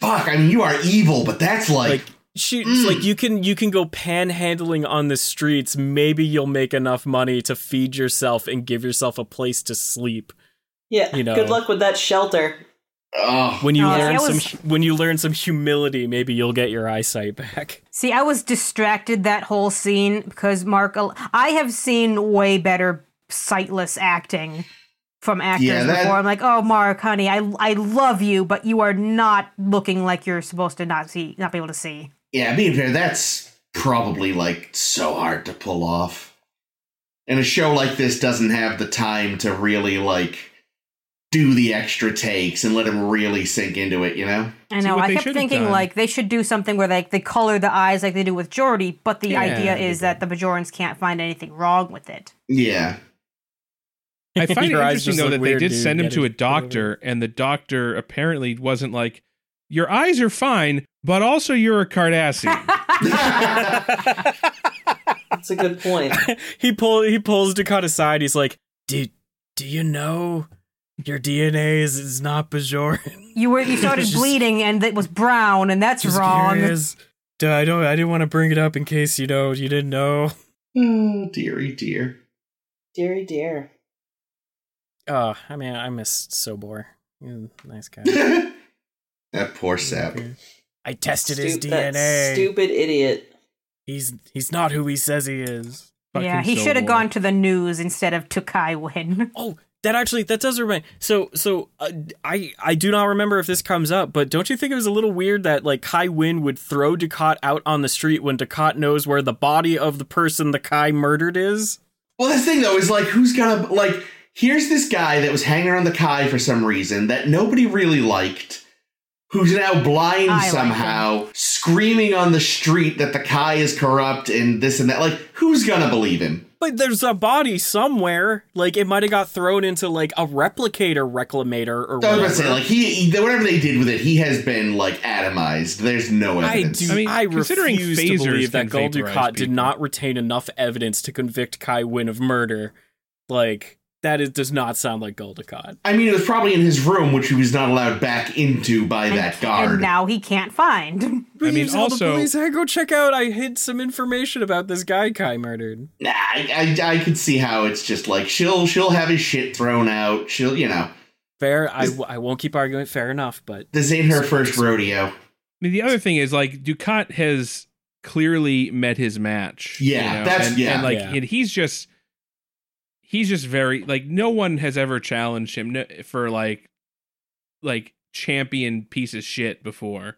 S4: fuck. I mean, you are evil, but that's like,
S2: like she
S4: Mm.
S2: like you can you can go panhandling on the streets maybe you'll make enough money to feed yourself and give yourself a place to sleep
S1: Yeah.
S2: You know.
S1: Good luck with that shelter.
S4: oh,
S2: when you
S3: Oh, see,
S2: learn
S3: I
S2: some
S3: was-
S2: hu- when you learn some humility maybe you'll get your eyesight back
S3: See, I was distracted that whole scene because Mark. I have seen way better sightless acting from actors
S4: Yeah, that-
S3: before. I'm like, oh, Mark, honey, I I love you, but you are not looking like you're supposed to not see, not be able to see.
S4: yeah. Being fair, that's probably like so hard to pull off. And a show like this doesn't have the time to really like do the extra takes and let him really sink into it. You know?
S3: I
S5: See,
S3: know.
S5: what
S3: I
S5: they
S3: kept
S5: should've
S3: thinking
S5: done-
S3: like they should do something where like they color the eyes like they do with Geordi, but the
S5: Yeah,
S3: idea
S5: that'd be
S3: is that the Bajorans can't find anything wrong with it.
S4: Yeah.
S5: I find it
S2: Your eyes
S5: interesting
S2: just
S5: though
S2: look
S5: that
S2: weird,
S5: they did
S2: dude.
S5: send him
S2: Get
S5: to
S2: it.
S5: a doctor, and the doctor apparently wasn't like, "Your eyes are fine, but also you're a Cardassian."
S1: That's a good point.
S2: he pull he pulls Ducat aside he's like do do you know your DNA is, is not Bajoran
S3: You were you started
S2: Just-
S3: bleeding and it was brown, and that's
S2: Just
S3: wrong.
S2: curious. Duh, I don't I didn't want to bring it up in case you know you didn't know
S4: Oh, dearie dear.
S1: Deary dear.
S2: Oh, I mean, I miss Sobor. He's a nice guy.
S4: that poor sap.
S2: I tested his
S1: Stu- that
S2: DNA.
S1: Stupid idiot.
S2: He's he's not who he says he is.
S3: yeah, he should have gone to the news instead of to Kaiwin.
S2: Oh, that actually that does remind. So so uh, I I do not remember if this comes up, but don't you think it was a little weird that like Kai Wynn would throw Ducat out on the street when Ducat knows where the body of the person the Kai murdered is?
S4: Well, the thing though is like, who's gonna like? Here's this guy that was hanging around the Kai for some reason that nobody really liked, who's now blind
S3: I like
S4: somehow, screaming on the street that the Kai is corrupt and this and that. Like, who's gonna believe him?
S2: But there's a body somewhere. Like it might have got thrown into like a replicator reclamator
S4: I
S2: or
S4: was
S2: whatever.
S4: about to say, like, he, he- whatever they did with it, he has been like atomized. There's no
S2: I
S4: evidence.
S2: do. I,
S5: I mean, considering
S2: refuse to
S5: phasers
S2: believe
S5: can
S2: that Gul
S5: vaporize
S2: Dukat did
S5: people.
S2: not retain enough evidence to convict Kai Wynn of murder. Like That is, does not sound like Goldacott.
S4: I mean, it was probably in his room, which he was not allowed back into by that
S3: and
S4: guard.
S3: now he can't find.
S5: I mean, also-
S2: I go check out. I hid some information about this guy Kai murdered.
S4: Nah, I, I, I could see how it's just like she'll she'll have his shit thrown out. She'll you know
S2: Fair. I, w- I won't keep arguing. Fair enough, but
S4: this ain't her first rodeo.
S5: I mean, the other thing is like Ducat has clearly met his match.
S4: Yeah, that's-
S5: and,
S4: yeah.
S5: and, like
S2: Yeah.
S5: and he's just he's just very like no one has ever challenged him n- for like like champion piece of shit before.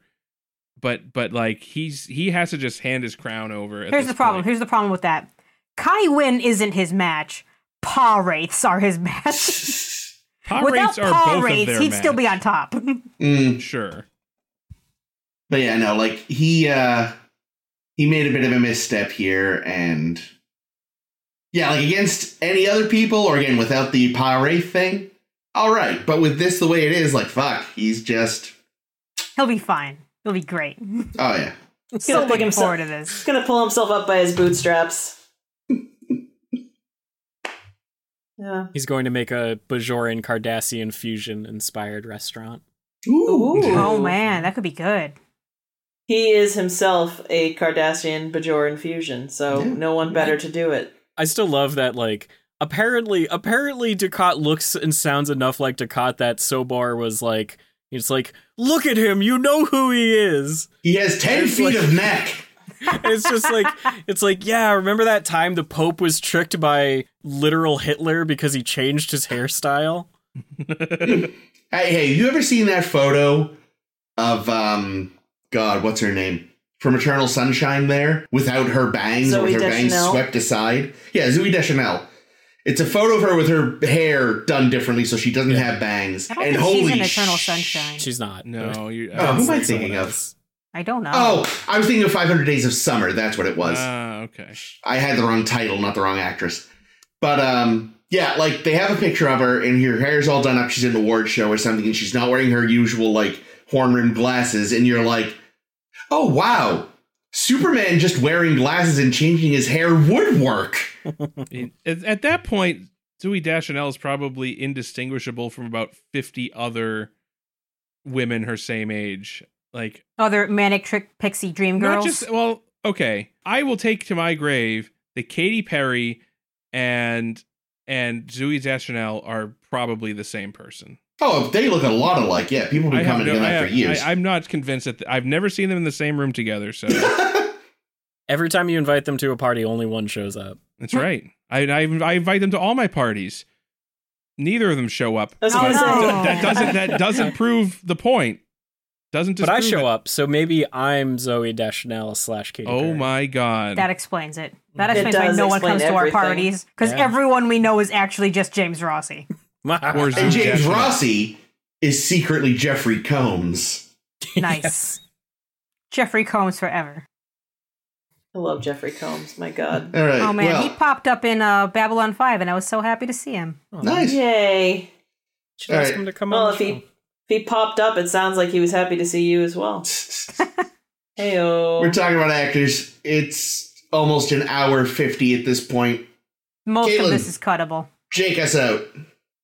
S5: But but like he's he has to just hand his crown over. At
S3: Here's
S5: this
S3: the problem.
S5: point.
S3: Here's the problem with that. Kai Wynn isn't his match. Paw Wraiths are his match.
S5: Paw
S3: Without
S5: rates are
S3: Paw
S5: both of
S3: Wraiths,
S5: their
S3: he'd still be on
S5: match.
S3: top.
S4: Mm.
S5: Sure.
S4: But yeah, no, like he uh he made a bit of a misstep here, and yeah, like against any other people, or again without the Pare thing, all right. But with this the way it is, like fuck, he's just
S3: He'll be fine. He'll be great. Still
S4: oh yeah.
S1: He's gonna pick
S3: looking
S1: himself-
S3: forward to this.
S1: He's gonna pull himself up by his bootstraps. yeah.
S2: he's going to make a Bajoran Cardassian fusion inspired restaurant.
S1: Ooh.
S3: Oh man, that could be good.
S1: He is himself a Cardassian Bajoran fusion, so
S4: Yeah.
S1: no one better to do it.
S2: I still love that. Like apparently, apparently Ducat looks and sounds enough like Ducat that Sobar was like, it's like, look at him. You know who he is.
S4: He has ten
S2: It's
S4: feet
S2: like-
S4: of neck.
S2: And it's just like it's like yeah remember that time the pope was tricked by literal hitler because he changed his hairstyle
S4: Hey, hey, you ever seen that photo of um God, what's her name? From Eternal Sunshine there, without her bangs or
S1: Zooey
S4: with her bangs
S1: Deschanel?
S4: swept aside. Yeah, Zooey Deschanel. It's a photo of her with her hair done differently so she doesn't have bangs.
S3: I don't
S4: and
S3: think she's
S4: holy
S3: in Eternal
S4: sh-
S3: Sunshine.
S2: she's not
S5: No, you
S4: Oh, who am I
S2: Someone
S4: thinking of?
S2: else.
S3: I don't know.
S4: Oh, I was thinking of 500 Days of Summer. That's what it was.
S5: Ah, okay.
S4: I had the wrong title, not the wrong actress. But um yeah, like they have a picture of her and her hair's all done up. She's in the award show or something and she's not wearing her usual like horn rimmed glasses and you're like, "Oh wow. Superman just wearing glasses and changing his hair would work."
S5: I mean, at, at that point, Zooey Deschanel is probably indistinguishable from about fifty other women her same age. Like,
S3: Other manic trick pixie dream
S5: not
S3: girls.
S5: just well, okay. I will take to my grave that Katy Perry and and Zooey Deschanel are probably the same person.
S4: Oh, they look a lot alike. Yeah, people have
S5: I
S4: been commenting on
S5: I
S4: that for years.
S5: I, am not convinced that th- I've never seen them in the same room together. So
S2: every time you invite them to a party only one shows up
S5: that's right. I, I I invite them to all my parties. Neither of them show up.
S1: I was gonna
S5: But
S1: say-
S2: Oh,
S5: that- that doesn't that doesn't prove the point. Doesn't
S2: but i
S5: disprove
S2: show
S5: it.
S2: up so maybe i'm zoe deschanel slash Katy
S5: Oh
S2: Perry.
S5: my god!
S3: that explains it. That
S1: It
S3: explains why
S1: does
S3: no one
S1: explain
S3: comes to
S1: everything.
S3: our parties because
S2: Yeah.
S3: everyone we know is actually just James Rossi.
S5: Or
S4: and James
S5: Definitely.
S4: Rossi is secretly Jeffrey Combs.
S3: Nice.
S2: Yes.
S3: Jeffrey Combs forever.
S1: I love Jeffrey Combs. My God.
S4: All right.
S3: Oh man,
S4: well,
S3: he popped up in uh, Babylon Five, and I was so happy to see him.
S2: Oh,
S4: nice.
S1: Yay.
S2: should ask
S4: Alright.
S2: him to come
S1: Well,
S2: on
S1: if
S2: the
S1: he
S2: show.
S1: if he popped up, it sounds like he was happy to see you as well. Heyo.
S4: We're talking about actors. It's almost an hour 50 at this point.
S3: Most
S4: Caitlin.
S3: of this is cuttable.
S4: Jake us out.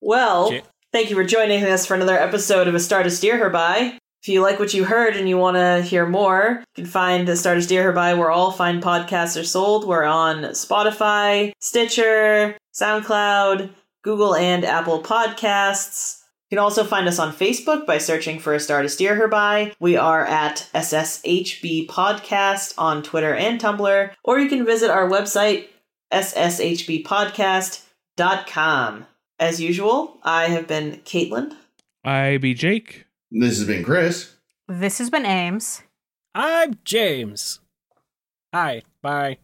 S1: Well,
S2: Shit.
S1: thank you for joining us for another episode of A Star to Steer Her By. If you like what you heard and you want to hear more, you can find A Star to Steer Her By where all fine podcasts are sold. We're on Spotify, Stitcher, SoundCloud, Google, and Apple Podcasts. You can also find us on Facebook by searching for A Star to Steer Her By. We are at SSHB Podcast on Twitter and Tumblr, or you can visit our website, sshbpodcast.com. As usual, I have been Caitlin.
S5: I be Jake.
S4: This has been Chris.
S3: This has been Ames.
S2: i'm james hi bye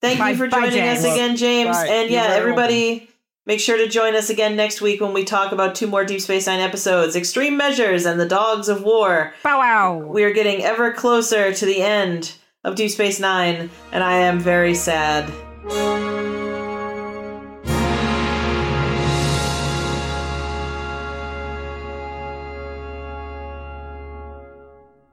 S1: Thank
S3: Bye-
S1: you for
S3: bye,
S1: joining
S3: James.
S1: us again, James.
S2: Bye.
S1: And yeah,
S2: You're very
S1: everybody, make sure to join us again next week when we talk about two more Deep Space Nine episodes Extreme Measures and the Dogs of War.
S3: Bow wow.
S1: We are getting ever closer to the end of Deep Space Nine, and I am very sad.